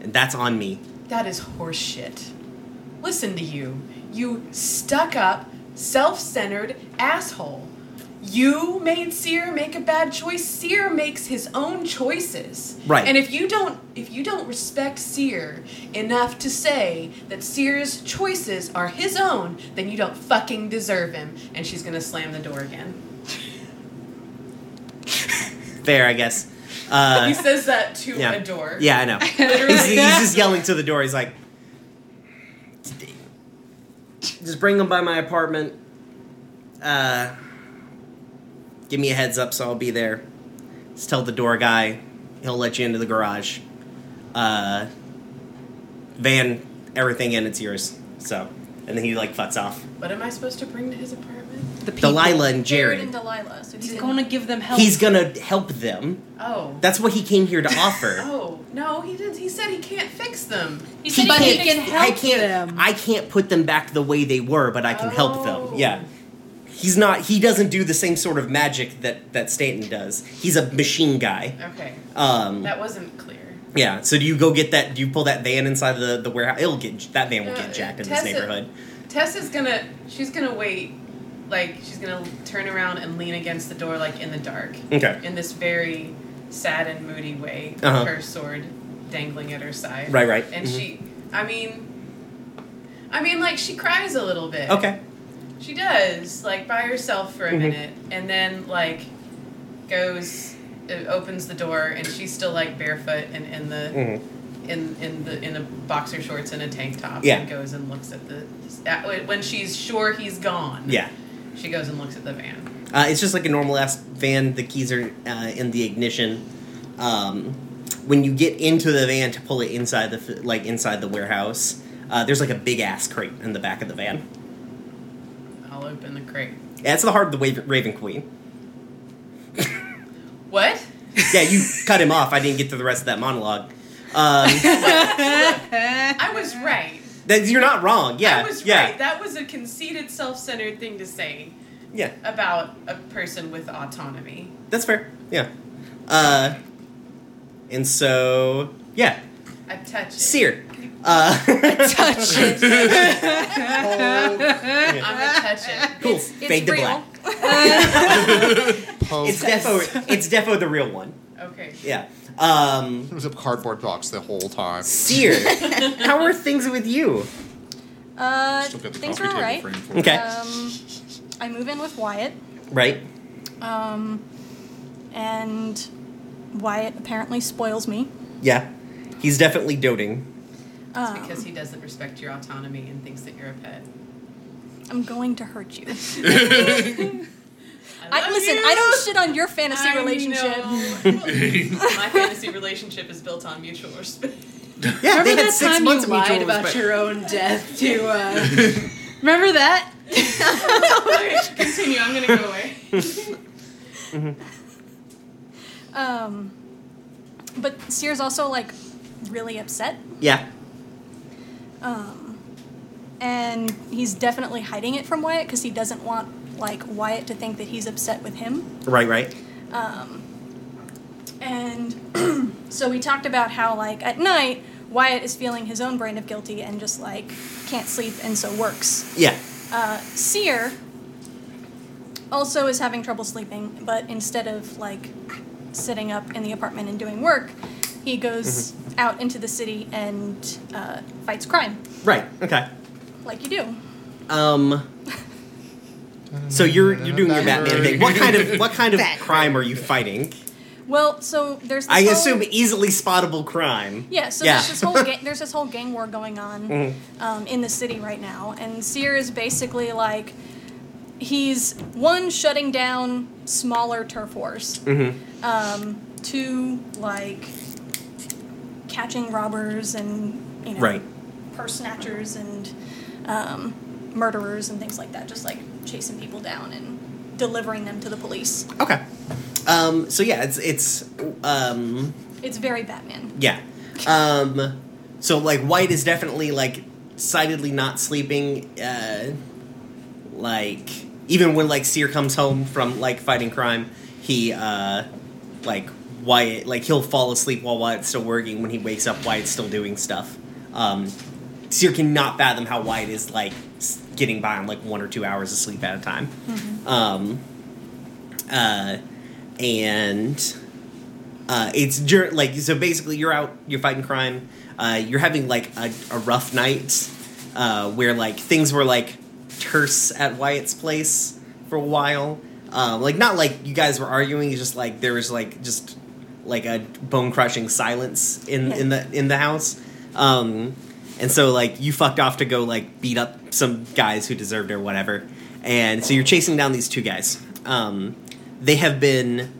B: and that's on me.
F: That is horseshit. Listen to you, you stuck up, self centered asshole. You made Seer make a bad choice. Seer makes his own choices.
B: Right.
F: And if you don't if you don't respect Seer enough to say that Seer's choices are his own, then you don't fucking deserve him. And she's gonna slam the door again.
B: Fair, I guess." Uh,
F: he says that to
B: yeah.
F: a door.
B: Yeah, I know. he's, he's just yelling to the door. He's like, "Just bring them by my apartment. Uh, give me a heads up, so I'll be there. Just tell the door guy, he'll let you into the garage. Uh, van, everything in, it's yours. So, and then he like futs off.
F: What am I supposed to bring to his apartment?
E: The
B: Delilah and
K: Jared
B: Jared.
K: and Delilah. So he's,
E: He's
K: in-
E: going to give them help.
B: He's gonna help them.
F: Oh.
B: That's what he came here to
E: <laughs>
B: offer.
F: Oh no, he didn't. He said he can't fix them.
K: He said
E: but
K: he
E: he can
K: can
E: help
B: I can't.
E: them. Oh.
B: I can't put them back the way they were, but I can help them. Yeah. He's not. He doesn't do the same sort of magic that that Stanton does. He's a machine guy.
F: Okay,
B: Um.
F: that wasn't clear.
B: Yeah. So do you go get that? Do you pull that van inside the the warehouse? It'll get that van will
F: No,
B: get jacked in
F: Uh, Tessa-
B: this neighborhood.
F: Tessa's gonna. She's gonna wait. Like she's gonna turn around and lean against the door, like in the dark,
B: Okay.
F: in this very sad and moody way, with
B: Uh-huh. Mm-hmm.
F: her sword dangling at her side.
B: Right, right.
F: And
B: Mhm.
F: she. I mean.
H: I mean, like she cries a little bit.
B: Okay.
H: She does, like by herself for a
B: Mhm.
H: minute, and then like goes, uh, opens the door, and she's still like barefoot and in the
B: Mhm.
H: in in the in a boxer shorts and a tank top.
B: Yeah.
H: And goes and looks at the at, when she's sure he's gone.
B: Yeah.
H: She goes and looks at the van.
B: Uh, it's just like a normal ass van. The keys are uh, in the ignition. Um, when you get into the van to pull it inside the f- like inside the warehouse, uh, there's like a big ass crate in the back of the van.
H: I'll open the crate.
B: That's the heart of the Wave- Raven Queen.
H: What?
B: Yeah,
E: <laughs>
B: you cut him off. I didn't get to the rest of that monologue. Um,
H: I
B: <laughs>
H: was right.
B: that, you're not wrong. Yeah,
H: I was
B: yeah,
H: right. That was a conceited, self-centered thing to say
B: yeah.
H: about a person with autonomy.
B: That's fair. Yeah. Uh, and so yeah,
H: I touched.
B: Seer. Uh, <laughs>
H: touch it.
B: Yeah.
H: I'm gonna touch it.
B: Cool.
H: it's
B: Fade to
H: real.
B: black. it's
J: Poke.
B: Defo. <laughs> It's Defo, the real one.
H: Okay.
B: Yeah. Um,
J: it was a cardboard box the whole time.
B: Seer, how are things with you?
K: Uh,
J: Still got the
K: things
J: coffee
K: are
J: table
K: alright.
J: frame for
B: it. Okay.
K: Um, I move in with Wyatt,
B: Right.
K: um, and Wyatt apparently spoils me.
B: Yeah. He's definitely doting.
H: It's
K: Um,
H: because he doesn't respect your autonomy and thinks that you're a pet.
K: I'm going to hurt you.
H: I,
K: I,
H: love
K: listen,
H: you.
K: I don't shit on your fantasy
H: I
K: relationship.
H: <laughs> know. My fantasy relationship is built on mutual respect. <laughs>
B: Yeah,
E: Remember
B: they had
E: that
B: six
E: time you
B: months of
E: lied
B: mutual
E: about
B: respect.
E: your own death to?
B: <laughs>
E: Uh, remember that?
H: Okay, Continue. I'm gonna go away.
K: Um, but Sears also like really upset.
B: Yeah.
K: Um, and he's definitely hiding it from Wyatt because he doesn't want like Wyatt to think that he's upset with him.
B: Right. Right.
K: Um, and <clears throat> so we talked about how like at night Wyatt is feeling his own brand of guilty and just like can't sleep and so works.
B: Yeah.
K: Uh, Seer also is having trouble sleeping, but instead of like sitting up in the apartment and doing work, he goes
B: Mm-hmm.
K: out into the city and uh, fights crime,
B: Right. Okay.
K: like you do.
B: Um. So you're you're doing your Batman thing. What kind of what kind of crime are you fighting?
K: Well, so there's. This
B: I
K: whole-
B: assume easily spottable crime.
K: Yeah, so there's this whole ga- there's this whole gang war going on
B: Mhm.
K: um, in the city right now, and Seer is basically like he's one shutting down smaller turf wars,
B: Mhm.
K: um, two like catching robbers and you know
B: Right.
K: purse snatchers and um, murderers and things like that, just like chasing people down and delivering them to the police.
B: Okay. Um. So yeah, it's it's um.
K: It's very Batman.
B: Yeah. Um, so like White is definitely like decidedly not sleeping. Uh, like even when like Seer comes home from like fighting crime, he uh, like Wyatt like he'll fall asleep while Wyatt's still working. When he wakes up, Wyatt's still doing stuff. Um, Seer cannot fathom how Wyatt is like s- getting by on like one or two hours of sleep at a time. Um, uh, and uh, it's jur- like so basically you're out you're fighting crime uh, you're having like a, a rough night uh, where like things were like terse at wyatt's place for a while um, like not like you guys were arguing it's just like there was like just like a bone crushing silence in, in the in the house um, and so like you fucked off to go like beat up some guys who deserved it or whatever and so you're chasing down these two guys um, they have been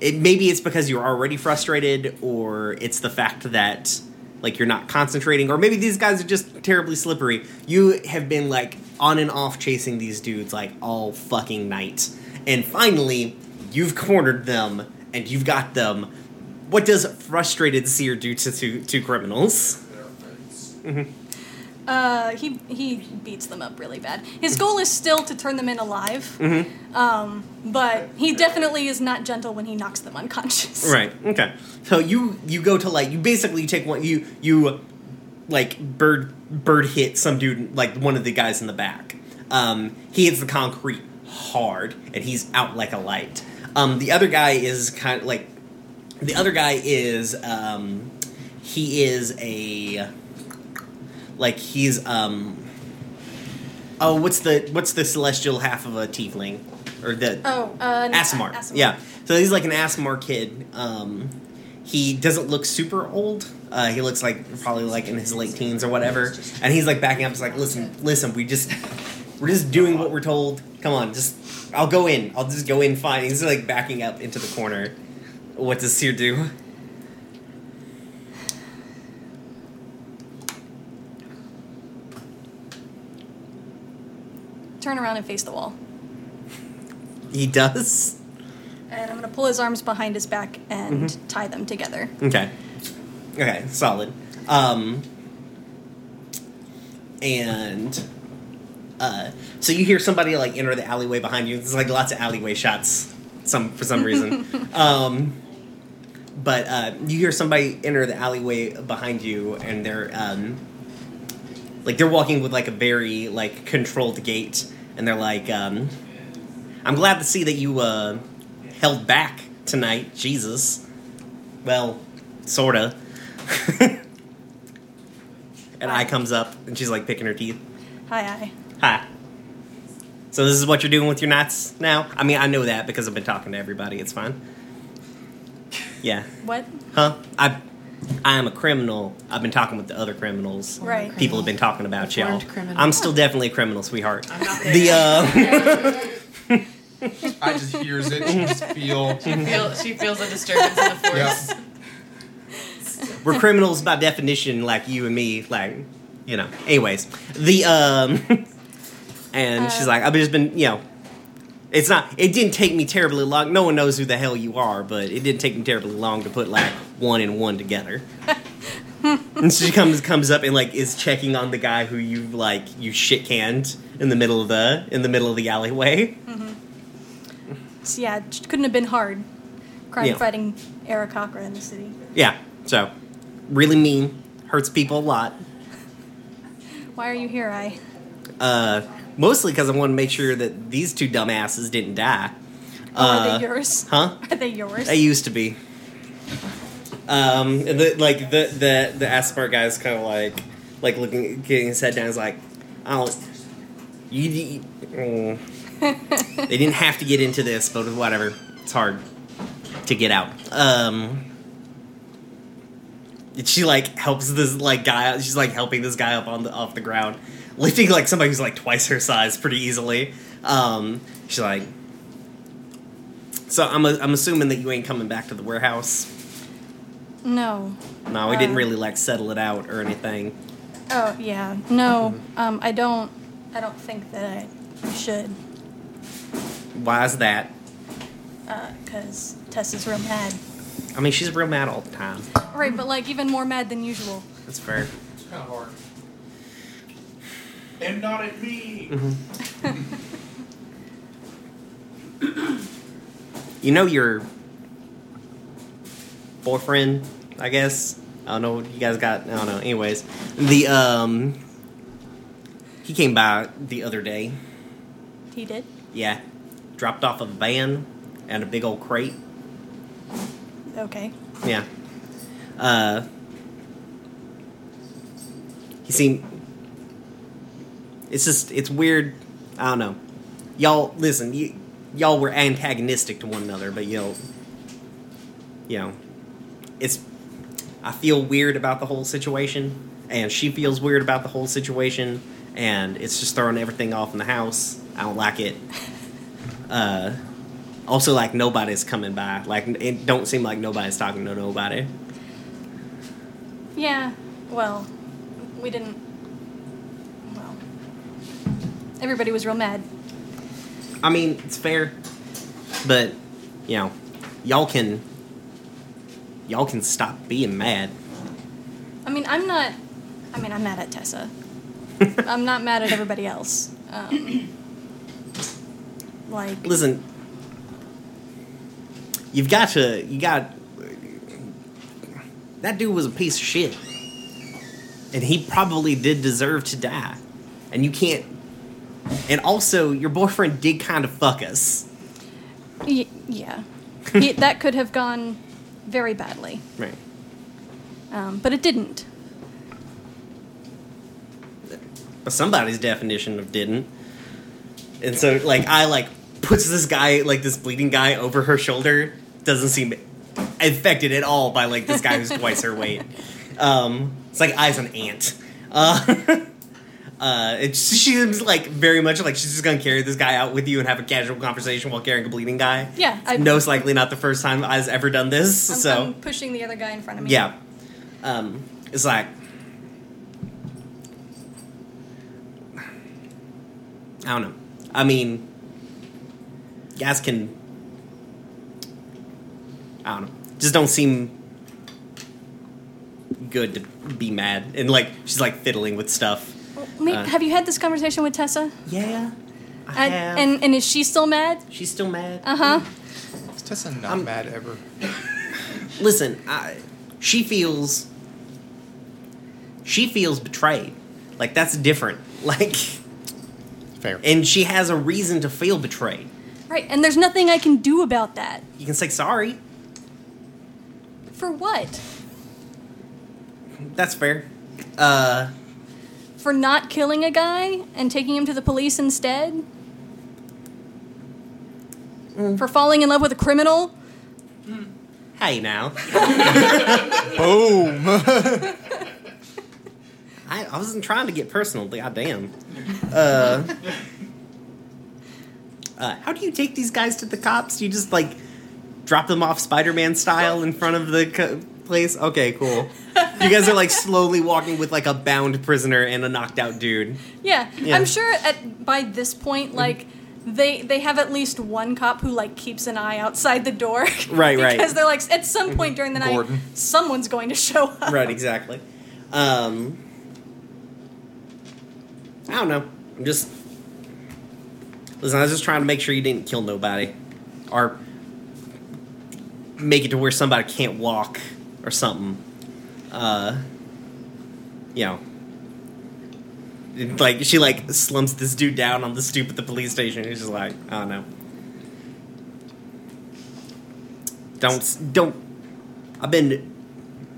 B: it maybe it's because you're already frustrated or it's the fact that like you're not concentrating or maybe these guys are just terribly slippery you have been like on and off chasing these dudes like all fucking night and finally you've cornered them and you've got them what does frustrated seer do to two, two criminals Mhm.
K: Uh, he he beats them up really bad. His goal is still to turn them in alive.
B: Mhm.
K: Um, but he definitely is not gentle when he knocks them unconscious.
B: Right. Okay. So you you go to like you basically take one you you like bird bird hit some dude like one of the guys in the back. Um, he hits the concrete hard and he's out like a light. Um, the other guy is kind of like the other guy is um, he is a Like he's um. Oh, what's the what's the celestial half of a tiefling, or the
K: <laughs> Oh, uh, no,
B: Asimar.
K: Asimar.
B: Yeah. So he's like an Asimar kid. Um, he doesn't look super old. Uh, he looks like probably like in his late teens or whatever. And he's like backing up. He's like, listen, listen, we just we're just doing what we're told. Come on, just I'll go in. I'll just go in fine. He's like backing up into the corner. What does Seer do?
K: turn around and face the wall.
B: He does.
K: And I'm gonna pull his arms behind his back and
B: Mm-hmm.
K: tie them together.
B: Okay. Okay, solid. Um, and uh, so you hear somebody like enter the alleyway behind you. There's like lots of alleyway shots. Some for some reason. um, but uh, you hear somebody enter the alleyway behind you, and they're um, like they're walking with like a very like controlled gait, and they're like, um, "I'm glad to see that you uh, held back tonight, Jesus." Well, sorta. <laughs> and I comes up, and she's like picking her teeth.
K: Hi, hi.
B: Hi. So this is what you're doing with your nights now? I mean, I know that because I've been talking to everybody. It's fine. Yeah.
K: What?
B: Huh? I I am a criminal. I've been talking with the other criminals.
K: Right.
B: People have been talking about y'all.
K: Reformed criminal.
B: I'm still definitely a criminal, sweetheart. The uh
J: I just hears it. She just feel.
H: She, feel, she feels a disturbance in the force.
B: we're criminals by definition, like you and me, like you know. Anyways, the um, <laughs> and she's
K: Uh,
B: like, I've just been, you know, it's not. It didn't take me terribly long. No one knows who the hell you are, but it didn't take me terribly long to put like one and one together. and she comes comes up and like is checking on the guy who you like you shit canned in the middle of the in the middle of the alleyway.
K: So yeah, it just couldn't have been hard. Crime
B: Yeah.
K: fighting Eric Cochra in the city.
B: Yeah, so really mean, hurts people a lot.
K: Why are you here, I?
B: Uh, mostly because I want to make sure that these two dumbasses didn't die.
K: Oh, are they
B: Uh,
K: yours?
B: Huh?
K: <laughs> Are they yours?
B: They used to be. Um, and the, like the the the Aspart guy is kind of like like looking getting his head down. He's like, I don't. You, you mm. they didn't have to get into this, but whatever. It's hard to get out. Um, and she like helps this like guy. out. She's like helping this guy up on the off the ground, lifting like somebody who's like twice her size pretty easily. Um, she's like, so I'm I'm assuming that you ain't coming back to the warehouse.
K: No.
B: No, we didn't
K: Uh,
B: really like settle it out or anything.
K: Oh yeah, no. Um, I don't. I don't think that I should,
B: Why is that?
K: uh, cause Tess is real mad.
B: I mean, she's real mad all the time.
K: Right, but like even more mad than usual.
B: That's fair.
J: It's kind of hard.
C: And not at me.
B: You know your boyfriend, I guess. I don't know. You guys got. I don't know. Anyways, the um, he came by the other day.
K: He did.
B: Yeah, dropped off a van and a big old crate.
K: Okay.
B: Yeah. Uh, he seemed. It's just it's weird. I don't know. Y'all listen. You, y'all were antagonistic to one another, but y'all, you know, it's. I feel weird about the whole situation, and she feels weird about the whole situation, and it's just throwing everything off in the house. I don't like it. Uh, also, like nobody's coming by. Like it don't seem like nobody's talking to nobody.
K: Yeah. Well, we didn't. Well, everybody was real mad.
B: I mean, it's fair, but you know, y'all can y'all can stop being mad.
K: I mean, I'm not. I mean, I'm mad at Tessa. I'm not mad at everybody else. Um, like,
B: Listen, you've got to you got that dude was a piece of shit, and he probably did deserve to die, and you can't. And also, your boyfriend did kind of fuck us.
K: y- yeah, He- that could have gone very badly,
B: Right.
K: um, but it didn't.
B: but somebody's definition of didn't. And so, like, I like puts this guy, like this bleeding guy, over her shoulder. Doesn't seem affected at all by like this guy who's twice her weight. Um, it's like eyes an ant. Uh, <laughs> uh, it, she seems like very much like she's just gonna carry this guy out with you and have a casual conversation while carrying a bleeding guy.
K: Yeah, I-
B: no, it's likely not the first time I've ever done this.
K: I'm,
B: so
K: I'm pushing the other guy in front of me.
B: yeah. Um, it's like. I don't know. I mean, guys can. I don't know. Just don't seem good to be mad. And, like, she's, like, fiddling with stuff.
K: Ma-
B: Uh,
K: have you had this conversation with Tessa?
B: Yeah.
K: I
B: have.
K: And and is she still mad?
B: She's still mad.
K: Uh huh.
J: Is Tessa not mad ever?
B: listen, I, she feels she feels betrayed. Like that's different. <laughs> Like
J: fair.
B: And she has a reason to feel betrayed.
K: Right. And there's nothing I can do about that.
B: You can say sorry.
K: For what?
B: That's fair. Uh
K: For not killing a guy and taking him to the police instead?
B: Mm.
K: For falling in love with a criminal?
B: hey now.
J: Boom.
B: <laughs> I, I wasn't trying to get personal, but goddamn. Uh, uh, how do you take these guys to the cops? You just like drop them off Spider-Man style in front of the co- place? Okay, cool. You guys are like slowly walking with like a bound prisoner and a knocked out dude.
K: Yeah.
B: Yeah. Mm.
K: I'm sure at by this point, like they they have at least one cop who like keeps an eye outside the door.
B: Right, right.
K: <laughs> because they're like at some point during the night
B: Gordon.
K: someone's going to show up.
B: Right, exactly. Um, I don't know. I'm just listen. I was just trying to make sure you didn't kill nobody, or make it to where somebody can't walk or something. Uh, you know, It- like she like slumps this dude down on the stoop at the police station. He's just like, I don't know. Don't s- don't. I've been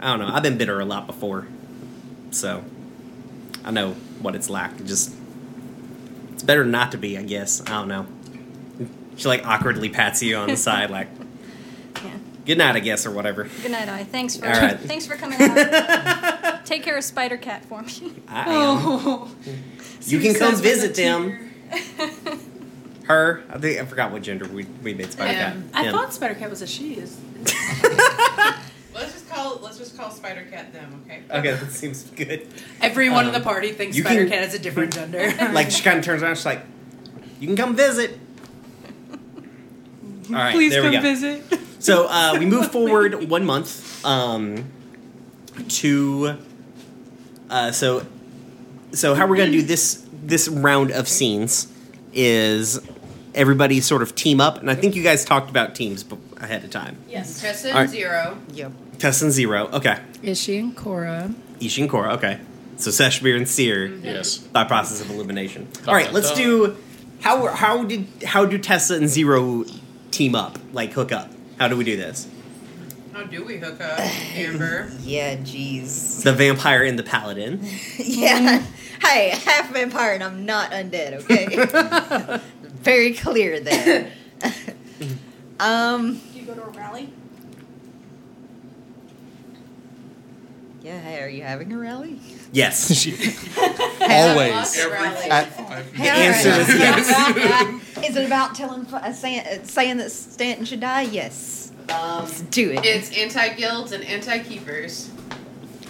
B: I don't know. I've been bitter a lot before, so I know what it's like. Just it's better not to be, I guess. I don't know. She like awkwardly pats you
E: <laughs>
B: on the side, like
K: Yeah.
B: "Good night, I guess" or whatever.
K: Good night, I. Thanks for
B: All right.
K: <laughs> thanks for coming out.
B: <laughs>
K: Take care of Spider Cat for <laughs> me.
B: I am.
E: Oh,
B: you can come visit them. Her, I think I forgot what gender we we made Spider Cat.
E: I
B: Him.
E: thought Spider Cat was a she. Is
F: Let's just call let's just call Spider Cat them, okay?
B: Okay, that seems good.
F: Everyone in
B: Um,
F: the party thinks
B: you
F: Spider
B: can-
F: Cat is a different gender.
E: <laughs>
B: like she kind of turns around, she's like, "You can come visit." All right,
E: Please
B: there
E: come
B: we go.
E: visit.
B: So uh, we move
E: <laughs>
B: forward one month um, to. Uh, so, so how we're gonna do this this round of scenes is everybody sort of team up, and I think you guys talked about teams b- ahead of time.
F: Yes. Tessa
B: All right.
F: Zero. Yep.
B: Tess and Zero, okay.
E: Is she and Cora? Mm-hmm.
B: Ishi and Cora, okay. So Seshbir and Seer,
C: Yes.
B: by process of elimination.
C: Dun,
B: All right,
C: dun,
B: let's
C: dun.
B: do how how did how do Tessa and Zero team up, like hook up? How do we do this?
F: How do we
H: <laughs>
F: hook up, Amber?
G: yeah, jeez.
B: The vampire and the paladin.
G: <laughs> Yeah. Hey, half vampire and I'm not undead,
B: <laughs>
G: okay? Very clear there. um,
K: You go to a rally.
G: yeah, hey, are you having a rally?
B: Yes.
G: Always.
C: The
B: answer is
G: <laughs>
B: yes.
G: is it about telling, uh, saying, uh, saying that Stanton should die? Yes. Let's do it.
F: It's anti guilds and anti keepers.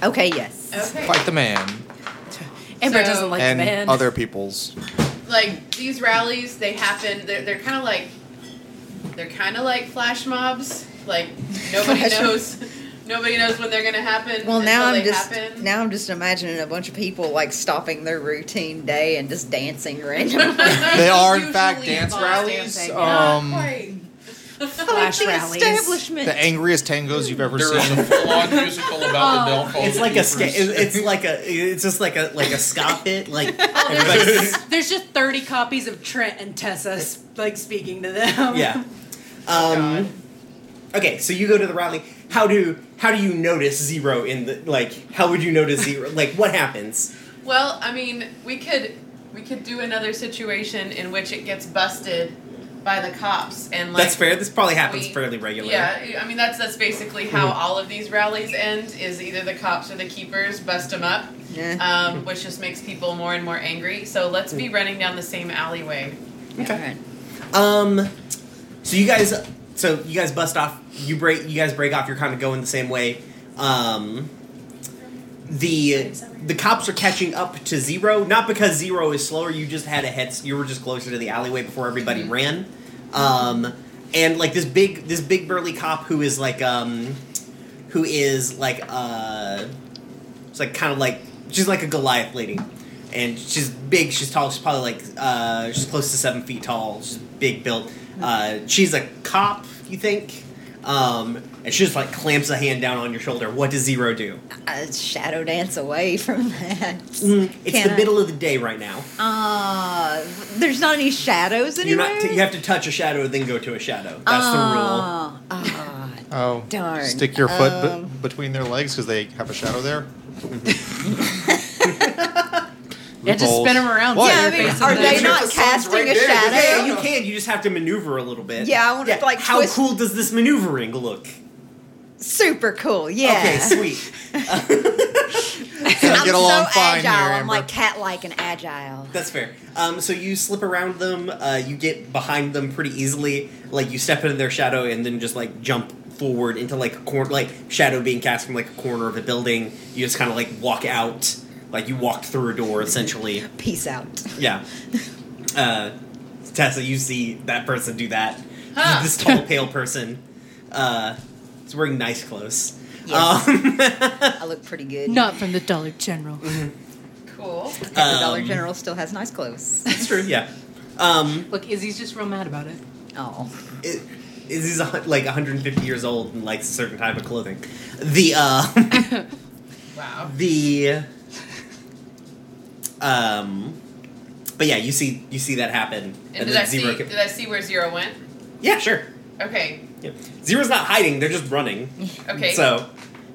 G: Okay, yes.
F: Okay.
J: Fight the man
F: Amber doesn't like
J: and
F: the man.
J: other people's.
F: like these rallies they happen they're, they're kind of like they're kind of like flash mobs
G: <laughs>
F: like nobody
G: Flash mob.
F: knows nobody knows when they're gonna happen
G: Well,
F: until
G: now I'm
F: they
G: just
F: happen.
G: now I'm just imagining a bunch of people like stopping their routine day and just dancing randomly.
J: They are in fact dance rallies. Um,
G: Flash the
E: rallies.
G: establishment.
J: the angriest tangos you've ever
C: There is
J: seen.
C: a full-on musical about the downfall.
B: It's
C: of
B: like a ska-
C: Hebrews.
B: it's like a it's just like a like a ska bit like
E: Oh, There's just 30 copies of Trent and Tessa s- like speaking to them. <laughs>
B: yeah. Um, okay, so you go to the rally. How do how do you notice zero in the like? How would you notice zero? like what happens?
F: <laughs> Well, I mean, we could we could do another situation in which it gets busted by the cops and like
B: That's fair. This probably happens
F: we-
B: fairly regularly.
F: Yeah, I mean that's that's basically how
B: Mhm.
F: all of these rallies end is either the cops or the keepers bust them up,
G: Yeah.
F: um, which just makes people more and more angry. So let's
B: Hmm.
F: be running down the same alleyway.
G: Okay.
B: Um, so you guys, so you guys bust off. You break. You guys break off. You're kind of going the same way. Um, the the cops are catching up to Zero, not because Zero is slower. You just had a head. You were just closer to the alleyway before everybody ran. Um, and like this big this big burly cop who is like um, who is like uh, it's like kind of like she's like a Goliath lady, and she's big. She's tall. She's probably like uh, she's close to seven feet tall. She's big built. Uh, she's a cop, you think? Um, and she just like clamps a hand down on your shoulder. What does Zero do?
G: I shadow dance away from that.
B: It's
G: Can
B: the
G: I-
B: middle of the day right now.
G: Ah, there's not any shadows
B: You're
G: anywhere.
B: not. T- you have to touch a shadow, then go to a shadow. That's the rule.
G: Ah, ah,
J: Oh,
G: Darn.
J: Stick your foot be-
G: Um.
J: between their legs because they have a shadow there.
E: Yeah, just
J: Loopholes.
E: spin 'em around.
J: What?
E: Yeah, I mean, are they
G: not casting a shadow?
B: Yeah, you can. You just have to maneuver a little bit.
G: Yeah, I wanna, like,
B: How
G: twist-
B: cool does this maneuvering look?
G: super cool. Yeah.
B: Okay, sweet.
G: I'm
J: get along
G: so
J: fine
G: agile.
J: here,
G: I'm
J: Amber.
G: like cat-like and agile.
B: That's fair. Um, so you slip around them, uh, you get behind them pretty easily. Like you step into their shadow and then just like jump forward into like a corner, like shadow being cast from like a corner of a building. You just kind of like walk out, like you walked through a door essentially.
G: Peace out.
B: Yeah. Uh, Tessa, you see that person do that.
F: Huh.
B: This tall, pale person. Uh, is wearing nice clothes.
G: Yes.
B: Um,
G: <laughs>
B: <laughs>
G: I look pretty good.
E: Not from the Dollar General.
F: Cool.
G: The Dollar
B: Um,
G: General still has nice clothes.
B: it's true. Yeah. Um,
E: Look, Izzy's just real mad <laughs> about it.
G: <laughs> Oh.
B: it, is he's a hun- like 150 years old and likes a certain type of clothing. The uh, <laughs>
F: Wow.
B: the um, but yeah, you see you see that happen,
F: And, did
B: then
F: I
B: zero.
F: see?
B: ca-
F: Did I see where zero went?
B: yeah, sure.
F: Okay.
B: Yeah. Zero's not hiding; they're just running.
F: Okay.
B: So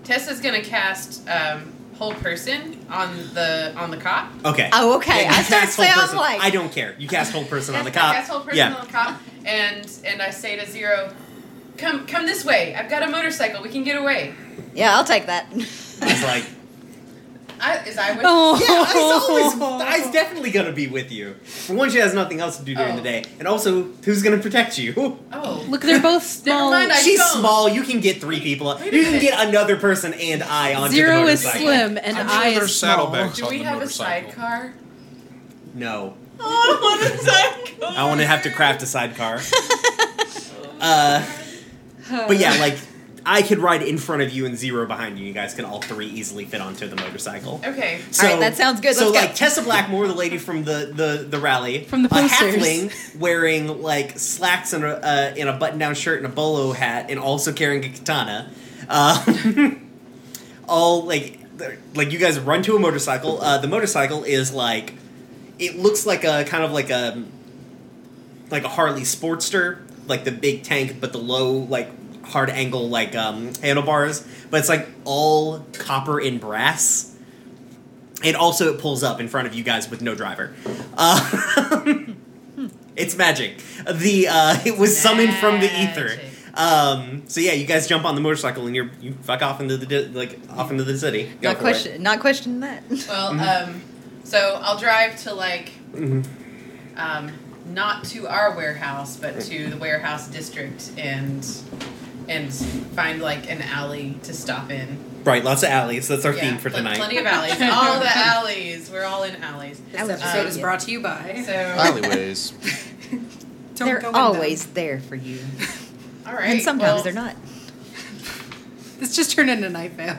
F: Tessa's gonna cast um, hold person on the on the cop.
B: okay.
G: Oh, okay.
B: Yeah, you
G: I start
B: cast whole
G: saying, I'm
B: person.
G: like-
B: I don't care. You cast whole person on the
F: Cast-
B: cop.
F: Cast hold person
B: yeah.
F: on the cop, and and I say to zero, come come this way. I've got a motorcycle. We can get away.
G: Yeah, I'll take that.
B: It's
F: <laughs>
G: <laughs>
B: like
F: I, is I with?
E: Oh.
B: Yeah, I's
E: <laughs>
B: always <laughs> I's definitely gonna be with you. For one, she has nothing else to do during
F: Oh.
B: the day, and also, who's gonna protect you? <laughs>
F: Oh.
E: Look, they're <laughs> both
F: Never
E: small.
F: mind, I
B: She's
F: don't.
B: small. You can get three people.
F: Wait a
B: You can
F: minute.
B: get another person and I onto the
E: Zero is
B: motorcycle.
E: slim and
C: I'm sure
E: I
C: there's
E: is small.
C: saddlebags.
F: Do
C: on
F: we
C: the
F: have
C: motorcycle.
F: a sidecar?
B: No,
F: <laughs> Oh, I want a sidecar.
B: I want to have to craft a sidecar.
E: <laughs>
B: uh, but yeah, like I could ride in front of you and zero behind you. You guys can all three easily fit onto the motorcycle.
F: Okay.
B: So,
G: All right, that sounds good.
B: So
G: Let's go.
B: like Tessa Blackmore, the lady from the the, the rally,
E: From the
B: a
E: posters. <laughs>
B: halfling wearing like slacks and a uh, and a button down shirt and a bolo hat, and also carrying a katana. Uh, <laughs> all like they're- like you guys run to a motorcycle. Uh, the motorcycle is like it looks like a kind of like um, a like a Harley Sportster, like the big tank, but the low like hard angle like um, handlebars. But it's like all copper and brass. And also, it pulls up in front of you guys with no driver. Uh, <laughs> it's magic. The uh, it was summoned from the ether.
F: Magic.
B: Um, so yeah, you guys jump on the motorcycle and you are you fuck off into the di- like off into the city. Go
G: Not
B: for it.
G: question. Not question that. <laughs>
F: Well, um, so I'll drive to like, um, not to our warehouse, but to the warehouse district and and find like an alley to stop in.
B: Right, lots of alleys. That's our
F: Yeah,
B: theme for
F: pl-
B: the night.
F: Plenty of alleys.
B: <laughs>
F: All the alleys. We're all in alleys.
G: I would
H: This episode
G: say
H: is
E: Uh,
G: it.
H: brought to you by.
F: So
C: <laughs>
J: Alleyways.
H: Don't go
G: They're
H: in them.
G: always there for you,
F: all right.
G: and sometimes
F: well,
G: they're not.
E: This just turned into Night Vale.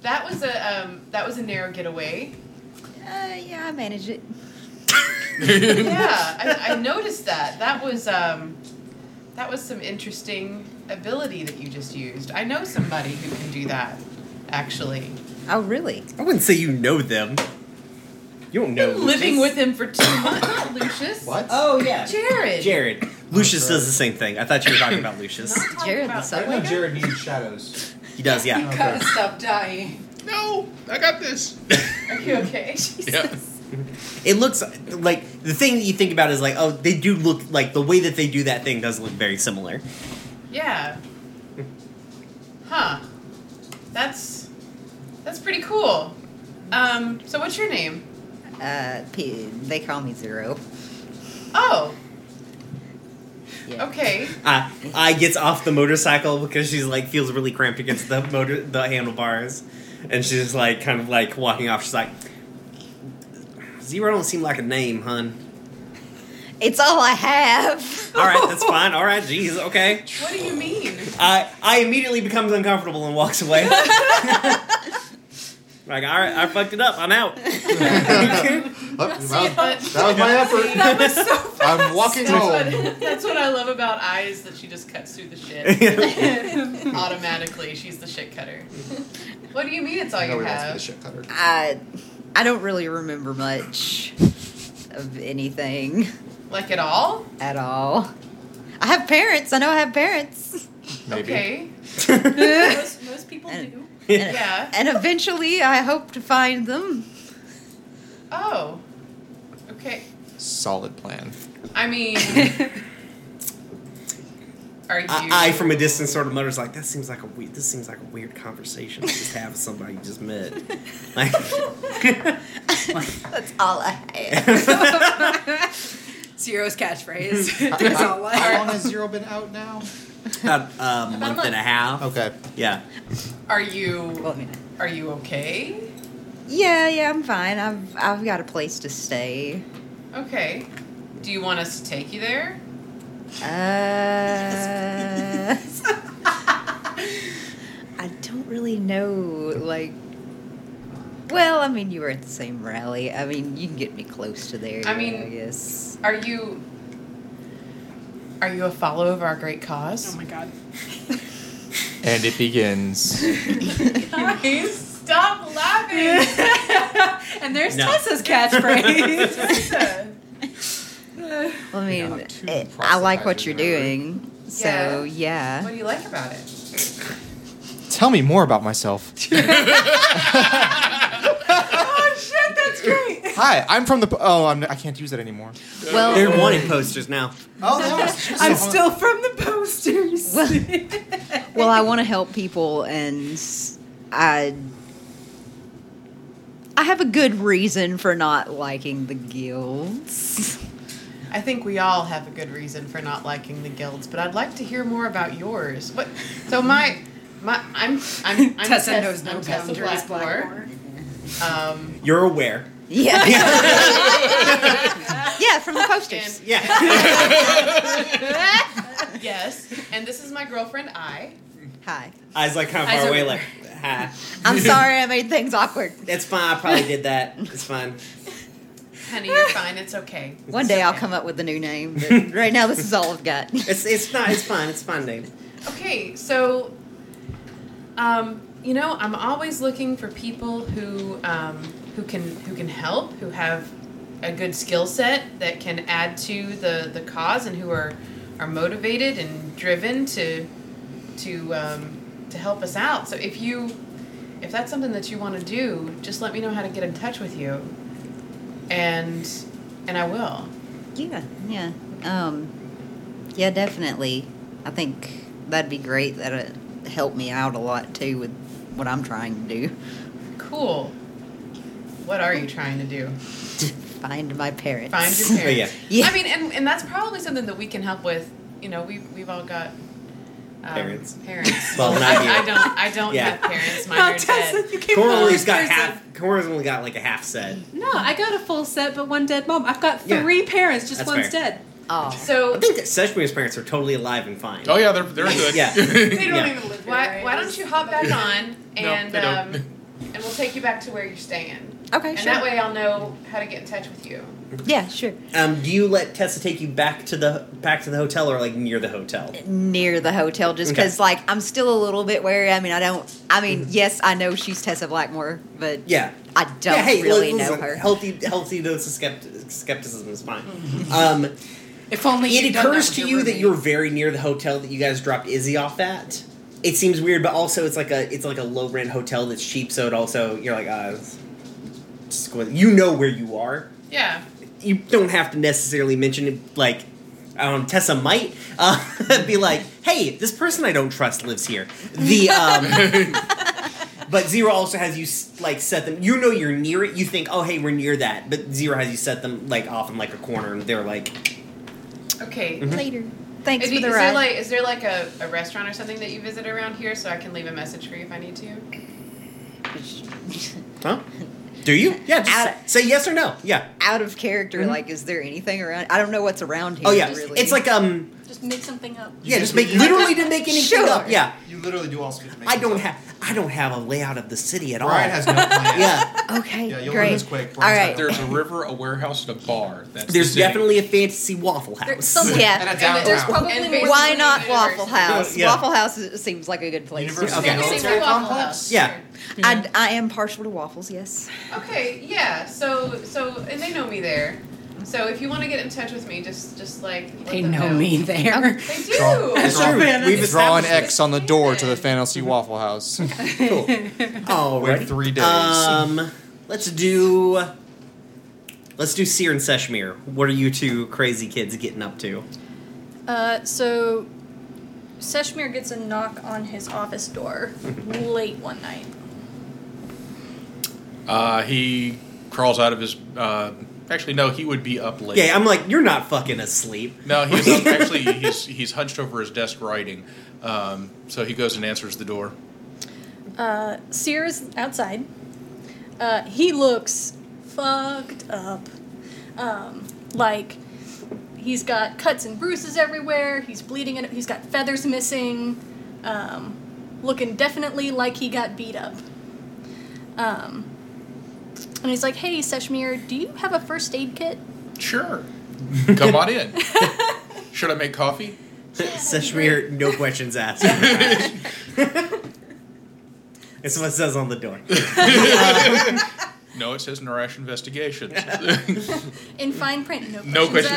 F: That was a um, that was a narrow getaway.
G: Uh, yeah, I manage it.
F: yeah, I, I noticed that. That was um, that was some interesting ability that you just used. I know somebody who can do that, actually.
G: Oh, really?
B: I wouldn't say you know them. You don't know.
F: <laughs> Living
B: Lucius.
F: with him for two months, <coughs> not Lucius.
B: Oh yeah,
F: Jared.
B: Jared. Lucius does the same thing. I thought you were talking about Lucius.
F: Not talking
G: Jared
F: about
G: the
F: that.
G: subway
F: Jared.
M: needs shadows.
I: <laughs>
B: He does, yeah.
F: You gotta stop dying.
C: No, I got this.
F: Are you okay? Jesus.
B: It looks like the thing that you think about is like, oh, they do look like the way that they do that thing does look very similar.
F: Yeah. Huh. That's that's pretty cool. Um, so what's your name?
G: Uh, P- they call me Zero.
F: Oh. Okay.
B: Uh, I gets off the motorcycle because she's like feels really cramped against the motor the handlebars, and she's just like kind of like walking off. She's like, zero don't seem like a name, hun.
G: It's all I have.
B: All right, that's fine. All right, jeez, okay.
F: What do you mean?
B: I I immediately becomes uncomfortable and walks away. like, all right, I fucked it up. I'm
G: <laughs>
B: out.
F: See, but-
J: Oh, that was my effort.
F: That was so
J: <laughs> I'm walking
F: That's
J: home.
F: what, that's what I love about I is that she just cuts through the shit automatically. She's the shit cutter. What do you mean? It's all you
G: Nobody wants to be
F: have.
G: the shit I I don't really remember much of anything
F: Like at all?
G: at all. I have parents. I know I have parents.
F: Okay.
G: Most-
F: <laughs> most people do.
G: And-
F: Yeah.
G: And eventually, I hope to find them.
F: Oh. Okay.
J: Solid plan.
F: I mean, are you?
B: I, I from a distance sort of mutters like, that seems like a weird. This seems like a weird conversation to just have with somebody you just met. Like, <laughs>
G: That's all I
I: Zero's catchphrase. That's
J: How,
I: all I
J: how long has Zero been out now?
B: about a month and a half.
G: Oh.
J: Okay.
B: Yeah.
F: Are you? Are you okay?
G: Yeah, yeah, I'm fine. I've I've got a place to stay.
F: Okay. Do you want us to take you there?
G: Uh, <laughs> I don't really know. Like, well, I mean, you were at the same rally. I mean, you can get me close to there.
F: I
G: I
F: mean,
G: guess.
F: Are you? Are you a follower of our great cause?
E: <laughs>
F: Oh my god.
J: And it begins.
F: Guys, stop <laughs> laughing.
I: And there's
J: No.
I: Tessa's catchphrase.
G: Well, I mean, it- I like what you're doing. So yeah.
F: What do you like about it?
J: Tell me more about <laughs> myself.
F: oh shit, that's great.
J: Hi, I'm from the. Oh, I'm, I can't use that anymore.
G: Well-
B: they're wanting posters now.
J: Oh,
I: I'm still from the posters.
G: well, I want to help people, and I I have a good reason for not liking the <laughs> guilds.
F: I think we all have a good reason for not liking the guilds, but I'd like to hear more about yours. What? So my, my, I'm, I'm,
I: <laughs>
F: I'm
I: Tessa knows no
F: I'm Tessa
I: boundaries,
F: Blackmore. Um,
B: You're aware.
G: Yeah. <laughs> yeah, from the posters.
B: yeah.
G: <laughs>
F: yes, and this is my girlfriend. I.
G: Hi.
B: <laughs> Eyes like kind of
G: Eyes
B: far
G: are
B: away, like,
G: aware.
B: hi.
G: I'm sorry I made things awkward.
B: It's fine. I probably did that. It's fine.
F: Honey, <laughs> you're fine. It's okay.
G: One day I'll come up with a new name, but right now this is all I've got.
B: It's it's not. It's fine. It's fine, name.
F: Okay, so, um, you know, I'm always looking for people who um, who can who can help, who have a good skill set that can add to the the cause, and who are are motivated and driven to to um, to help us out. So if you if that's something that you want to do, just let me know how to get in touch with you, and and I will.
G: Yeah, yeah. Um, yeah, definitely. I think that'd be great. That'd help me out a lot too with what I'm trying to do.
F: Cool. What are you trying to do?
G: Find my parents.
B: <laughs>
F: Find
G: <laughs>
F: your parents.
G: yeah.
F: I mean, and, and that's probably something that we can help with. You know, we we've all got um,
B: Parents. <laughs>
F: Parents.
B: Well, not you.
F: I, I don't. I don't
B: Yeah.
F: have parents.
G: <laughs>
I: <laughs>
F: Mine
I: Not
F: are
I: Tessa,
F: dead.
I: you keep
B: Coralie's
I: calling
B: got
I: her Tessa.
B: half. Coralie's only got like a half set.
I: No, I got a full set, but one dead mom. I've got
B: Yeah.
I: three parents, just
B: That's
I: one's
B: fair.
I: dead.
G: Oh.
B: I
G: <laughs>
F: So
B: think that Seshmir's parents are totally alive and fine.
C: Oh yeah, they're they're good. <laughs>
B: Yeah.
F: they
B: don't Yeah.
F: even live why, Why don't you hop back on and
C: they don't.
F: um,
G: <laughs>
F: and we'll take you back to where you're staying.
G: Okay,
F: And
G: sure.
F: that way, I'll know how to get in touch with you.
G: yeah, sure.
B: Um, do you let Tessa take you back to the back to the hotel or like near the hotel?
G: Near the hotel, just
B: Okay. Mm-hmm.
G: because, like, I'm still a little bit wary. I mean, I don't. I mean, yes, I know she's Tessa Blackmore, but
B: Yeah.
G: I don't
B: yeah, hey,
G: really
B: li- listen,
G: know her.
B: Healthy, healthy dose of skepti- skepticism is fine.
F: Mm-hmm.
B: Um,
I: If only
B: it occurs to you that you're very near the hotel that you guys dropped Izzy off at. it seems weird, but also it's like a it's like a low rent hotel that's cheap, so it also you're like uh, just go- you know where you are.
F: Yeah.
B: You don't have to necessarily mention it. Like I don't know, Tessa might uh, <laughs> be like, "Hey, this person I don't trust lives here." The um, <laughs> but Zero also has you s- like set them. You know you're near it. You think, "Oh, hey, we're near that," but Zero has you set them like off in like a corner, and they're like,
F: Okay.
B: Mhm.
G: Later. Thanks
F: Is,
G: for the
F: is
G: ride.
F: there like is there like a, a restaurant or something that you visit around here so I can leave a message for you if I need to?
B: "Huh? Do you? Yeah, just say, say yes or no. Yeah."
G: Out of character,
B: Mhm.
G: like, is there anything around? I don't know what's around here.
B: Oh yeah,
G: really.
B: it's like um
K: Just make something up.
B: yeah, just make literally to make anything
G: Sure.
B: up. Yeah,
J: You literally do all sorts of
B: I don't have I don't have a layout of the city at
J: Brian
B: all.
J: has no plan.
C: <laughs>
B: yeah,
G: Okay,
J: Yeah, you'll learn
G: great.
J: this quick.
G: All right.
C: There's a river, a warehouse, and a bar. That's the
B: there's
C: city.
B: definitely a fantasy Waffle House.
G: There's something- Yeah.
J: And a
F: And there's
J: downtown.
F: probably
K: And
F: more
G: Why
F: than
G: not
F: one
G: Waffle
F: university.
G: House?
B: Yeah.
G: Waffle House is- seems like a good place. to
J: University
G: go.
B: Okay.
F: Seems like Waffle House.
B: Yeah,
G: I, I am partial to waffles, yes.
F: Okay, yeah. So so and they know me there. So if you want to get in touch with me, just just like let
D: They
F: them
D: know me there.
F: They do.
J: Draw-
B: That's
J: draw-
B: true. We've
J: Draw an
B: established
J: X on the door to the Fantasy
B: <laughs>
J: Waffle House.
B: cool. Alrighty.
J: Wait three days.
B: Um, let's do let's do Seer and Seshmir. What are you two crazy kids getting up to?
K: Uh, so Seshmir gets a knock on his
B: <laughs>
K: office door late one night.
C: Uh, he crawls out of his. Uh, actually, no, he would be up late.
B: Yeah, I'm like you're not fucking asleep. <laughs>
C: No, he's up, actually he's he's hunched over his desk writing. Um, so he goes and answers the door.
K: Uh, Seer is outside. Uh, he looks fucked up. Um, like he's got cuts and bruises everywhere. He's bleeding. And he's got feathers missing. Um, looking definitely like he got beat up. Um, and he's like, "Hey, Seshmir, do you have a first aid kit?"
C: Sure, come
B: <laughs>
C: on in. Should I make coffee?
B: Seshmir, no questions asked. That's what it says on the door. <laughs>
C: No, it says Nourish
B: <laughs>
C: Investigations. <laughs>
K: In fine print, no questions,
C: no questions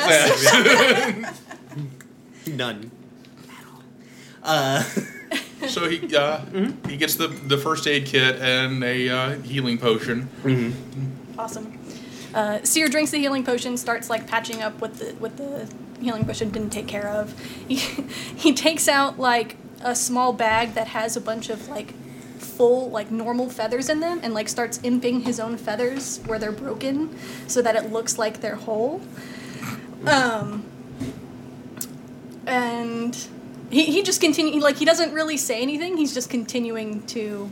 C: asked.
B: None. Uh,
C: so he uh, he gets the the first aid kit and a uh, healing potion.
K: Awesome. Uh, Seer drinks the healing potion, starts like patching up what the what the healing potion didn't take care of. <laughs> He, he takes out like a small bag that has a bunch of like full like normal feathers in them and like starts imping his own feathers where they're broken so that it looks like they're whole. Um and he, he just continue like he doesn't really say anything. He's just continuing to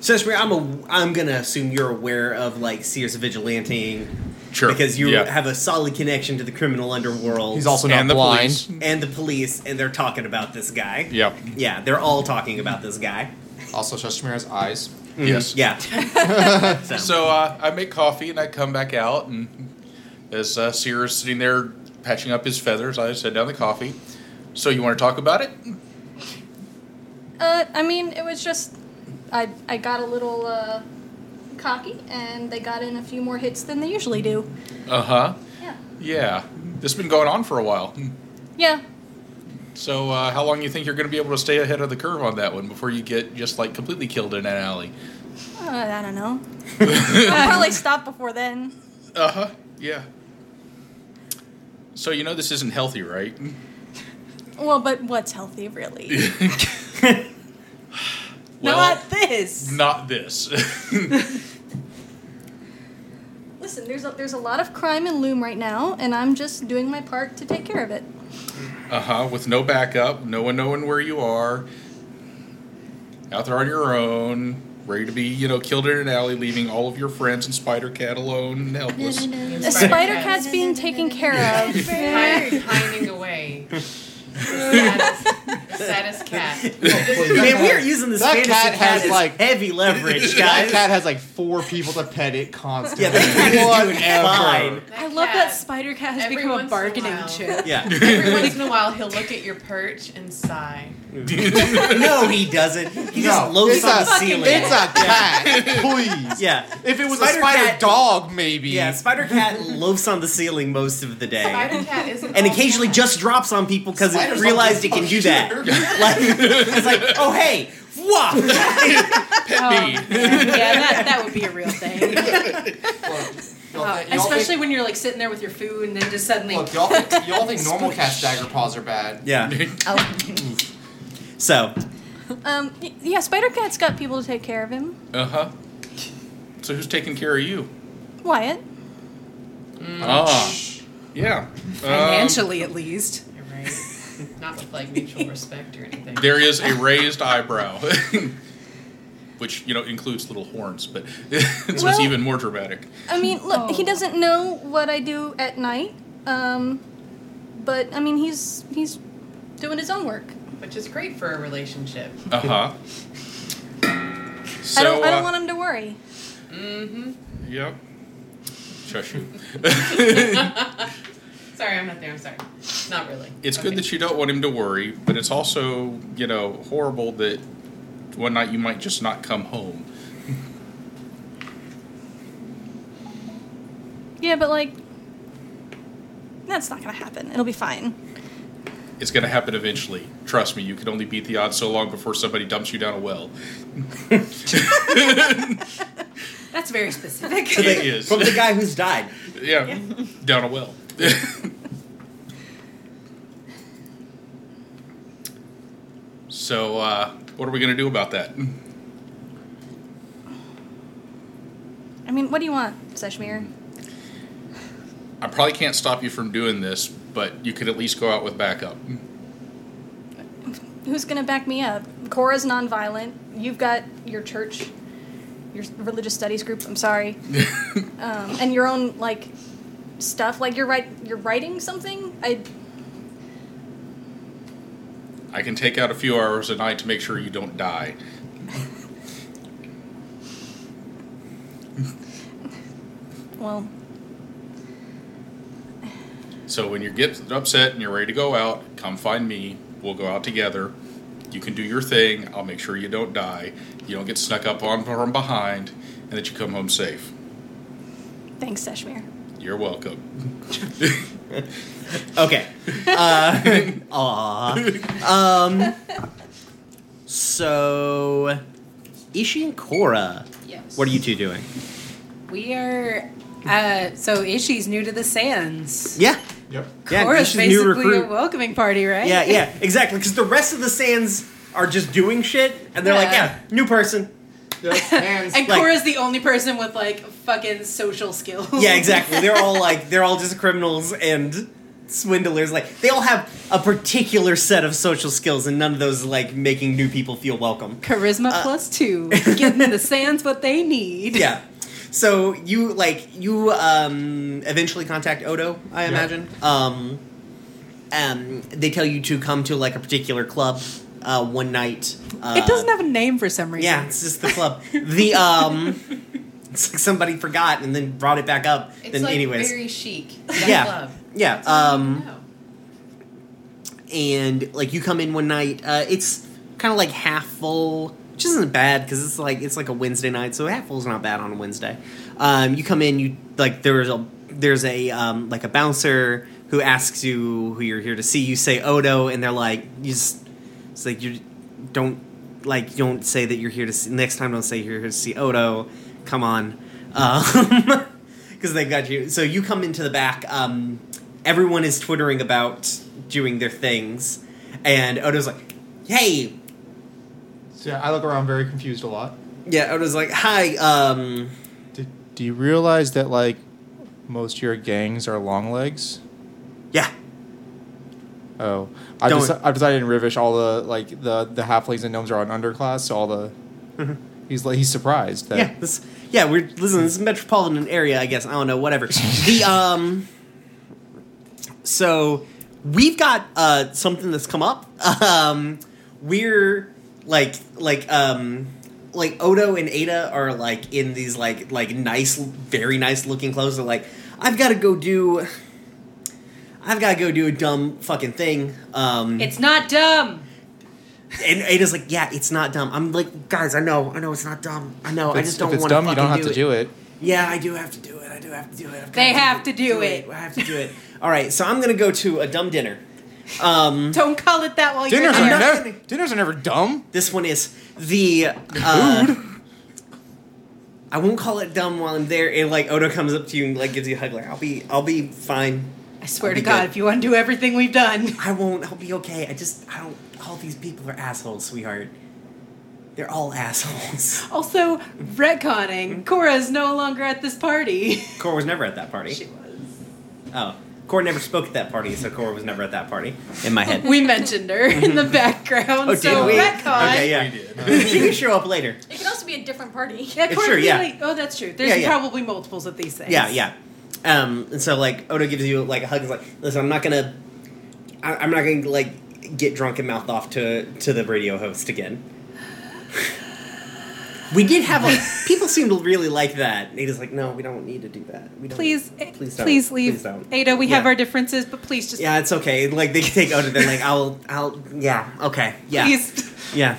B: Seshmir, I'm a, I'm gonna assume you're aware of like Sears vigilanting,
C: Sure,
B: because you
C: yeah.
B: have a solid connection to the criminal underworld.
J: He's also not
C: And the
J: blind.
C: police.
B: and the police, and they're talking about this guy.
C: Yeah.
B: yeah, they're all talking about this guy.
J: Also, Shashmir has eyes.
C: Yes.
H: <laughs>
B: Yeah. <laughs> so,
C: So uh, I make coffee and I come back out, and as uh, Sears sitting there patching up his feathers, I set down the coffee. So you want to talk about it?
K: Uh, I mean, it was just I I got a little uh, cocky, and they got in a few more hits than they usually do.
C: Uh huh.
K: Yeah.
C: Yeah. This has been going on for a while.
K: Yeah.
C: So uh, how long you think you're going to be able to stay ahead of the curve on that one before you get just like completely killed in an alley?
K: Uh, I don't <laughs> know. I'll probably stop before then.
C: Uh huh. Yeah. So you know this isn't healthy, right?
K: Well, but what's healthy, really? <laughs>
C: Well,
I: Not this.
C: not this. <laughs>
K: Listen, there's a, there's a lot of crime in Loom right now, and I'm just doing my part to take care of it.
C: Uh huh. With no backup, no one knowing where you are, out there on your own, ready to be, you know, killed in an alley, leaving all of your friends and Spider Cat alone and helpless.
K: The spider cat's being taken care of. <laughs>
F: Pine- pining away. The saddest, the saddest cat.
B: man, we are using this
J: That
B: fantasy
J: cat has,
B: as
J: like-
B: <laughs> heavy leverage,
J: That
B: guys.
J: cat has like four people to pet it constantly.
B: yeah, that cat is doing
J: Whatever.
B: fine.
F: That
I: I love that
F: cat,
I: spider cat has
F: every
I: become
F: once in
I: a
B: <laughs>
F: a
I: bargaining
J: <laughs>
F: while.
I: chip.
B: Yeah.
F: Every once in a while, he'll look at your perch and sigh.
B: no, he doesn't. He just
J: No,
B: loafs
J: it's
B: on the
J: a
B: ceiling.
J: It's a
B: <laughs>
J: cat, please.
B: Yeah.
J: If it was a spider dog, maybe.
B: Yeah, Spider Cat loafs on the ceiling most of the day.
H: Spider Cat isn't.
B: and occasionally just drops on people because it
H: Spiders
B: realized it
H: don't
B: can do
J: <laughs>
B: that.
H: fuck
B: like, it's like, oh hey, whoop!
H: <laughs>
I: yeah, that, that would be a real
B: <laughs>
I: thing.
J: Uh, y'all
I: especially
J: think-
I: when you're like sitting there with your food and then just suddenly.
J: Look, y'all think, y'all
F: <laughs>
J: think normal cat's dagger paws are bad.
B: Yeah.
K: Oh.
B: So.
K: Um, y- yeah, Spider Cat's got people to take care of him.
C: Uh huh. So who's taking care of you?
K: Wyatt.
I: Mm.
C: Ah. Yeah. Um,
F: at least. You're right. Not with like mutual respect or anything.
C: Um, there is a raised eyebrow, <laughs> which you know includes little horns, but <laughs> this was
K: Well-
C: even more dramatic.
K: I mean, look, he doesn't know what I do at night. Um, but I mean, he's he's doing his own work.
F: Which is great for a relationship.
C: Uh huh.
K: I don't I
C: uh,
K: don't want him to worry.
F: Mm-hmm.
C: Yep. Shush you.
F: sorry, I'm not there. I'm sorry. Not really.
C: It's good that you don't want him to worry, but it's also, you know, horrible that one night you might just not come home.
K: Yeah, but like, that's not gonna happen. It'll be fine.
C: It's going to happen eventually. Trust me, you can only beat the odds so long before somebody dumps you down a well.
I: <laughs> That's very specific.
C: It is.
B: From the guy who's died.
C: Yeah, down a
I: <laughs>
C: well. so, uh, what are we going to do about that?
K: I mean, what do you want, Seshmir?
C: I probably can't stop you from doing this, but you could at least go out with backup.
K: Who's gonna back me up? Cora's nonviolent. You've got your church, your religious studies group. I'm sorry, um, and your own like stuff. Like you're right, you're writing something. I
C: I can take out a few hours a night to make sure you don't die.
K: well,
C: So when you get upset and you're ready to go out, come find me. We'll go out together. You can do your thing. I'll make sure you don't die. You don't get snuck up on from behind, and that you come home safe.
K: thanks, Seshmir.
C: You're welcome.
B: Okay. Uh, <laughs> aw. Um. So, Ishi and Cora.
E: Yes.
B: What are you two doing?
E: We are. Uh, so Ishi's new to the Sands.
B: Yeah.
J: Yep.
B: Yeah,
E: Cora's
B: Ishi's new
E: basically a
B: recruit.
E: welcoming party, right?
B: Yeah, yeah, exactly. Because the rest of the Sands are just doing shit, and they're like,
E: Yeah.
B: yeah, new person.
E: and
B: Like-
E: Cora's the only person with like fucking social skills.
B: Yeah, exactly. They're all like they're all just criminals and swindlers. Like they all have a particular set of social skills, and none of those like making new people feel welcome.
E: Charisma plus two, giving the Sands what they need.
B: uh, Yeah. So you like you um, eventually contact Odo, I
E: Yeah.
B: imagine. Um, um, they tell you to come to like a particular club uh, one night. Uh,
E: it doesn't have a name for some reason.
B: Yeah, it's just the club. the um, it's like somebody forgot and then brought it back up.
F: It's
B: then
F: like
B: anyways,
F: very chic.
G: <laughs>
F: That
B: yeah,
F: Club.
B: yeah. Um, and like you come in one night, uh, it's kind of like half full, which isn't bad because it's like it's like a Wednesday night, so half full's not bad on a Wednesday. Um, you come in, you like there's a there's a um, like a bouncer who asks you who you're here to see. You say Odo, and they're like you just it's like you don't like you don't say that you're here to see next time don't say you're here to see Odo. Come on. Um, <laughs> because they've got you. So you come into the back. Um, everyone is twittering about doing their things, and Odo's like, "Hey,
J: So yeah, I look around very confused a lot.
B: yeah." Odo's like, "Hi, um,
J: Do you realize that like most of your gangs are long legs?
B: Yeah.
J: Oh, I've,
B: Don't-
J: deci- I've decided in Rivish all the like the the halflings and gnomes are on underclass, so all the Mm-hmm.
B: Mhm.
J: he's like he's surprised that
B: yeah, this, yeah, we're listen. This is a metropolitan area, I guess. I don't know, whatever. The um, so we've got uh something that's come up. Um, we're like like um." Like Odo and Ada are like in these like like nice, very nice looking clothes. They're like, I've got to go do, I've got to go do a dumb fucking thing. Um,
E: It's not dumb.
B: And Ada's like, yeah, it's not dumb. I'm like, guys, I know, I know it's not dumb. I know, I
J: If it's-
B: just don't
J: if it's
B: want to
J: dumb, you don't have to do it.
B: Yeah, I do have to do it. I do have to do it. I've
E: They
B: gotta
E: have to do it.
B: I have to do it. All right, so I'm gonna go to a dumb dinner. Um,
E: Don't call it that
J: <laughs>
E: while
J: Dinners
B: I'm
J: are
B: not
J: never
B: gonna-
J: dinners are never dumb.
B: This one is the uh, I won't call it dumb while I'm there. And like Odo comes up to you and like gives you a hug. Like I'll be, I'll be fine.
E: I swear
B: I'll
E: to
B: be
E: God,
B: good.
E: if you undo everything we've <laughs> done,
B: I won't. I'll be okay. I just, I don't. All these people are assholes, sweetheart. They're all assholes. <laughs>
E: Also,
B: Mm-hmm.
E: retconning, Cora is no longer at this party.
B: Cora was never at that party.
E: <laughs>
B: She was. Oh, Cora never spoke at that party, so Cora was never at that party. In my
E: <laughs>
B: head.
E: we mentioned her in the background,
B: Oh, did
E: so
B: we?
E: retcon.
B: Okay, yeah.
E: <laughs>
B: she can show up later.
K: It could also be a different party.
F: <laughs>
E: Yeah, Cora,
B: Sure,
E: be
B: yeah.
E: like- oh, that's true. There's
B: Yeah, yeah.
E: probably multiples of these things.
B: Yeah, yeah. Um, and so like Odo gives you like a hug. He's like, "Listen, I'm not gonna, I, I'm not gonna like get drunk and mouth off to to the radio host again." we did have
E: <laughs>
B: a people seem to really like that. Nada's like, "No, we don't need to do that. We don't,
E: Please, eh,
B: please,
E: please,
B: don't.
E: leave.
B: Please don't.
E: Ada, we have
B: Yeah.
E: our differences, but please just
B: Yeah, it's okay. Like they can take Odo. They're like, "I'll, I'll, yeah, okay, yeah."
E: please.
B: Yeah.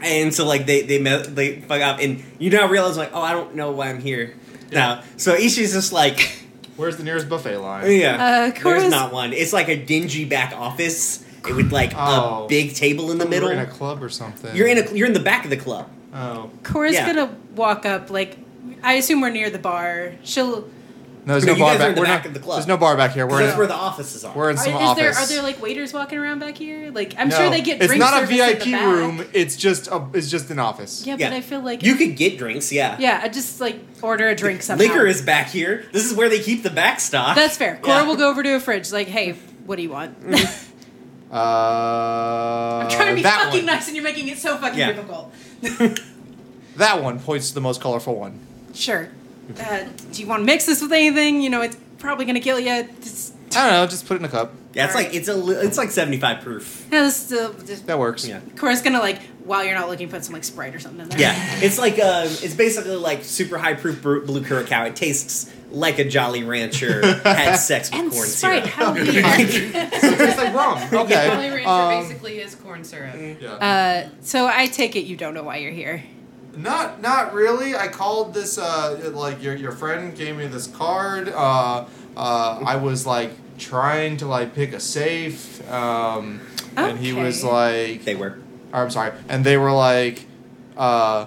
B: And so like they they met, they fuck up and you now realize like oh I don't know why I'm here now. So Ishi's just like <laughs>
J: Where's the nearest buffet line?
B: yeah.
E: Uh, Cora's-
B: There's not one. It's like a dingy back office with like
J: Oh.
B: a big table in the middle.
J: We're in a club or something.
B: You're in a you're in the back of the club.
J: oh
E: Cora's
B: Yeah.
E: gonna walk up. Like, I assume we're near the bar. She'll.
J: no, there's
B: No,
J: no,
B: you
J: bar
B: guys are in
J: back.
B: the
J: We're
B: back
J: not-
B: of the club.
J: There's no bar back here.
B: 'Cause
J: We're
B: that's
J: in,
B: where the offices are.
J: we're in
E: Are,
J: some
E: is
J: office.
E: there, are there like waiters walking around back here? Like, I'm
J: No,
E: sure they get.
J: It's
E: drink
J: not a
E: service in
J: VIP
E: the back.
J: room. It's just a. It's just an office.
E: Yeah,
B: Yeah.
E: but I feel like
B: You could get drinks, yeah.
E: Yeah, I just like order a drink somehow.
B: Liquor is back here. This is where they keep the back stock.
E: That's fair. Cora
B: Yeah.
E: will go over to a fridge, like, hey, what do you want? <laughs>
J: Uh, I'm
E: I'm trying to be
J: Uh, that
E: fucking
J: one.
E: nice, and you're making it so fucking
B: Yeah.
E: difficult.
J: That one points to the most colorful one.
E: Sure. Uh, do you want to mix this with anything? You know, it's probably gonna kill you. This,
J: I don't know. Just put it in a cup.
B: Yeah, it's like it's a li- it's like seventy five proof.
E: yeah, this, uh, this-
J: That works.
B: Yeah.
E: Cora's gonna like while you're not looking, put some like Sprite or something in there.
B: Yeah, it's like um, it's basically like super high proof bru- blue curacao. It tastes like a Jolly Rancher
J: <laughs>
B: had sex with
E: And
B: corn
E: Sprite,
B: syrup.
E: how <laughs> weird.
J: <laughs> it's like
E: <laughs>
J: wrong.
F: Jolly
J: Okay.
F: Rancher
J: Um,
F: basically is corn syrup.
E: uh, so I take it you don't know why you're here.
J: Not not really. I called this uh like your your friend gave me this card. Uh uh I was like trying to like pick a safe. Um and he was
B: <laughs>
J: like
B: They were.
J: or, I'm sorry. And they were like uh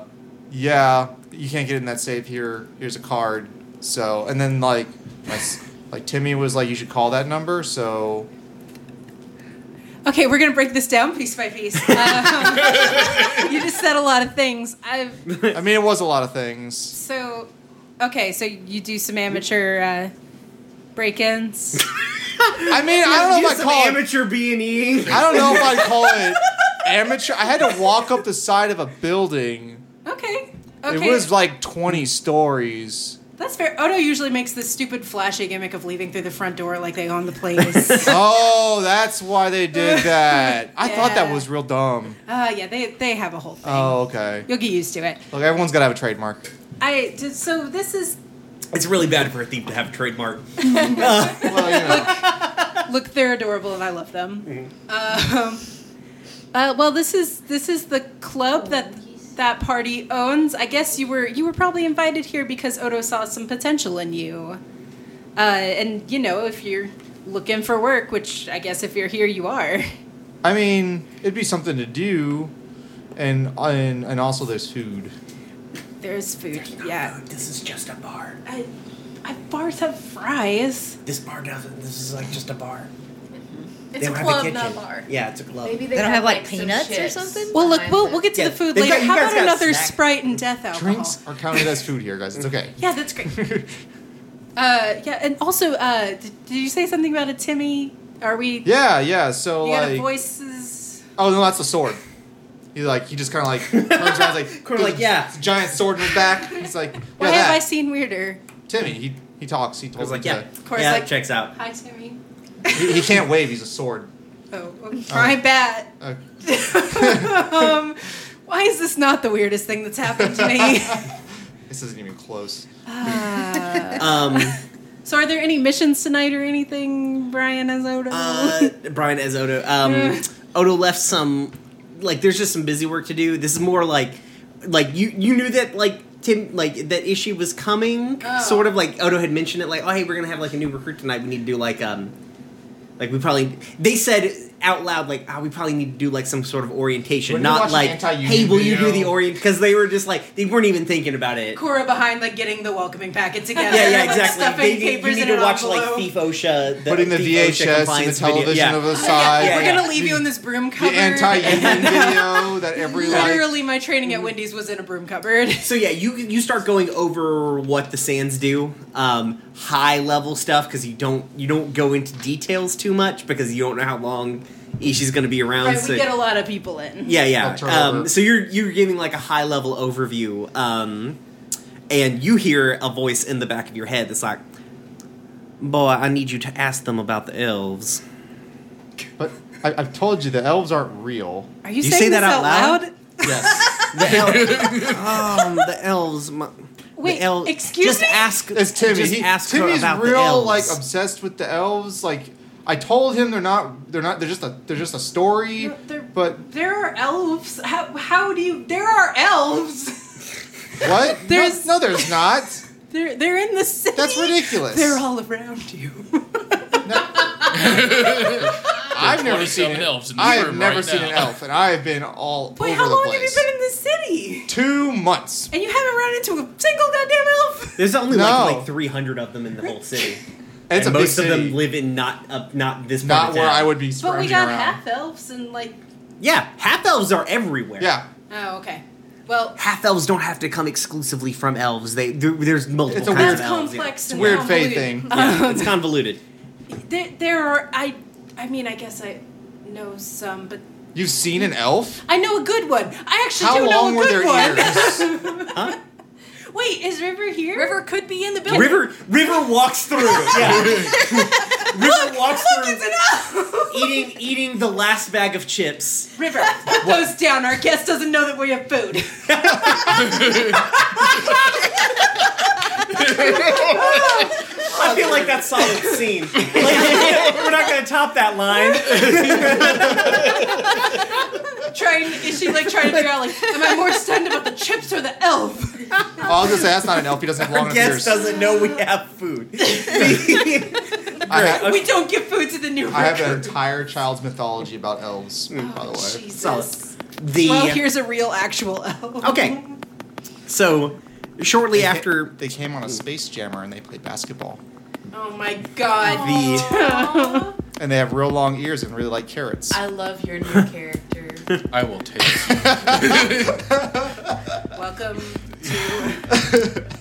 J: yeah, you can't get in that safe here. Here's a card. So and then like my, s- like Timmy was like you should call that number. So
E: Okay, we're gonna break this down piece
J: <laughs>
E: by piece. Um, <laughs> you just said a lot of things. I've
J: I mean it was a lot of things.
E: so okay. So you do some amateur uh, break-ins.
J: I mean, I don't know if I call it
B: amateur B and E.
J: I don't know if I'd call it amateur. I had to walk up the side of a building.
E: Okay. Okay.
J: It was like 20 stories.
E: That's fair. Odo usually makes this stupid flashy gimmick of leaving through the front door like they own
J: <laughs>
E: the place.
J: Oh, that's why they
E: <laughs>
J: did that. I thought that
E: Yeah.
J: was real dumb.
E: uh, yeah, they they have a whole thing.
J: Oh, okay.
E: You'll get used to it.
J: Look, everyone's got to have a
E: <laughs>
J: trademark.
E: I did- so this is
B: It's really bad for a thief to have a trademark.
J: Well, you know.
E: look they're adorable and I love them. Um, uh, well, this is this is the club that that party owns. I guess you were you were probably invited here because Odo saw some potential in you. Uh, and you know if you're looking for work, which I guess if you're here you are. <laughs>
J: I mean, it'd be something to do. And, and and also there's food.
E: There's food. Yeah.
B: This is just a bar.
E: I, I bars have fries.
B: This bar doesn't. This is like just a bar.
F: It's
B: don't
F: a
B: have
F: club,
B: kitchen.
F: not a bar.
B: Yeah, it's a club.
F: Maybe
G: They don't have like peanuts or something.
E: Well, look, we'll, we'll get to
B: Yeah,
E: the food
B: they've
E: later.
B: got- you
E: How
B: guys
E: about
B: got
E: another
B: snack-
E: Sprite and death alcohol?
J: Drinks are counted as food here, guys. It's
E: <laughs>
J: okay.
E: Yeah, that's great. uh, yeah, and also, uh, did, did you say something about a Timmy? Are we?
J: Yeah, yeah. So
E: You got a
J: like,
E: voices.
J: Oh no, that's the sword. He like he just kind of
E: <laughs>
J: like turns around, like
B: Kinda like, yeah.
J: <laughs> giant sword in his back. He's like, yeah,
E: Why have I
J: that.
E: seen weirder?
J: Timmy. He he talks. He
B: I was
J: told
B: like,
J: like,
B: yeah,
E: course,
B: yeah,
E: like-
B: checks
E: <laughs>
B: out.
E: Hi, Timmy.
J: he, he can't wave. He's a sword.
E: Oh, my bad. <laughs>
J: Uh,
E: um, why is this not the weirdest thing that's happened
B: <laughs>
E: to me? <laughs>
J: <laughs> this isn't even close.
E: Uh,
B: Um,
E: so, are there any missions tonight or <laughs> anything, Brian as Odo?
B: uh, Brian as Odo. Um, Odo left some like there's just some busy work to do. This is more like like you you knew that like Tim like that issue was coming.
F: Oh.
B: Sort of like Odo had mentioned it like oh hey we're gonna have like a new recruit tonight. We need to do like um like we probably they said out loud like oh we probably need to do like some sort of orientation,
J: When you watch
B: not
J: an
B: like
J: anti-union
B: hey will you do
J: video-
B: the orient because they were just like they weren't even thinking about it.
E: Cora behind like getting the welcoming packet together.
B: Yeah, yeah,
E: like,
B: exactly.
E: stuffing
B: They- you
E: papers
B: need
E: in
B: to
E: an
B: watch like
E: envelope.
B: Thief OSHA, the,
J: Putting the
B: Thief OSHA
J: VHS and the
B: compliance video.
J: television
B: Yeah.
E: <laughs>
J: over the side.
B: Yeah,
E: We're
B: yeah.
E: gonna leave you in this broom
J: The
E: cupboard.
J: anti-union video that every like,
E: <laughs> Literally, my training at Wendy's was in a broom cupboard.
B: So yeah, you you start going over what the sands do, um, high level stuff because you don't you don't go into details too much because you don't know how long Ishi's going to be around.
E: <laughs> Right,
B: so
E: we get a lot of people in.
B: yeah, yeah.
J: I'll turn over.
B: Um, so you're you're giving like a high level overview, um, and you hear a voice in the back of your head that's like, "Boy, I need you to ask them about the elves."
J: but I, I've told you the elves aren't real.
E: Are you
B: You
E: saying
B: say that
E: this
B: out loud?
J: Yes,
B: The, <laughs> el- um, the elves. My,
E: Wait,
B: the el-
E: excuse
B: just
E: me?
B: Ask,
J: it's Timmy.
B: Just
J: he,
B: ask her
J: Timmy's
B: about the
J: real
B: elves.
J: like obsessed with the elves. Like I told him they're not. They're not. They're just a. They're just a story.
E: No, they're-
J: but
E: There are elves. How, how do you? There are elves. <laughs>
J: what? No-
E: There's-
J: no, there's not.
E: <laughs>
J: <laughs>
E: they're they're in the city.
J: That's ridiculous.
E: They're all around you.
J: I've never
C: 20
J: seen
C: -some
J: an
C: elves in this
J: I have
C: room
J: never
C: right
J: seen
C: now.
J: an elf, and I have been all
E: <laughs> Wait,
J: over
E: how
J: the
E: long
J: place.
E: have you been in the city?
J: Two months.
E: And you haven't run into a single goddamn elf.
B: There's only
J: No.
B: like, like 300 of them in the whole city.
J: And it's
B: and
J: a big
B: most
J: city.
B: of them live in not uh, not this part
J: not
B: of
J: where
B: town.
J: I would be
E: But we
J: scrounging
E: got
J: around.
E: half elves and like.
B: Yeah, half elves are everywhere.
J: Yeah,
E: Oh, okay. Well,
B: half elves don't have to come exclusively from elves. They there, there's multiple
J: It's a
B: kinds
J: weird-
E: that's
B: of elves. yeah.
E: complex.
J: it's a
E: and
J: weird fae
E: convoluted.
J: thing.
B: Yeah, it's convoluted.
E: There, there are. I. I mean, I guess I know some, but
J: You've seen an elf?
E: I know a good one. I actually
J: How
E: do
J: long
E: know
J: were
E: a
J: their
E: good one. <laughs>
J: ears?
B: Huh?
E: Wait, is River here?
I: River could be in the building.
E: <laughs>
B: River River walks through.
J: <laughs>
B: Yeah. River walks through eating eating the last bag of chips.
E: River, put those down. Our guest doesn't know that we have
B: <laughs>
E: food.
B: I feel like that's solid scene. Like, we're not gonna top that line.
E: trying is she like trying to figure out like, am I more stunned about the chips or the elf?
J: I'll just say that's not an elf. He doesn't have long
B: Our
J: enough
B: guest
J: ears.
B: doesn't know we have food.
J: I, ha-
E: We don't give food to the new.
J: I have
E: recruit.
J: an entire child's mythology about elves, by the way.
E: Jesus.
B: the
E: Well, here's a real actual elf.
B: okay. So shortly
J: They ca-
B: after
J: they came on a space jammer and they played basketball,
E: Oh my god.
B: the
J: and they have real long ears and really like carrots.
F: I love your new
G: <laughs>
F: character.
J: <laughs>
C: I will take it.
E: Welcome to